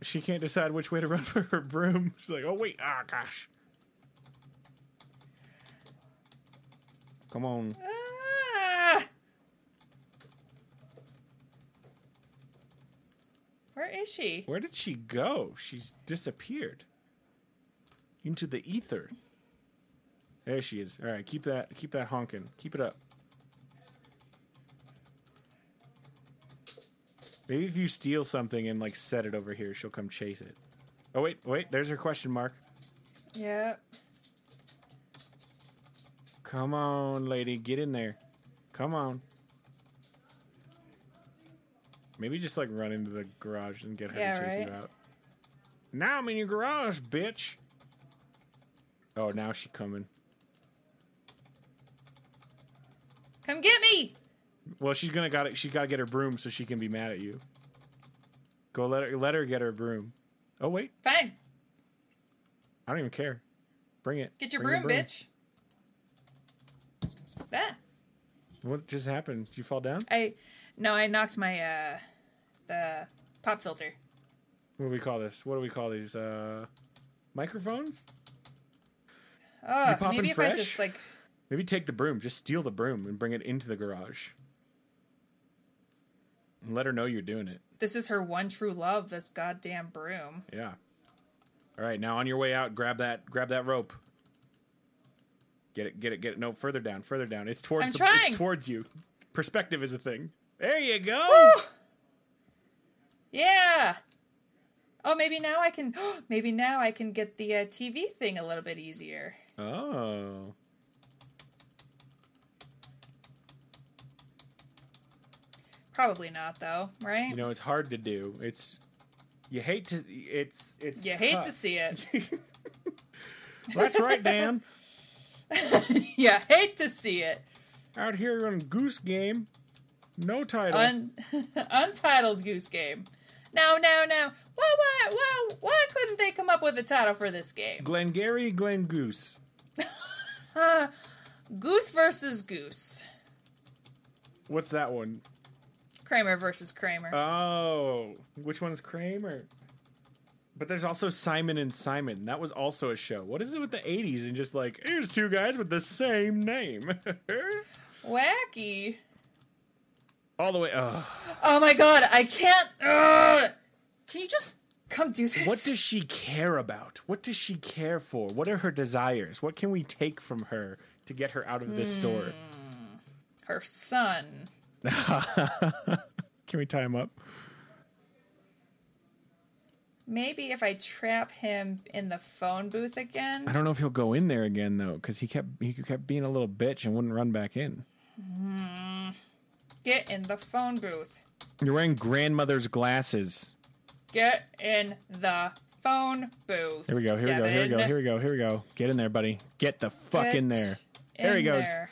[SPEAKER 1] She can't decide which way to run for her broom. She's like, oh wait, ah gosh. Come on.
[SPEAKER 2] Ah! Where is she?
[SPEAKER 1] Where did she go? She's disappeared into the ether. There she is. All right, keep that keep that honking. Keep it up. Maybe if you steal something and like set it over here, she'll come chase it. Oh wait, wait, there's her question mark.
[SPEAKER 2] Yeah.
[SPEAKER 1] Come on, lady, get in there. Come on. Maybe just like run into the garage and get her
[SPEAKER 2] Yeah,
[SPEAKER 1] to chase you
[SPEAKER 2] right.
[SPEAKER 1] out. Now I'm in your garage, bitch. Oh, now she coming.
[SPEAKER 2] Come get me!
[SPEAKER 1] Well, she's gonna got it. She gotta get her broom so she can be mad at you. Go let her let her get her broom. Oh wait,
[SPEAKER 2] Fine.
[SPEAKER 1] I don't even care. Bring it.
[SPEAKER 2] Get your
[SPEAKER 1] Bring
[SPEAKER 2] broom, bitch. Ah.
[SPEAKER 1] What just happened? Did you fall down?
[SPEAKER 2] I no, I knocked my uh the pop filter.
[SPEAKER 1] What do we call this? What do we call these? Uh, microphones?
[SPEAKER 2] Oh,
[SPEAKER 1] popping
[SPEAKER 2] maybe if
[SPEAKER 1] fresh?
[SPEAKER 2] I just like
[SPEAKER 1] Maybe take the broom, just steal the broom and bring it into the garage. And let her know you're doing it.
[SPEAKER 2] This is her one true love, this goddamn broom.
[SPEAKER 1] Yeah. All right, now on your way out, grab that grab that rope. Get it, get it, get it. No, further down, further down. It's towards
[SPEAKER 2] I'm
[SPEAKER 1] the,
[SPEAKER 2] trying.
[SPEAKER 1] it's towards you. Perspective is a thing. There you go.
[SPEAKER 2] Yeah. Oh, maybe now I can. Maybe now I can get the uh, TV thing a little bit easier.
[SPEAKER 1] Oh.
[SPEAKER 2] Probably not, though, right?
[SPEAKER 1] You know, it's hard to do. It's you hate to it's it's
[SPEAKER 2] you hate
[SPEAKER 1] tough.
[SPEAKER 2] to see it.
[SPEAKER 1] That's right, Dan.
[SPEAKER 2] you hate to see it.
[SPEAKER 1] Out here on Goose Game. No title.
[SPEAKER 2] Un- Untitled Goose Game. No, no, no. Why, why, why, why couldn't they come up with a title for this game?
[SPEAKER 1] Glengarry Glen Goose.
[SPEAKER 2] Goose versus Goose.
[SPEAKER 1] What's that one?
[SPEAKER 2] Kramer versus Kramer.
[SPEAKER 1] Oh, which one's Kramer? But there's also Simon and Simon. That was also a show. What is it with the 80s and just like, here's two guys with the same name?
[SPEAKER 2] Wacky.
[SPEAKER 1] All the way. Ugh.
[SPEAKER 2] Oh my god, I can't. Ugh. Can you just come do this?
[SPEAKER 1] What does she care about? What does she care for? What are her desires? What can we take from her to get her out of this store?
[SPEAKER 2] Her son.
[SPEAKER 1] Can we tie him up?
[SPEAKER 2] Maybe if I trap him in the phone booth
[SPEAKER 1] I
[SPEAKER 2] again.
[SPEAKER 1] don't know if he'll go in there again though, because he kept he kept being a little bitch and wouldn't run back in.
[SPEAKER 2] Get in the phone booth.
[SPEAKER 1] You're wearing grandmother's glasses.
[SPEAKER 2] Get in the phone booth.
[SPEAKER 1] Here we go. Here we go. Here we go.
[SPEAKER 2] Devin.
[SPEAKER 1] Here we go. Here we go. Get in there, buddy. Get the fuck in
[SPEAKER 2] Get
[SPEAKER 1] there. There he
[SPEAKER 2] in
[SPEAKER 1] goes.
[SPEAKER 2] there.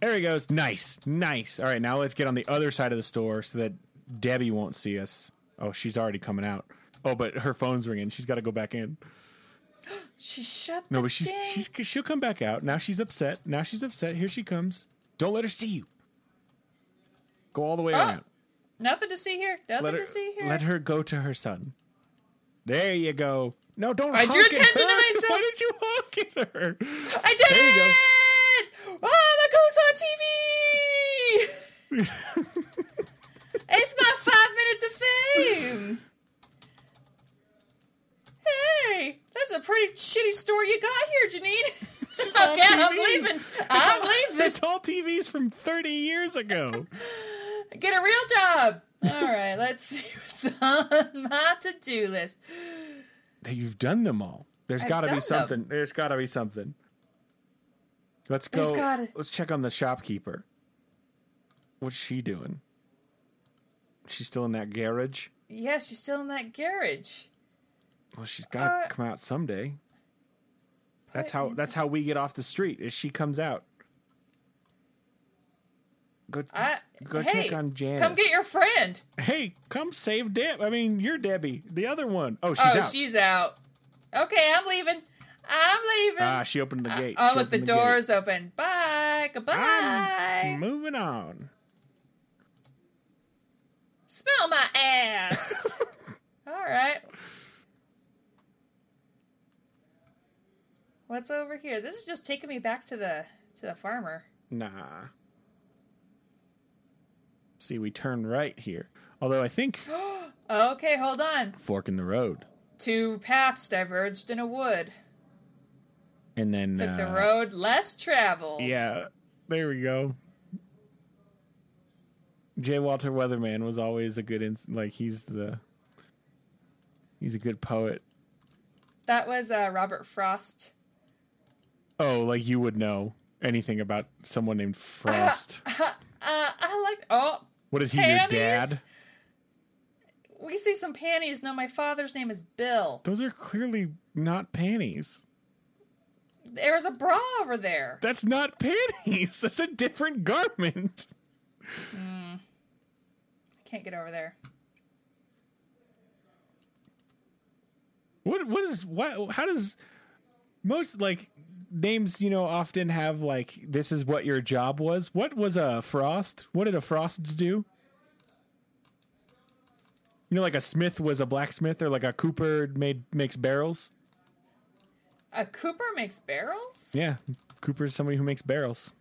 [SPEAKER 1] There he goes. Nice. Nice. All right, now let's get on the other side of the store so that Debbie won't see us. Oh, she's already coming out. Oh, but her phone's ringing. She's got to go back in.
[SPEAKER 2] She shut
[SPEAKER 1] No,
[SPEAKER 2] the
[SPEAKER 1] but she's,
[SPEAKER 2] dang-
[SPEAKER 1] she's she'll come back out. Now she's upset. Now she's upset. Here she comes. Don't let her see you. Go all the way around.
[SPEAKER 2] Nothing to see here. Nothing
[SPEAKER 1] Let
[SPEAKER 2] Oh, to
[SPEAKER 1] her,
[SPEAKER 2] see here.
[SPEAKER 1] let her go to her son. There you go. No, don't.
[SPEAKER 2] I drew
[SPEAKER 1] honk at
[SPEAKER 2] attention to
[SPEAKER 1] her.
[SPEAKER 2] myself.
[SPEAKER 1] Why did you honk at her?
[SPEAKER 2] I did
[SPEAKER 1] There you go.
[SPEAKER 2] it! Oh, the goose on TV! it's my five minutes of fame! Hey, that's a pretty shitty story you got here, Janine.
[SPEAKER 1] on
[SPEAKER 2] okay, I'm
[SPEAKER 1] TV.
[SPEAKER 2] leaving. I'm leaving.
[SPEAKER 1] It's all TVs from 30 years ago.
[SPEAKER 2] Get a real job. All right, let's see what's on my to-do list.
[SPEAKER 1] That You've done them all. There's
[SPEAKER 2] I've
[SPEAKER 1] got to
[SPEAKER 2] done
[SPEAKER 1] be
[SPEAKER 2] them.
[SPEAKER 1] something. There's got to be something. Let's go.
[SPEAKER 2] There's gotta-
[SPEAKER 1] Let's check on the shopkeeper. What's she doing? She's still in that garage.
[SPEAKER 2] Yeah, she's still in that garage.
[SPEAKER 1] Well, she's got to
[SPEAKER 2] Uh,
[SPEAKER 1] come out someday. That's
[SPEAKER 2] put
[SPEAKER 1] how.
[SPEAKER 2] in
[SPEAKER 1] That's how we get off the street. Is she comes out. Go.
[SPEAKER 2] I,
[SPEAKER 1] Go
[SPEAKER 2] hey,
[SPEAKER 1] check on Janice.
[SPEAKER 2] Come get your friend.
[SPEAKER 1] hey, come save Deb. I mean, you're Debbie, the other one. Oh, she's
[SPEAKER 2] oh,
[SPEAKER 1] out.
[SPEAKER 2] she's out. Okay, I'm leaving. I'm leaving.
[SPEAKER 1] Ah, she opened the gate.
[SPEAKER 2] oh,
[SPEAKER 1] She
[SPEAKER 2] look, the
[SPEAKER 1] opened
[SPEAKER 2] door
[SPEAKER 1] gate.
[SPEAKER 2] is open. Bye. Goodbye.
[SPEAKER 1] I'm moving on.
[SPEAKER 2] Smell my ass. All right. What's over here? This is just taking me back to the to the farmer.
[SPEAKER 1] Nah. See, we turn right here. Although I think
[SPEAKER 2] Okay, hold on.
[SPEAKER 1] fork in the road,
[SPEAKER 2] Two paths diverged in a wood.
[SPEAKER 1] and then
[SPEAKER 2] Took the
[SPEAKER 1] uh,
[SPEAKER 2] road less traveled.
[SPEAKER 1] Yeah, there we go. J. Walter Weatherman was always a good ins- like he's the he's a good poet.
[SPEAKER 2] That was uh, Robert Frost.
[SPEAKER 1] Oh, like you would know anything about someone named Frost.
[SPEAKER 2] Uh, I liked. Oh,
[SPEAKER 1] what is he,
[SPEAKER 2] panties?
[SPEAKER 1] your dad?
[SPEAKER 2] We see some panties. No, my father's name is Bill.
[SPEAKER 1] Those are clearly not panties.
[SPEAKER 2] There was a bra over there.
[SPEAKER 1] That's not panties. That's a different garment.
[SPEAKER 2] I can't get over there.
[SPEAKER 1] What what is what how does most like names, you know, often have like this is what your job was. What was a frost? What did a frost do? You know, like a smith was a blacksmith or like a cooper made makes barrels.
[SPEAKER 2] A Cooper makes barrels?
[SPEAKER 1] Yeah. Cooper is somebody who makes barrels.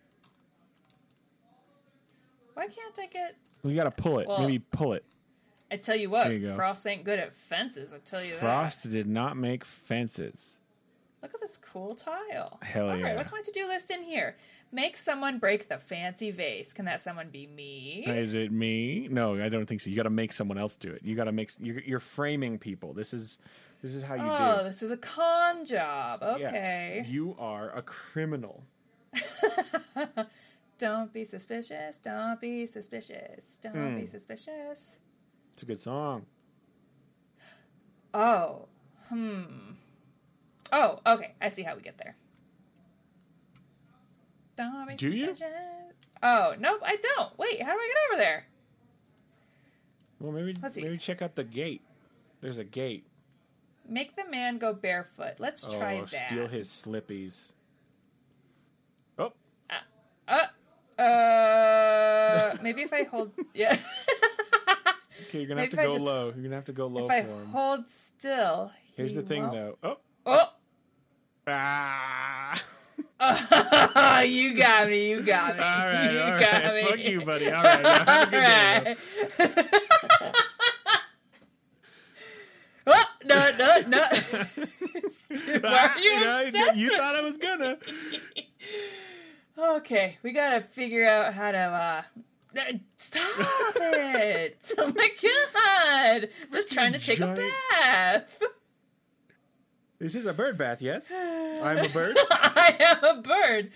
[SPEAKER 2] Why can't I get?
[SPEAKER 1] We gotta pull it.
[SPEAKER 2] Well-
[SPEAKER 1] Maybe pull it.
[SPEAKER 2] I tell you what,
[SPEAKER 1] There you go.
[SPEAKER 2] Frost ain't good at fences. I tell you
[SPEAKER 1] Frost did not make fences.
[SPEAKER 2] that. Look at this cool tile.
[SPEAKER 1] Hell
[SPEAKER 2] All
[SPEAKER 1] yeah.
[SPEAKER 2] right, what's my to-do list in here? Make someone break the fancy vase. Can that someone be me?
[SPEAKER 1] Is it me? No, I don't think so. You got to make someone else do it. You got to make. You're, you're framing people. This is this is how you
[SPEAKER 2] oh,
[SPEAKER 1] do. it.
[SPEAKER 2] this is a con job.
[SPEAKER 1] Yeah.
[SPEAKER 2] Oh, Okay.
[SPEAKER 1] You are a criminal.
[SPEAKER 2] Don't be suspicious. Don't be suspicious. Don't be
[SPEAKER 1] Hmm.
[SPEAKER 2] suspicious.
[SPEAKER 1] It's a good song.
[SPEAKER 2] Oh, hmm. Oh, okay. I see how we get there. Don't be
[SPEAKER 1] Do you?
[SPEAKER 2] suspicious. Oh, nope, I don't. Wait, how do I get over there?
[SPEAKER 1] Well, maybe
[SPEAKER 2] Let's see.
[SPEAKER 1] maybe check out the gate. There's a gate.
[SPEAKER 2] Make the man go barefoot. Let's try
[SPEAKER 1] oh,
[SPEAKER 2] that.
[SPEAKER 1] steal his slippies. Oh,
[SPEAKER 2] Uh, maybe if I hold. Yeah.
[SPEAKER 1] okay. You're gonna have to
[SPEAKER 2] Maybe if I
[SPEAKER 1] go
[SPEAKER 2] just-
[SPEAKER 1] low. You're gonna have to go low
[SPEAKER 2] if
[SPEAKER 1] for
[SPEAKER 2] I
[SPEAKER 1] him.
[SPEAKER 2] hold still.
[SPEAKER 1] Here's
[SPEAKER 2] he
[SPEAKER 1] the thing,
[SPEAKER 2] won't-
[SPEAKER 1] though. Oh,
[SPEAKER 2] Oh.
[SPEAKER 1] ah.
[SPEAKER 2] Oh, you got me. You got me.
[SPEAKER 1] all right,
[SPEAKER 2] you
[SPEAKER 1] all right.
[SPEAKER 2] got me.
[SPEAKER 1] Fuck you, buddy. All right, now, have a good day.
[SPEAKER 2] Alright. oh, no, no, no. Why are you
[SPEAKER 1] Ah, you, know,
[SPEAKER 2] obsessed
[SPEAKER 1] you
[SPEAKER 2] with-
[SPEAKER 1] thought I was gonna.
[SPEAKER 2] Okay, we gotta figure out how to, uh... uh, Stop it! Oh my god! Just trying to take
[SPEAKER 1] giant-
[SPEAKER 2] a bath!
[SPEAKER 1] This is a bird bath, yes? I'm a bird.
[SPEAKER 2] I am a bird!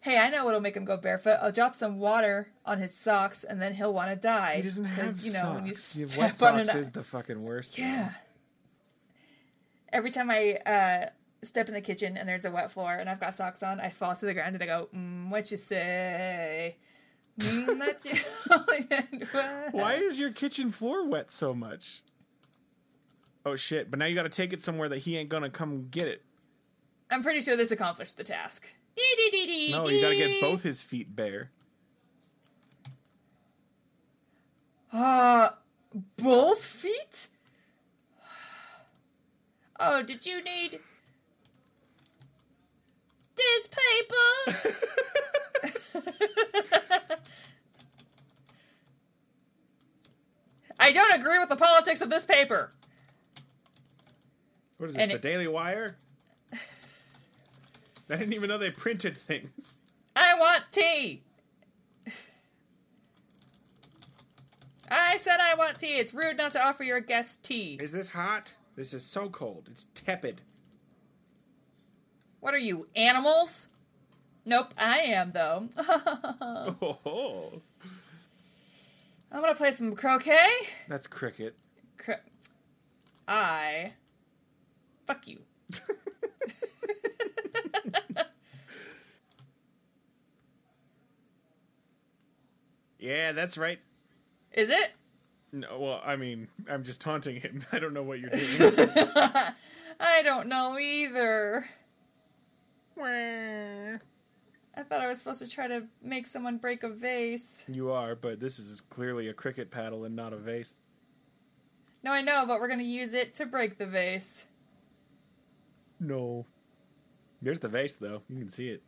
[SPEAKER 2] Hey, I know what'll make him go barefoot. I'll drop some water on his socks and then he'll want to die.
[SPEAKER 1] He doesn't have
[SPEAKER 2] 'Cause, you know,
[SPEAKER 1] socks.
[SPEAKER 2] When you
[SPEAKER 1] Yeah,
[SPEAKER 2] step
[SPEAKER 1] wet
[SPEAKER 2] on an
[SPEAKER 1] socks is the fucking worst.
[SPEAKER 2] Yeah. Every time I uh, step in the kitchen and there's a wet floor and I've got socks on, I fall to the ground and I go, mm, "What you say? Mm, that you only meant wet."
[SPEAKER 1] Why is your kitchen floor wet so much? Oh shit! But now you got to take it somewhere that he ain't gonna come get it.
[SPEAKER 2] I'm pretty sure this accomplished the task.
[SPEAKER 1] No, you got to get both his feet bare.
[SPEAKER 2] Uh, both feet. Oh, did you need this paper? I don't agree with the politics of this paper.
[SPEAKER 1] What is
[SPEAKER 2] And
[SPEAKER 1] this? The
[SPEAKER 2] it-
[SPEAKER 1] Daily Wire. I didn't even know they printed things.
[SPEAKER 2] I want tea. I said I want tea. It's rude not to offer your guest tea.
[SPEAKER 1] Is this hot? This is so cold. It's tepid.
[SPEAKER 2] What are you, animals? Nope, I am though.
[SPEAKER 1] Oh, ho.
[SPEAKER 2] I'm gonna play some croquet.
[SPEAKER 1] that's cricket.
[SPEAKER 2] Cro- I. Fuck you.
[SPEAKER 1] Yeah, that's right.
[SPEAKER 2] Is it?
[SPEAKER 1] No, well, I mean, I'm just taunting him. I don't know what you're doing.
[SPEAKER 2] I don't know either.
[SPEAKER 1] Wah.
[SPEAKER 2] I thought I was supposed to try to make someone break a vase.
[SPEAKER 1] you are, but this is clearly a cricket paddle and not a vase.
[SPEAKER 2] No, I know, but we're gonna use it to break the vase.
[SPEAKER 1] No. There's the vase, though. You can see it.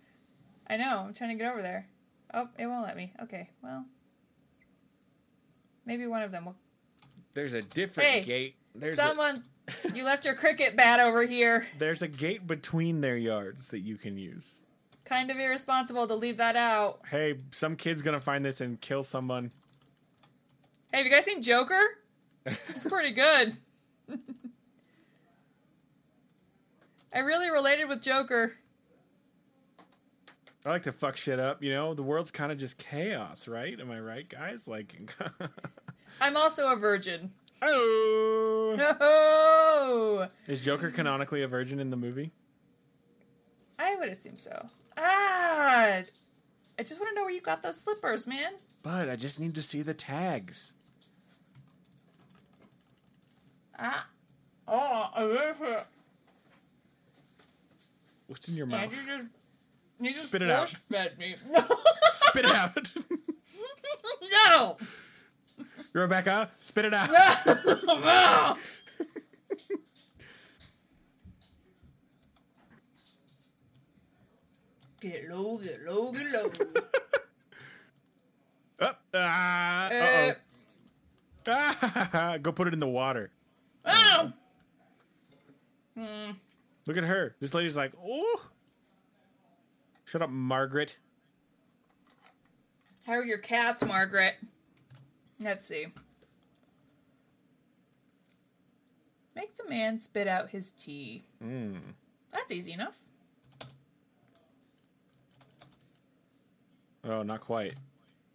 [SPEAKER 2] I know, I'm trying to get over there. Oh, it won't let me. Okay, well. Maybe one of them will.
[SPEAKER 1] There's a different
[SPEAKER 2] Hey,
[SPEAKER 1] gate. There's
[SPEAKER 2] Someone, you left your cricket bat over here.
[SPEAKER 1] a, there's a gate between their yards that you can use.
[SPEAKER 2] Kind of irresponsible to leave that out.
[SPEAKER 1] Hey, some kid's gonna find this and kill someone.
[SPEAKER 2] Hey, have you guys seen Joker? It's pretty good. I really related with Joker.
[SPEAKER 1] I like to fuck shit up, you know. The world's kind of just chaos, right? Am I right, guys? Like,
[SPEAKER 2] I'm also a virgin.
[SPEAKER 1] oh,
[SPEAKER 2] Oh,
[SPEAKER 1] is Joker canonically a virgin in the movie?
[SPEAKER 2] I would assume so. Ah, I just want to know where you got those slippers, man.
[SPEAKER 1] But I just need to see the tags.
[SPEAKER 2] Ah, oh, I love it.
[SPEAKER 1] What's in your
[SPEAKER 2] Man,
[SPEAKER 1] mouth?
[SPEAKER 2] you just, you just
[SPEAKER 1] Spit it out.
[SPEAKER 2] force fed me.
[SPEAKER 1] spit it out,
[SPEAKER 2] no,
[SPEAKER 1] Rebecca. Spit it out.
[SPEAKER 2] no. Get low, get low, get low.
[SPEAKER 1] Ah, uh-oh. Ah, go put it in the water. Mm-hmm.
[SPEAKER 2] Oh!
[SPEAKER 1] Look at her. This lady's like, oh. Shut up, Margaret.
[SPEAKER 2] How are your cats, Margaret? Let's see. Make the man spit out his tea.
[SPEAKER 1] Mm.
[SPEAKER 2] That's easy enough.
[SPEAKER 1] Oh, not quite.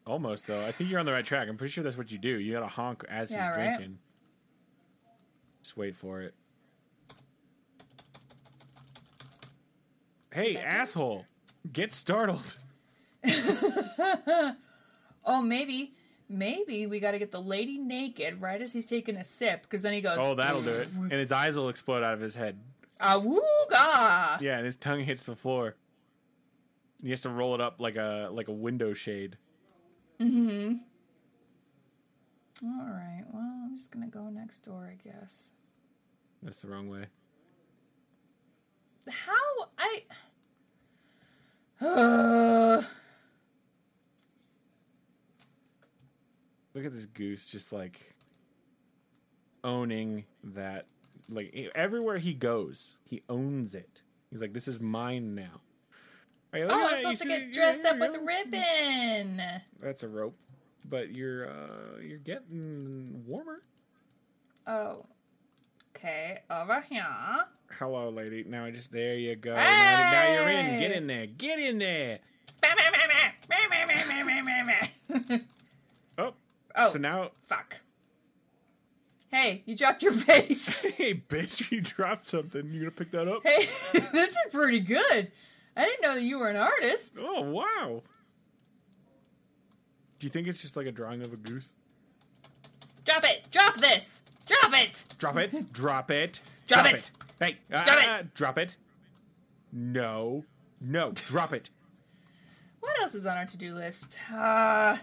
[SPEAKER 1] Almost though. I think you're on the right track. I'm pretty sure that's what you do. You gotta honk as
[SPEAKER 2] Yeah,
[SPEAKER 1] he's
[SPEAKER 2] right?
[SPEAKER 1] drinking. Just wait for it. Hey, asshole! Get startled.
[SPEAKER 2] Oh, maybe, maybe we gotta get the lady naked right as he's taking a sip, because then he goes,
[SPEAKER 1] Oh, that'll do it. And his eyes will explode out of his head.
[SPEAKER 2] awooga!
[SPEAKER 1] Yeah, and his tongue hits the floor. He has to roll it up like a like a window shade.
[SPEAKER 2] All right, well, I'm just gonna go next door, I guess.
[SPEAKER 1] That's the wrong way.
[SPEAKER 2] How I. Uh,
[SPEAKER 1] Look at this goose just like owning that. Like e, everywhere he goes, he owns it. He's like, "This is mine now." Hey, look
[SPEAKER 2] oh,
[SPEAKER 1] at
[SPEAKER 2] I'm
[SPEAKER 1] that. You
[SPEAKER 2] supposed to
[SPEAKER 1] see-
[SPEAKER 2] get
[SPEAKER 1] yeah,
[SPEAKER 2] dressed
[SPEAKER 1] here
[SPEAKER 2] up
[SPEAKER 1] we
[SPEAKER 2] with
[SPEAKER 1] go.
[SPEAKER 2] ribbon.
[SPEAKER 1] That's a rope, but you're uh you're getting warmer.
[SPEAKER 2] Oh, okay, over here.
[SPEAKER 1] Hello, lady. Now I just there you go. Now, now you're in. Get
[SPEAKER 2] Hey!
[SPEAKER 1] in there. Get in there. Oh,
[SPEAKER 2] oh,
[SPEAKER 1] so now
[SPEAKER 2] fuck. Hey, you dropped your face.
[SPEAKER 1] hey bitch, you dropped something. You gonna pick that up?
[SPEAKER 2] Hey, this is pretty good. I didn't know that you were an artist.
[SPEAKER 1] Oh wow. Do you think it's just like a drawing of a goose?
[SPEAKER 2] Drop it. Drop this. Drop it.
[SPEAKER 1] Drop it. drop it.
[SPEAKER 2] Drop it.
[SPEAKER 1] Hey, drop
[SPEAKER 2] Drop
[SPEAKER 1] it. Drop it. No. No, drop it.
[SPEAKER 2] What else is on our to-do list? Uh,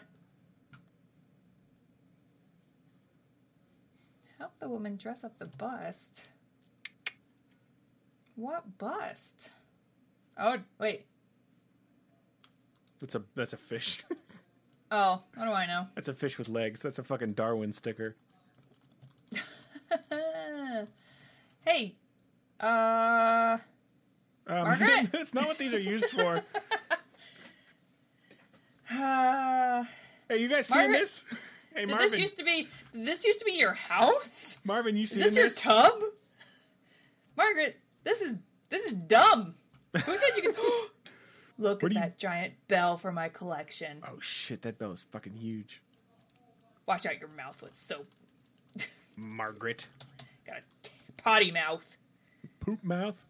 [SPEAKER 2] help the woman dress up the bust. What bust? Oh wait.
[SPEAKER 1] That's a that's a fish.
[SPEAKER 2] Oh, what do I know?
[SPEAKER 1] that's a fish with legs. That's a fucking Darwin sticker.
[SPEAKER 2] hey, uh,
[SPEAKER 1] Um,
[SPEAKER 2] Margaret!
[SPEAKER 1] that's not what these are used for.
[SPEAKER 2] uh
[SPEAKER 1] Hey, you guys seen
[SPEAKER 2] Margaret,
[SPEAKER 1] this? Hey,
[SPEAKER 2] did
[SPEAKER 1] Marvin.
[SPEAKER 2] this used to be? Did this used to be your house?
[SPEAKER 1] Marvin, you seen
[SPEAKER 2] Is this your
[SPEAKER 1] this?
[SPEAKER 2] tub? Margaret, this is this is dumb. Who said you could look
[SPEAKER 1] What
[SPEAKER 2] at
[SPEAKER 1] do you-
[SPEAKER 2] that giant bell for my collection?
[SPEAKER 1] oh shit, that bell is fucking huge.
[SPEAKER 2] Wash out your mouth with soap.
[SPEAKER 1] Margaret.
[SPEAKER 2] Got a t- potty mouth.
[SPEAKER 1] Poop mouth.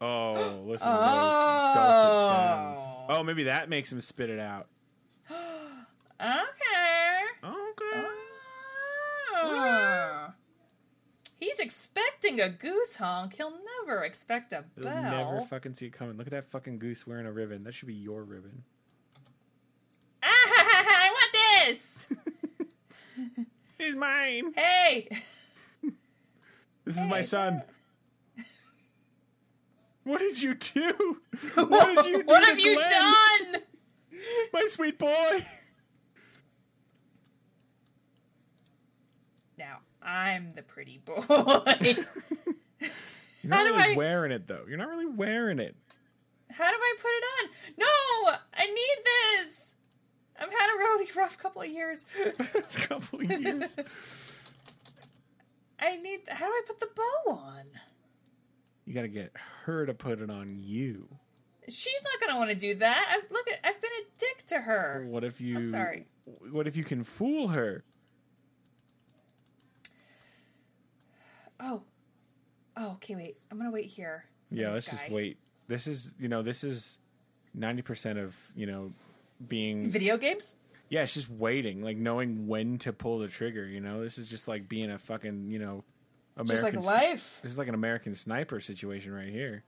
[SPEAKER 1] Oh, listen to
[SPEAKER 2] Oh.
[SPEAKER 1] those dulcet sounds. Oh, maybe that makes him spit it out.
[SPEAKER 2] Okay.
[SPEAKER 1] Okay.
[SPEAKER 2] Oh, Ah. He's expecting a goose honk. He'll never expect a
[SPEAKER 1] You'll
[SPEAKER 2] bell.
[SPEAKER 1] never fucking see it coming. Look at that fucking goose wearing a ribbon. That should be your ribbon.
[SPEAKER 2] ah, ha, ha, ha, I want this.
[SPEAKER 1] He's mine.
[SPEAKER 2] hey.
[SPEAKER 1] This is my
[SPEAKER 2] Hey,
[SPEAKER 1] son. What did you do?
[SPEAKER 2] What,
[SPEAKER 1] What did you do? to
[SPEAKER 2] have you
[SPEAKER 1] Glenn?
[SPEAKER 2] done?
[SPEAKER 1] My sweet boy.
[SPEAKER 2] Now I'm the pretty boy.
[SPEAKER 1] You're not
[SPEAKER 2] How do
[SPEAKER 1] really
[SPEAKER 2] I-
[SPEAKER 1] wearing it though. You're not really wearing it.
[SPEAKER 2] How do I put it on? No, I need this. I've had a really rough couple of years.
[SPEAKER 1] It's a couple of years.
[SPEAKER 2] I need. How do I put the bow on?
[SPEAKER 1] You gotta get her to put it on you.
[SPEAKER 2] She's not gonna want to do that. I've look. At, I've been a dick to her.
[SPEAKER 1] What if you?
[SPEAKER 2] sorry.
[SPEAKER 1] What if you can fool her?
[SPEAKER 2] Oh, oh. Okay, wait. I'm gonna wait here. for
[SPEAKER 1] Yeah,
[SPEAKER 2] this
[SPEAKER 1] let's just
[SPEAKER 2] guy.
[SPEAKER 1] wait. This is you know this is ninety percent of you know being
[SPEAKER 2] Video games.
[SPEAKER 1] yeah it's just waiting like knowing when to pull the trigger. You know this is just like being a fucking you know American
[SPEAKER 2] Just like
[SPEAKER 1] sni-
[SPEAKER 2] life.
[SPEAKER 1] This is like an American sniper situation right here.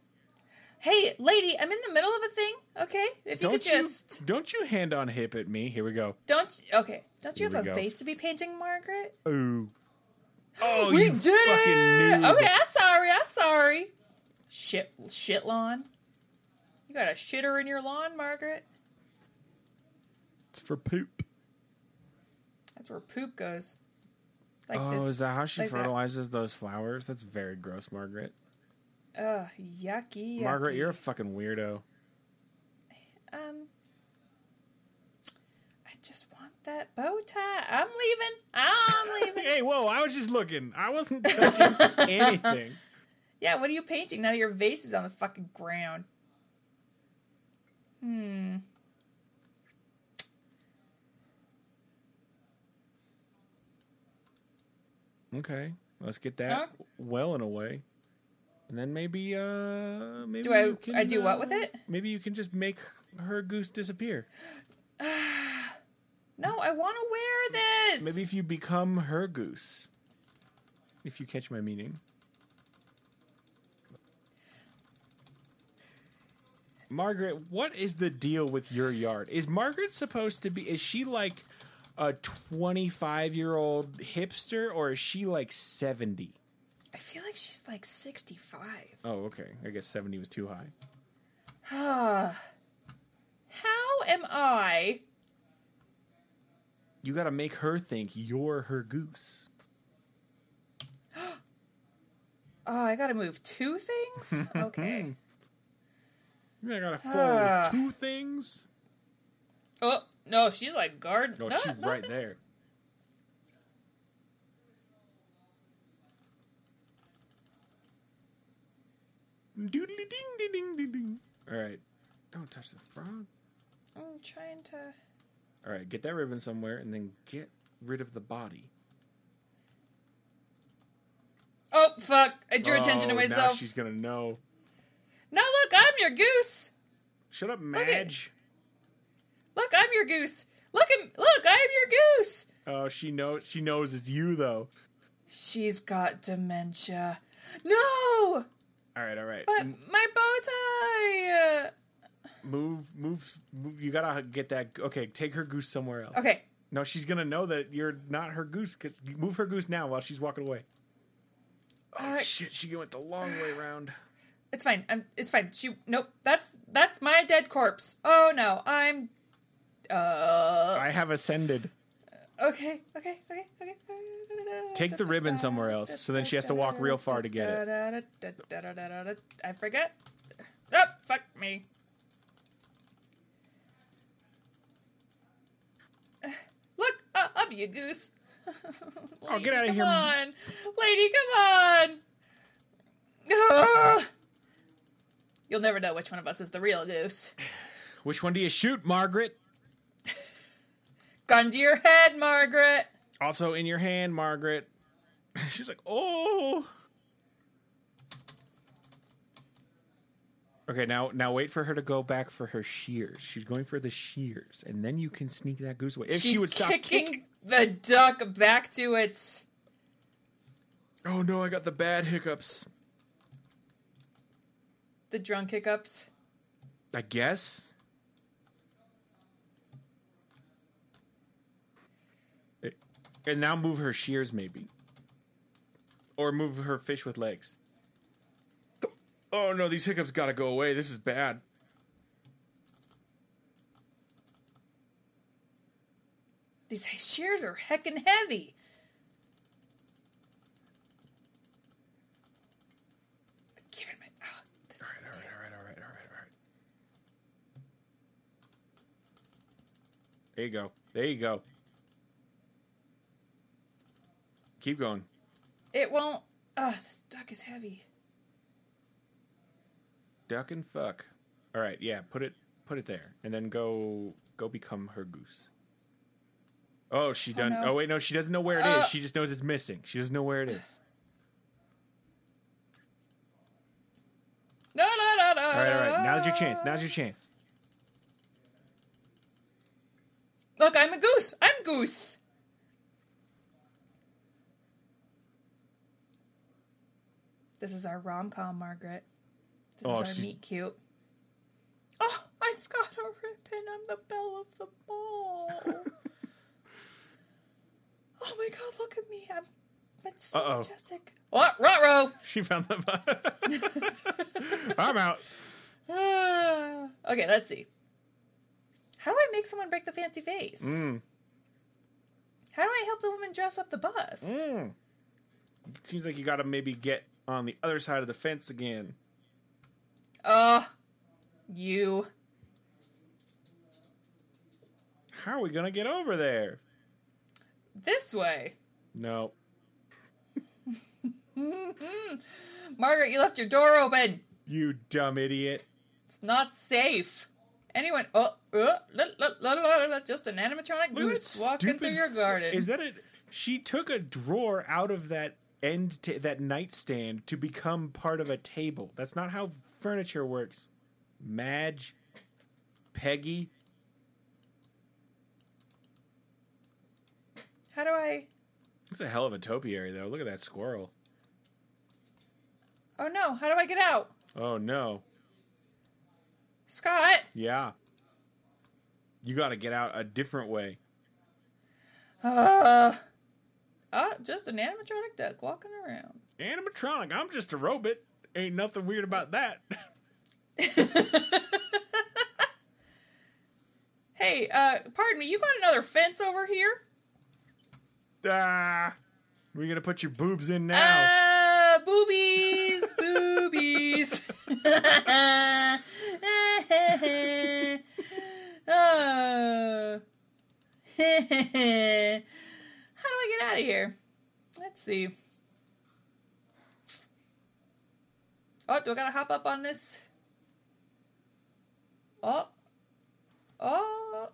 [SPEAKER 2] Hey, lady, I'm in the middle of a thing. Okay, if you
[SPEAKER 1] Don't
[SPEAKER 2] could just
[SPEAKER 1] you don't you hand on hip at me? Here we go.
[SPEAKER 2] don't. Okay, don't you
[SPEAKER 1] Here
[SPEAKER 2] have a
[SPEAKER 1] we go.
[SPEAKER 2] vase to be painting, Margaret?
[SPEAKER 1] Ooh. Oh,
[SPEAKER 2] we
[SPEAKER 1] you
[SPEAKER 2] did
[SPEAKER 1] fucking
[SPEAKER 2] it!
[SPEAKER 1] noob.
[SPEAKER 2] Okay, I'm sorry. I'm sorry. Shit, shit lawn. You got a shitter in your lawn, Margaret.
[SPEAKER 1] for poop.
[SPEAKER 2] That's where poop goes. Like
[SPEAKER 1] Oh, is that how she
[SPEAKER 2] like that.
[SPEAKER 1] fertilizes those flowers? That's very gross, Margaret.
[SPEAKER 2] Ugh, yucky.
[SPEAKER 1] Margaret,
[SPEAKER 2] yucky.
[SPEAKER 1] you're a fucking weirdo.
[SPEAKER 2] Um, I just want that bow tie. I'm leaving. I'm leaving.
[SPEAKER 1] Hey, whoa! I was just looking. I wasn't touching anything.
[SPEAKER 2] yeah, what are you painting? Now that your vase is on the fucking ground. Hmm.
[SPEAKER 1] Okay, let's get that
[SPEAKER 2] Huh?
[SPEAKER 1] well in a way, and then maybe uh maybe
[SPEAKER 2] Do I-
[SPEAKER 1] you can,
[SPEAKER 2] I do what
[SPEAKER 1] uh,
[SPEAKER 2] with it?
[SPEAKER 1] Maybe you can just make her goose disappear.
[SPEAKER 2] No, I want to wear this.
[SPEAKER 1] Maybe if you become her goose, if you catch my meaning. Margaret, what is the deal with your yard? Is Margaret supposed to be? Is she like a twenty-five-year-old hipster, or is she like seventy?
[SPEAKER 2] I feel like she's like 65.
[SPEAKER 1] Oh, okay. I guess 70 was too high.
[SPEAKER 2] Ah. How am I?
[SPEAKER 1] You got to make her think you're her goose.
[SPEAKER 2] Oh, I gotta move two things? Okay.
[SPEAKER 1] You got to fold
[SPEAKER 2] Ah.
[SPEAKER 1] two things.
[SPEAKER 2] oh, no, she's like guard.
[SPEAKER 1] Oh,
[SPEAKER 2] no,
[SPEAKER 1] she's right
[SPEAKER 2] nothing.
[SPEAKER 1] there. Doodly ding ding ding ding ding. All right. Don't touch the frog.
[SPEAKER 2] I'm trying to.
[SPEAKER 1] All right, get that ribbon somewhere and then get rid of the body.
[SPEAKER 2] Oh, fuck. I drew attention to
[SPEAKER 1] Oh, now
[SPEAKER 2] myself.
[SPEAKER 1] she's going to know.
[SPEAKER 2] No, look, I'm your goose.
[SPEAKER 1] Shut up,
[SPEAKER 2] at-
[SPEAKER 1] Madge.
[SPEAKER 2] Look, I'm your goose. Look at look, I'm your goose.
[SPEAKER 1] Oh, she knows she knows it's you though.
[SPEAKER 2] She's got dementia. No,
[SPEAKER 1] All right, all right.
[SPEAKER 2] but my bow tie. Uh,
[SPEAKER 1] move, move, move. You gotta get that. Okay, take her goose somewhere else.
[SPEAKER 2] okay,
[SPEAKER 1] No, she's gonna know that you're not her goose. Cause you move her goose now while she's walking away. Oh
[SPEAKER 2] Uh,
[SPEAKER 1] shit! She went the long way round.
[SPEAKER 2] it's fine. I'm, it's fine. She nope. That's that's my dead corpse. Oh no, I'm. Uh.
[SPEAKER 1] I have ascended.
[SPEAKER 2] Okay. Okay. Okay. Okay.
[SPEAKER 1] Take the ribbon somewhere else, so then she has to walk real far to get
[SPEAKER 2] it. I forgot. Oh, fuck me. Look, uh, up you goose.
[SPEAKER 1] Oh, get outta
[SPEAKER 2] Lady,
[SPEAKER 1] here.
[SPEAKER 2] Come on, lady, come on. Ugh. You'll never know which one of us is the real goose.
[SPEAKER 1] Which one do you shoot, Margaret?
[SPEAKER 2] Gun to your head, Margaret.
[SPEAKER 1] Also in your hand, Margaret. She's like, oh. Okay, now now wait for her to go back for her shears. She's going for the shears, and then you can sneak that goose away. If
[SPEAKER 2] She's
[SPEAKER 1] she would stop
[SPEAKER 2] kicking, the duck back to its.
[SPEAKER 1] Oh no, I got the bad hiccups.
[SPEAKER 2] the drunk hiccups.
[SPEAKER 1] I guess. It- And now move her shears, maybe. Or move her fish with legs. Oh no, these hiccups gotta go away. This is bad.
[SPEAKER 2] These shears are heckin' heavy. Give it my. Oh, this,
[SPEAKER 1] Alright, alright, alright, alright, alright, alright. There you go. There you go. Keep going.
[SPEAKER 2] it won't. Oh, this duck is heavy.
[SPEAKER 1] Duck and fuck. All right, yeah, put it put it there, and then go go become her goose. Oh, she done. Oh,
[SPEAKER 2] no.
[SPEAKER 1] wait, no, she doesn't know where it is.
[SPEAKER 2] Uh.
[SPEAKER 1] She just knows it's missing. She doesn't know where it is.
[SPEAKER 2] No, no, no, no.
[SPEAKER 1] All right, all right. Now's your chance. Now's your chance.
[SPEAKER 2] Look, I'm a goose. I'm goose. This is our rom com, Margaret. This
[SPEAKER 1] Oh,
[SPEAKER 2] is our
[SPEAKER 1] she-
[SPEAKER 2] meet cute. Oh, I've got a ribbon. I'm the belle of the ball. oh my god, look at me. I'm that's so
[SPEAKER 1] Uh-oh.
[SPEAKER 2] majestic. What? Rotro!
[SPEAKER 1] She found the. I'm out.
[SPEAKER 2] Ah. okay, let's see. How do I make someone break the fancy vase?
[SPEAKER 1] Mm.
[SPEAKER 2] How do I help the woman dress up the bust?
[SPEAKER 1] Mm. Hmm. Seems like you got to maybe get on the other side of the fence again.
[SPEAKER 2] Ugh. You.
[SPEAKER 1] How are we gonna get over there?
[SPEAKER 2] This way.
[SPEAKER 1] No.
[SPEAKER 2] Margaret, you left your door open.
[SPEAKER 1] You dumb idiot.
[SPEAKER 2] It's not safe. Anyone. Oh, uh, la, la, la, la, la, just an animatronic
[SPEAKER 1] Look at
[SPEAKER 2] goose
[SPEAKER 1] that
[SPEAKER 2] walking
[SPEAKER 1] stupid
[SPEAKER 2] through your
[SPEAKER 1] fr-
[SPEAKER 2] garden.
[SPEAKER 1] Is that it? She took a drawer out of that end ta- that nightstand to become part of a table. That's not how furniture works. Madge, Peggy,
[SPEAKER 2] How do I.
[SPEAKER 1] it's a hell of a topiary though. Look at that squirrel.
[SPEAKER 2] Oh no, how do I get out?
[SPEAKER 1] Oh no.
[SPEAKER 2] Scott!
[SPEAKER 1] Yeah. You got to get out a different way.
[SPEAKER 2] Uh, uh, just an animatronic duck walking around.
[SPEAKER 1] Animatronic. I'm just a robot. Ain't nothing weird about that.
[SPEAKER 2] Hey, uh, pardon me, you got another fence over here?
[SPEAKER 1] ah, we're gonna put your boobs in now.
[SPEAKER 2] Uh, boobies, boobies. Uh, How do I get out of here? Let's see. Oh, do I gotta hop up on this? Oh. Oh.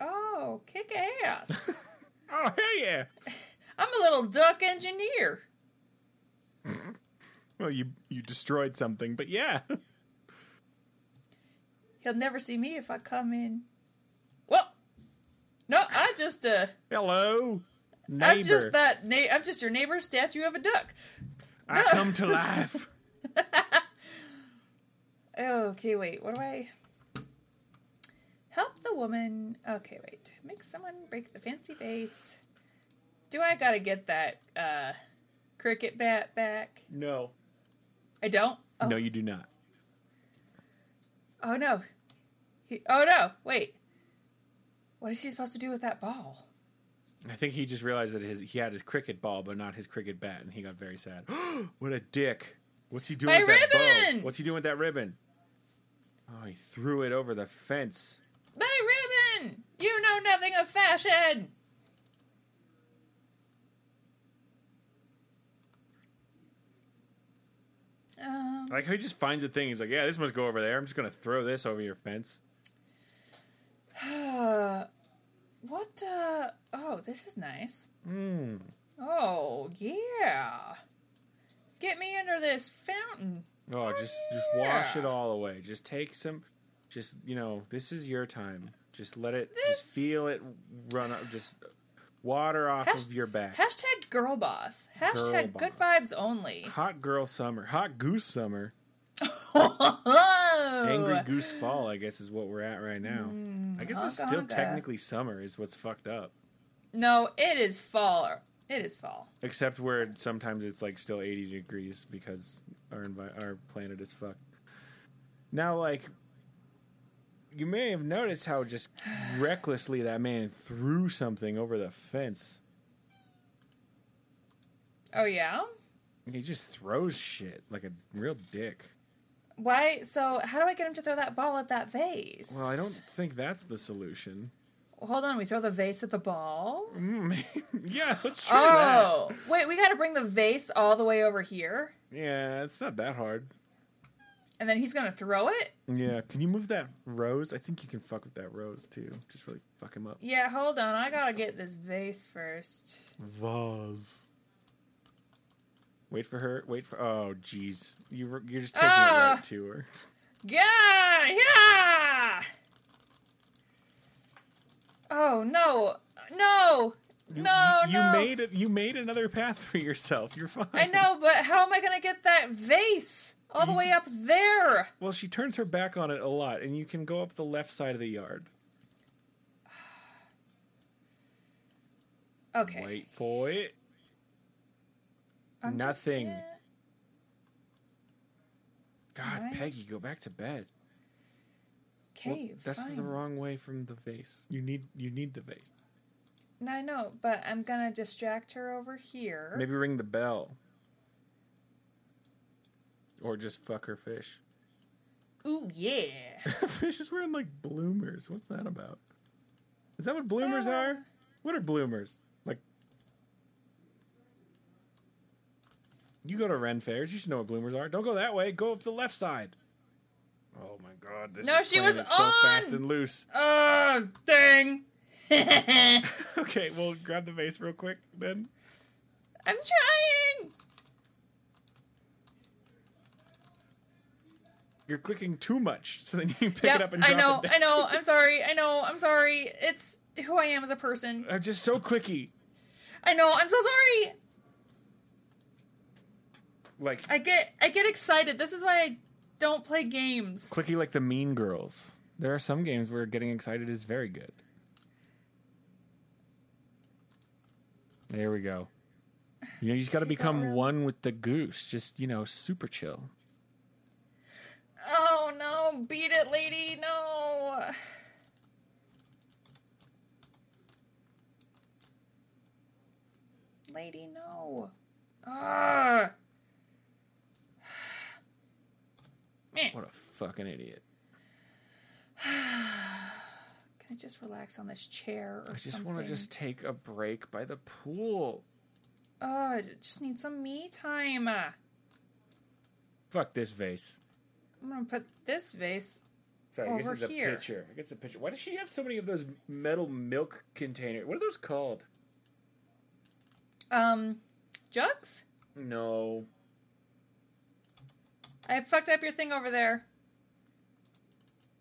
[SPEAKER 2] Oh, kick ass.
[SPEAKER 1] oh hell yeah.
[SPEAKER 2] I'm a little duck engineer.
[SPEAKER 1] Well, you you destroyed something, but yeah.
[SPEAKER 2] He'll never see me if I come in. Well, no, I just uh,
[SPEAKER 1] Hello, neighbor.
[SPEAKER 2] I'm just that. Na- I'm just your neighbor's statue of a duck.
[SPEAKER 1] I come to life.
[SPEAKER 2] Okay, wait. What do I? Help the woman. Okay, wait. Make someone break the fancy vase. Do I gotta get that uh, cricket bat back?
[SPEAKER 1] No,
[SPEAKER 2] I don't. Oh,
[SPEAKER 1] no, you do not.
[SPEAKER 2] oh no. He, oh no. Wait. What is he supposed to do with that ball?
[SPEAKER 1] I think he just realized that his he had his cricket ball, but not his cricket bat, and he got very sad. what a dick! What's he doing
[SPEAKER 2] My
[SPEAKER 1] with that
[SPEAKER 2] ribbon!
[SPEAKER 1] bow? What's he doing with that ribbon? Oh, he threw it over the fence.
[SPEAKER 2] My ribbon! You know nothing of fashion! Um,
[SPEAKER 1] Like how he just finds a thing. He's like, "Yeah, this must go over there. I'm just gonna throw this over your fence."
[SPEAKER 2] Uh, what, uh, oh, this is nice.
[SPEAKER 1] Hmm.
[SPEAKER 2] Oh, yeah. Get me under this fountain.
[SPEAKER 1] Oh, just just wash it
[SPEAKER 2] yeah.
[SPEAKER 1] all away. Just take some. Just you know, this is your time. Just let it.
[SPEAKER 2] This-
[SPEAKER 1] Just feel it run up. Just water off
[SPEAKER 2] Hash-
[SPEAKER 1] of your back.
[SPEAKER 2] Hashtag girl boss. Hashtag
[SPEAKER 1] Girl
[SPEAKER 2] good
[SPEAKER 1] boss.
[SPEAKER 2] vibes only.
[SPEAKER 1] Hot girl summer. Hot goose summer. Angry goose fall. I guess is what we're at right now. I guess it's
[SPEAKER 2] honka,
[SPEAKER 1] still
[SPEAKER 2] honka.
[SPEAKER 1] technically summer. Is what's fucked up.
[SPEAKER 2] No, it is fall. It is fall.
[SPEAKER 1] Except where sometimes it's like still 80 degrees because our envi- our planet is fucked. Now, like, you may have noticed how just recklessly that man threw something over the fence.
[SPEAKER 2] Oh, yeah?
[SPEAKER 1] He just throws shit like a real dick.
[SPEAKER 2] Why? So how do I get him to throw that ball at that vase?
[SPEAKER 1] Well, I don't think that's the solution.
[SPEAKER 2] Well, hold on. We throw the vase at the ball.
[SPEAKER 1] Mm, yeah, let's try
[SPEAKER 2] Oh, wait. We got to bring the vase all the way over here,
[SPEAKER 1] that. Yeah, it's not that hard.
[SPEAKER 2] and then he's gonna throw it.
[SPEAKER 1] Yeah, can you move that rose? I think you can fuck with that rose too. Just really fuck him up.
[SPEAKER 2] Yeah. Hold on. I gotta get this vase first.
[SPEAKER 1] Vase. Wait for her. Wait for. Oh, jeez. You were- you're just taking it
[SPEAKER 2] Ah.
[SPEAKER 1] right to her.
[SPEAKER 2] Yeah. Yeah. Oh no! No! No!
[SPEAKER 1] you
[SPEAKER 2] Oh, no!
[SPEAKER 1] made it. You made another path for yourself. You're fine.
[SPEAKER 2] I know, but how am I gonna get that vase all the way up there?
[SPEAKER 1] Well, she turns her back on it a lot, and you can go up the left side of the yard.
[SPEAKER 2] Okay.
[SPEAKER 1] Wait for it.
[SPEAKER 2] I'm just,
[SPEAKER 1] Nothing.
[SPEAKER 2] uh,
[SPEAKER 1] God,
[SPEAKER 2] Right.
[SPEAKER 3] Peggy, go back to bed. Well,
[SPEAKER 2] Okay,
[SPEAKER 3] that's
[SPEAKER 2] fine.
[SPEAKER 3] the wrong way from the vase.
[SPEAKER 1] You need you need the vase.
[SPEAKER 2] No, I know, but I'm gonna distract her over here.
[SPEAKER 3] Maybe ring the bell. Or just fuck her fish.
[SPEAKER 2] Ooh yeah.
[SPEAKER 3] fish is wearing like bloomers. What's that about? Is that what bloomers
[SPEAKER 2] Ah.
[SPEAKER 3] are? What are bloomers? Like You go to Ren fairs, you should know what bloomers are. Don't go that way. Go up the left side. Oh my god, this
[SPEAKER 2] No,
[SPEAKER 3] is
[SPEAKER 2] she
[SPEAKER 3] playing
[SPEAKER 2] was
[SPEAKER 3] it so fast
[SPEAKER 2] on!
[SPEAKER 3] and loose.
[SPEAKER 2] oh dang. I'm
[SPEAKER 3] Okay, well grab the vase real quick then.
[SPEAKER 2] trying.
[SPEAKER 3] You're clicking too much, so then you pick
[SPEAKER 2] yep,
[SPEAKER 3] it up and
[SPEAKER 2] I
[SPEAKER 3] drop
[SPEAKER 2] know,
[SPEAKER 3] it down.
[SPEAKER 2] I know. I'm sorry. I know. I'm sorry. It's who I am as a person.
[SPEAKER 3] I'm just so clicky.
[SPEAKER 2] I know. I'm so sorry.
[SPEAKER 3] Like
[SPEAKER 2] I get I get excited. This is why I don't play games.
[SPEAKER 3] clicky like the mean girls.
[SPEAKER 1] There are some games where getting excited is very good. There we go. You know, you just got to
[SPEAKER 2] Keep that
[SPEAKER 1] become
[SPEAKER 2] around.
[SPEAKER 1] one with the goose. Just you know, super chill.
[SPEAKER 2] Oh no, beat it, lady. No. Lady, no. Ah. Ugh. Man,
[SPEAKER 1] What a fucking idiot!
[SPEAKER 2] can I just relax on this chair or
[SPEAKER 1] I just
[SPEAKER 2] something?
[SPEAKER 1] want to just take a break by the pool.
[SPEAKER 2] Oh, just need some me time. Ah, I'm
[SPEAKER 1] Fuck this vase.
[SPEAKER 2] gonna put this vase.
[SPEAKER 1] Sorry, I
[SPEAKER 2] Over
[SPEAKER 1] guess it's
[SPEAKER 2] here.
[SPEAKER 1] a pitcher. I guess it's a pitcher. Why does she have so many of those metal milk containers? What are those called?
[SPEAKER 2] Um, jugs.
[SPEAKER 1] No.
[SPEAKER 2] I fucked up your thing over there.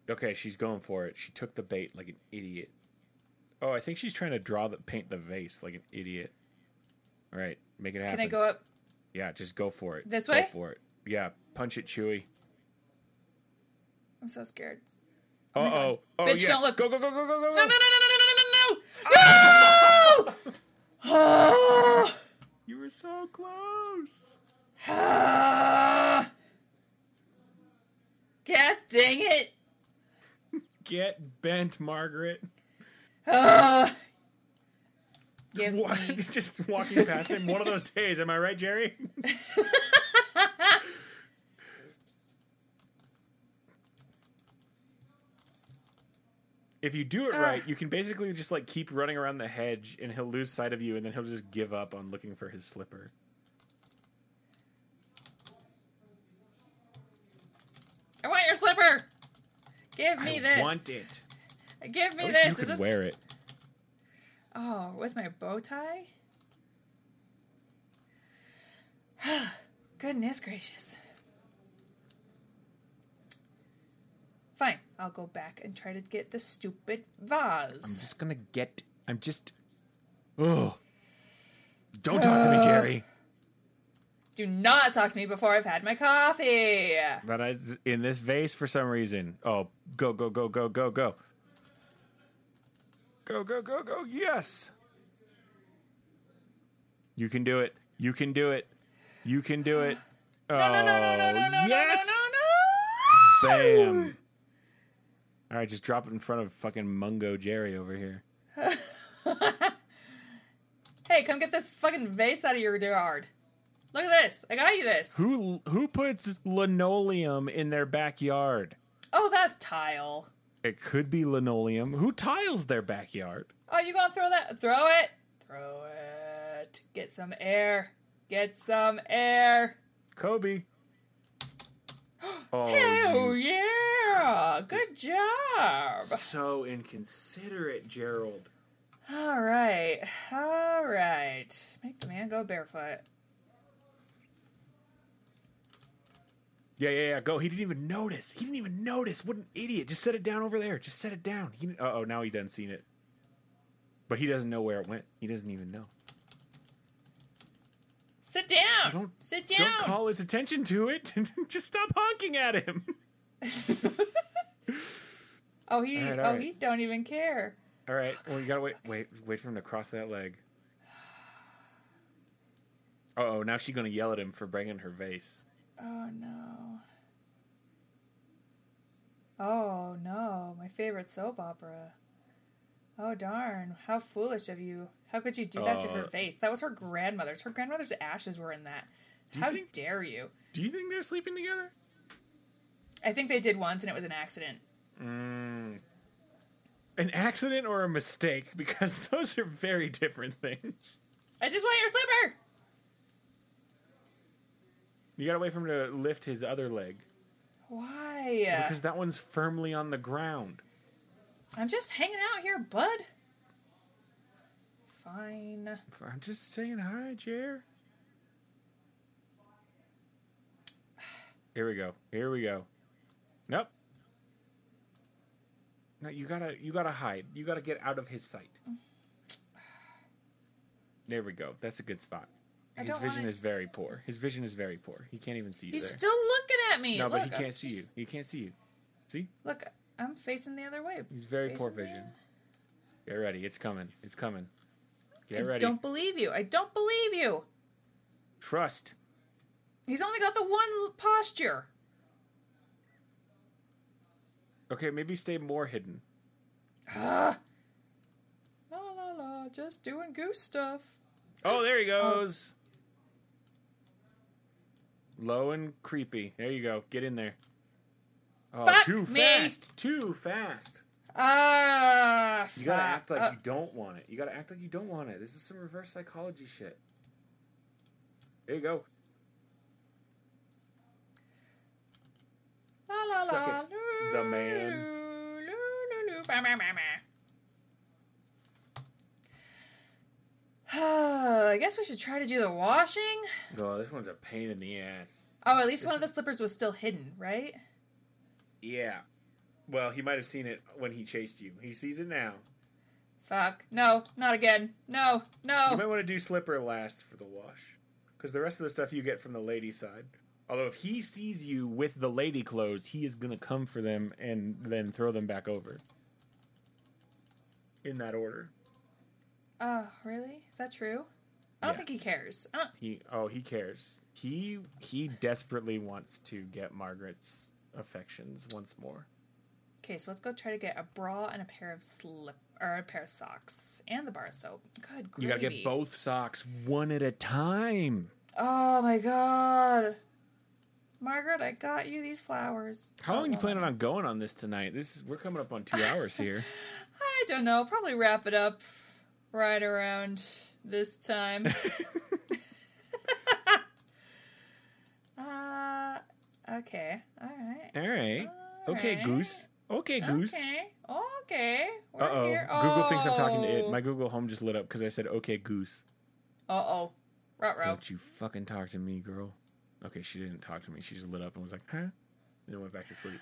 [SPEAKER 1] Okay, she's going for it. She took the bait like an idiot. Oh, I think she's trying to draw the paint the vase like an idiot. All right, make it happen.
[SPEAKER 2] Can I go up?
[SPEAKER 1] Yeah, just go for it.
[SPEAKER 2] This
[SPEAKER 1] go
[SPEAKER 2] way?
[SPEAKER 1] for it. Yeah, punch it, Chewy.
[SPEAKER 2] I'm so scared.
[SPEAKER 1] Uh oh. Oh
[SPEAKER 2] Bitch,
[SPEAKER 1] yes.
[SPEAKER 2] don't look.
[SPEAKER 1] Go go go go go go.
[SPEAKER 2] No,
[SPEAKER 1] go.
[SPEAKER 2] no, no, no, no, no, no, no, no, no! Ah!
[SPEAKER 1] You were so close.
[SPEAKER 2] Ah! God dang it!
[SPEAKER 3] Get bent, Margaret.
[SPEAKER 2] Ah! Give
[SPEAKER 3] What?
[SPEAKER 2] me.
[SPEAKER 3] Just walking past him. One of those days. Am I right, Jerry?
[SPEAKER 1] If you do it
[SPEAKER 2] Ah.
[SPEAKER 1] right, you can basically just like keep running around the hedge, and he'll lose sight of you, and then he'll just give up on looking for his slipper.
[SPEAKER 2] I want your slipper. Give me
[SPEAKER 1] I
[SPEAKER 2] this.
[SPEAKER 1] want it.
[SPEAKER 2] Give
[SPEAKER 1] I
[SPEAKER 2] me
[SPEAKER 1] wish
[SPEAKER 2] this.
[SPEAKER 1] you could
[SPEAKER 2] Is this?
[SPEAKER 1] wear it.
[SPEAKER 2] Oh, with my bow tie. Goodness gracious. Fine, I'll go back and try to get the stupid
[SPEAKER 1] I'm
[SPEAKER 2] vase.
[SPEAKER 1] just gonna get. I'm just. Ugh. Don't talk to me, Jerry.
[SPEAKER 2] Do not talk to me before I've had my coffee.
[SPEAKER 1] But I, in this vase for some reason. Oh, go go go go go go. Go go go go. Yes. You can do it. You can do it. You can do it. Oh,
[SPEAKER 2] No, no, no, no, no, no, no,
[SPEAKER 1] yes.
[SPEAKER 2] no, no, no, no.
[SPEAKER 1] Bam. All right, just drop it in front of fucking Mungo Jerry over here.
[SPEAKER 2] Hey, come get this fucking vase out of your yard. Look at this. I got you this.
[SPEAKER 1] Who who puts linoleum in their backyard?
[SPEAKER 2] Oh, that's tile.
[SPEAKER 1] It could be linoleum. Who tiles their backyard?
[SPEAKER 2] Oh, you gonna throw that? Throw it! Throw it! Get some air! Get some air!
[SPEAKER 1] Kobe. Oh,
[SPEAKER 2] Oh yeah! Good job!
[SPEAKER 3] So inconsiderate, Gerald.
[SPEAKER 2] All right, all right. Make the man go barefoot.
[SPEAKER 1] Yeah, yeah, yeah. Go. He didn't even notice. He didn't even notice. What an idiot. Just set it down over there. Just set it down. He, uh oh, now he done seen it. But he doesn't know where it went. He doesn't even know.
[SPEAKER 2] Sit down.
[SPEAKER 1] Don't-
[SPEAKER 2] Sit down.
[SPEAKER 1] Don't call his attention to it. Just stop honking at him.
[SPEAKER 2] oh, he.
[SPEAKER 1] All right, all
[SPEAKER 2] oh,
[SPEAKER 1] right.
[SPEAKER 2] he don't even care.
[SPEAKER 1] All right. Well, you gotta wait. Wait. Wait for him to cross that leg. Uh oh. Now she's gonna yell at him for bringing her vase.
[SPEAKER 2] Oh no. Oh no, my favorite soap opera. Oh darn, how foolish of you. How could you do that to her
[SPEAKER 4] Uh,
[SPEAKER 2] face? That was her grandmother's. Her grandmother's ashes were in that.
[SPEAKER 4] you
[SPEAKER 2] How
[SPEAKER 4] think-
[SPEAKER 2] dare you?
[SPEAKER 4] Do you think they're sleeping together?
[SPEAKER 2] I think they did once and it was an accident.
[SPEAKER 1] An accident or a mistake? Because those are very different things.
[SPEAKER 2] I just want your slipper!
[SPEAKER 1] You gotta wait for him to lift his other leg
[SPEAKER 2] Why?
[SPEAKER 1] because that one's firmly on the ground.
[SPEAKER 2] I'm just hanging out here, bud. Fine.
[SPEAKER 1] I'm just saying hi, Jer. Here we go. Here we go. Nope. No, you gotta you gotta hide. You gotta get out of his sight. There we go. That's a good spot.
[SPEAKER 2] I
[SPEAKER 1] His
[SPEAKER 2] don't
[SPEAKER 1] vision
[SPEAKER 2] wanna-
[SPEAKER 1] is very poor. His vision is very poor. He can't even see you
[SPEAKER 2] He's
[SPEAKER 1] there.
[SPEAKER 2] still looking at me.
[SPEAKER 1] no, but
[SPEAKER 2] Look,
[SPEAKER 1] he
[SPEAKER 2] I'm
[SPEAKER 1] can't see you.
[SPEAKER 2] just-
[SPEAKER 1] He can't see you. See?
[SPEAKER 2] Look, I'm facing the other way.
[SPEAKER 1] He's very poor
[SPEAKER 2] Facing the-
[SPEAKER 1] vision. Get ready. It's coming. It's coming. Get
[SPEAKER 2] I
[SPEAKER 1] ready.
[SPEAKER 2] don't believe you. I don't believe you.
[SPEAKER 1] Trust.
[SPEAKER 2] He's only got the one posture.
[SPEAKER 1] Okay, maybe stay more hidden. Ah.
[SPEAKER 2] La la la, just doing goose stuff.
[SPEAKER 1] Oh, there he goes. Low and creepy. There you go. Get in there. Oh,
[SPEAKER 2] Fuck
[SPEAKER 1] too
[SPEAKER 2] me.
[SPEAKER 1] fast. Too fast.
[SPEAKER 2] Ah,
[SPEAKER 1] You gotta
[SPEAKER 2] fuck.
[SPEAKER 1] act like
[SPEAKER 2] Uh,
[SPEAKER 1] you don't want it. You gotta act like you don't want it. This is some reverse psychology shit. There you go.
[SPEAKER 2] la la
[SPEAKER 1] suck
[SPEAKER 2] la.
[SPEAKER 1] it, the man.
[SPEAKER 2] Loo, loo, loo, bah, bah, bah, bah. I guess we should try to do the washing.
[SPEAKER 1] Oh, this one's a pain in the ass.
[SPEAKER 2] Oh, at least one of the slippers was still hidden, right?
[SPEAKER 1] Yeah. Well, he might have seen it when he chased you. He sees it now.
[SPEAKER 2] Fuck. No, not again. No,
[SPEAKER 1] You
[SPEAKER 2] no.
[SPEAKER 1] might want to do slipper last for the wash, because the rest of the stuff you get from the lady side. Although if he sees you with the lady clothes, he is gonna come for them and then throw them back over. In that order.
[SPEAKER 2] Oh, really? Is that true? I don't
[SPEAKER 1] Yeah.
[SPEAKER 2] think he cares. I don't-
[SPEAKER 1] He oh he cares. He he desperately wants to get Margaret's affections once more.
[SPEAKER 2] Okay, so let's go try to get a bra and a pair of slip or a pair of socks and the bar of soap. Good gravy.
[SPEAKER 1] You gotta get both socks one at a time.
[SPEAKER 2] Oh my god. Margaret, I got you these flowers.
[SPEAKER 1] How long are you planning on going on this tonight? This is, we're coming up on two hours here.
[SPEAKER 2] I don't know. Probably wrap it up right around this time. uh, okay. All right.
[SPEAKER 1] All right. Okay,
[SPEAKER 2] Alright.
[SPEAKER 1] Goose. Okay, Goose.
[SPEAKER 2] Okay. Okay. We're
[SPEAKER 1] Uh oh.
[SPEAKER 2] here.
[SPEAKER 1] Google thinks I'm talking to it. My Google Home just lit up because I said, okay, goose.
[SPEAKER 2] Uh oh. Rot row.
[SPEAKER 1] Don't you fucking talk to me, girl. Okay, she didn't talk to me. She just lit up and was like, huh? And then went back to sleep.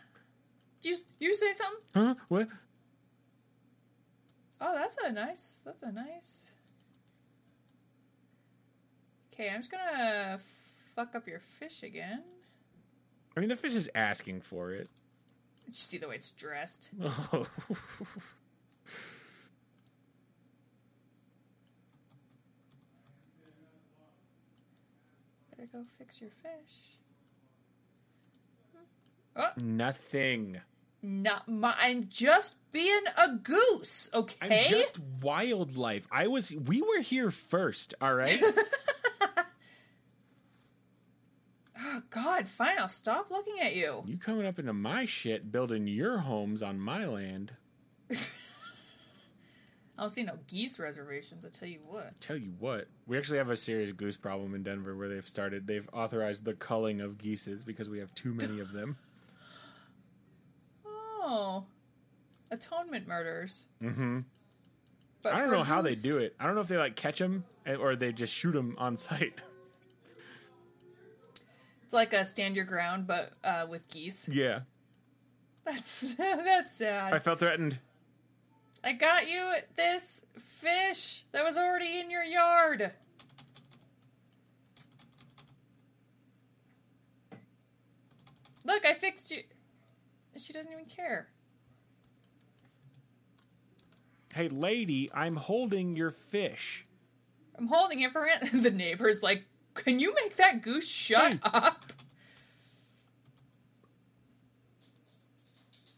[SPEAKER 2] Did you you say something?
[SPEAKER 1] Huh? What?
[SPEAKER 2] Oh, that's a nice. That's a nice. Okay, I'm just gonna fuck up your fish again.
[SPEAKER 1] I mean, the fish is asking for it.
[SPEAKER 2] Did you see the way it's dressed?
[SPEAKER 1] Oh.
[SPEAKER 2] Better go fix your fish. Oh,
[SPEAKER 1] Nothing.
[SPEAKER 2] not my. I'm just being a goose,
[SPEAKER 1] I'm
[SPEAKER 2] okay?
[SPEAKER 1] just wildlife. I was, we were here first, all right?
[SPEAKER 2] Oh, God, fine. I'll stop looking at you.
[SPEAKER 1] you coming up into my shit, building your homes on my land.
[SPEAKER 2] I don't see no geese reservations. I tell you what.
[SPEAKER 1] Tell you what, we actually have a serious goose problem in Denver where they've started, they've authorized the culling of geeses because we have too many of them.
[SPEAKER 2] Oh, atonement murders. Mm-hmm. But
[SPEAKER 1] I don't
[SPEAKER 2] for a
[SPEAKER 1] know how they
[SPEAKER 2] goose-
[SPEAKER 1] do it. I don't know if they like catch them or they just shoot them on sight.
[SPEAKER 2] It's like a stand your ground, but uh, with geese.
[SPEAKER 1] yeah,
[SPEAKER 2] That's that's
[SPEAKER 1] I
[SPEAKER 2] sad.
[SPEAKER 1] felt threatened.
[SPEAKER 2] I got you this fish that was already in your yard. Look, I fixed you. She doesn't even care.
[SPEAKER 1] Hey, lady, I'm holding your fish.
[SPEAKER 2] I'm holding it for it. the neighbor's like, "Can you make that goose shut
[SPEAKER 1] Hey.
[SPEAKER 2] up?"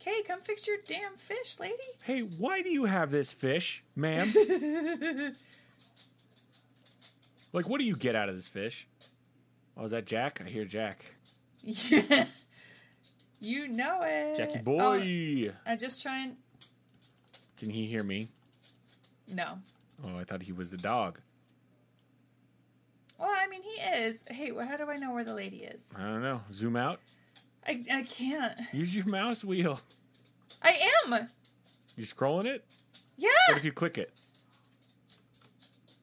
[SPEAKER 2] Okay, Hey, come fix your damn fish, lady.
[SPEAKER 1] Hey, why do you have this fish, ma'am? like, what do you get out of this fish? Oh, is that Jack? I hear Jack.
[SPEAKER 2] Yeah. you know it.
[SPEAKER 1] Jackie
[SPEAKER 2] Oh,
[SPEAKER 1] boy.
[SPEAKER 2] I'm just trying.
[SPEAKER 1] Can he hear me?
[SPEAKER 2] No.
[SPEAKER 1] Oh, I thought he was the dog.
[SPEAKER 2] Well, I mean, he is. Hey, wh- how do I know where the lady is?
[SPEAKER 1] I don't know. Zoom out.
[SPEAKER 2] I, I can't.
[SPEAKER 1] Use your mouse wheel.
[SPEAKER 2] I am.
[SPEAKER 1] You scrolling it? What
[SPEAKER 2] Yeah.
[SPEAKER 1] if you click it?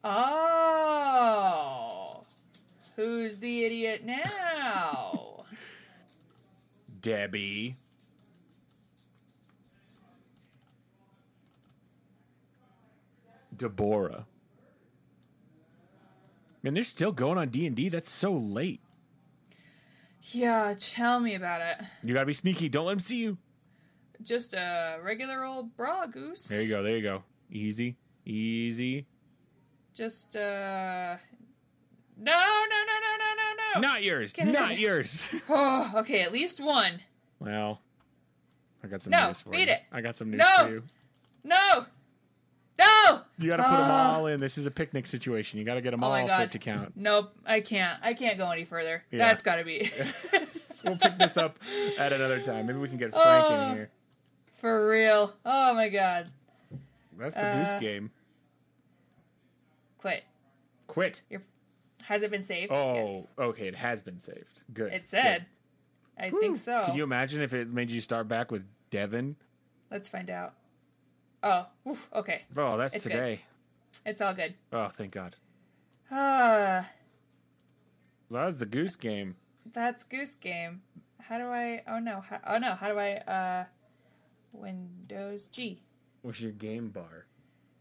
[SPEAKER 2] Oh. Who's the idiot now?
[SPEAKER 1] Debbie. Deborah. Man, they're still going on D and D. That's so late.
[SPEAKER 2] yeah, tell me about it.
[SPEAKER 1] You gotta be sneaky. Don't let them see you.
[SPEAKER 2] Just a regular old bra goose.
[SPEAKER 1] There you go. There you go. Easy, easy.
[SPEAKER 2] Just uh. No, no, no, no, no, no, no.
[SPEAKER 1] Not yours.
[SPEAKER 2] Get it.
[SPEAKER 1] Not yours.
[SPEAKER 2] Oh, okay, at least one.
[SPEAKER 1] well, I got some
[SPEAKER 2] No,
[SPEAKER 1] news for
[SPEAKER 2] read
[SPEAKER 1] you.
[SPEAKER 2] it.
[SPEAKER 1] I got some news
[SPEAKER 2] No.
[SPEAKER 1] for you.
[SPEAKER 2] No. No.
[SPEAKER 1] You gotta put them
[SPEAKER 2] Ah.
[SPEAKER 1] all in. This is a picnic situation. You gotta get them
[SPEAKER 2] Oh
[SPEAKER 1] all
[SPEAKER 2] my
[SPEAKER 1] fit
[SPEAKER 2] god.
[SPEAKER 1] to count.
[SPEAKER 2] Nope, I can't. I can't go any further.
[SPEAKER 1] Yeah.
[SPEAKER 2] That's got to be
[SPEAKER 1] We'll pick this up at another time. Maybe we can get Frank
[SPEAKER 2] Oh.
[SPEAKER 1] in here.
[SPEAKER 2] for real. Oh my god.
[SPEAKER 1] That's the goose
[SPEAKER 2] Uh.
[SPEAKER 1] game.
[SPEAKER 2] Quit.
[SPEAKER 1] Quit.
[SPEAKER 2] Your has it been saved?
[SPEAKER 1] Oh,
[SPEAKER 2] Yes.
[SPEAKER 1] okay. It has been saved. Good.
[SPEAKER 2] It said. I
[SPEAKER 1] Good.
[SPEAKER 2] think so.
[SPEAKER 1] Can you imagine if it made you start back with Devin?
[SPEAKER 2] Let's find out. Oh, oof, okay.
[SPEAKER 1] Oh, that's
[SPEAKER 2] It's good.
[SPEAKER 1] today.
[SPEAKER 2] It's all good.
[SPEAKER 1] Oh, thank God.
[SPEAKER 2] Ah,
[SPEAKER 1] Well, that was the goose game.
[SPEAKER 2] that's Goose Game. How do I? Oh no. How, oh no. How do I? Uh, Windows G.
[SPEAKER 1] What's your game bar?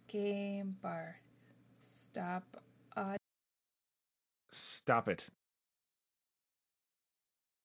[SPEAKER 2] Game bar. Stop. uh,
[SPEAKER 1] Stop it.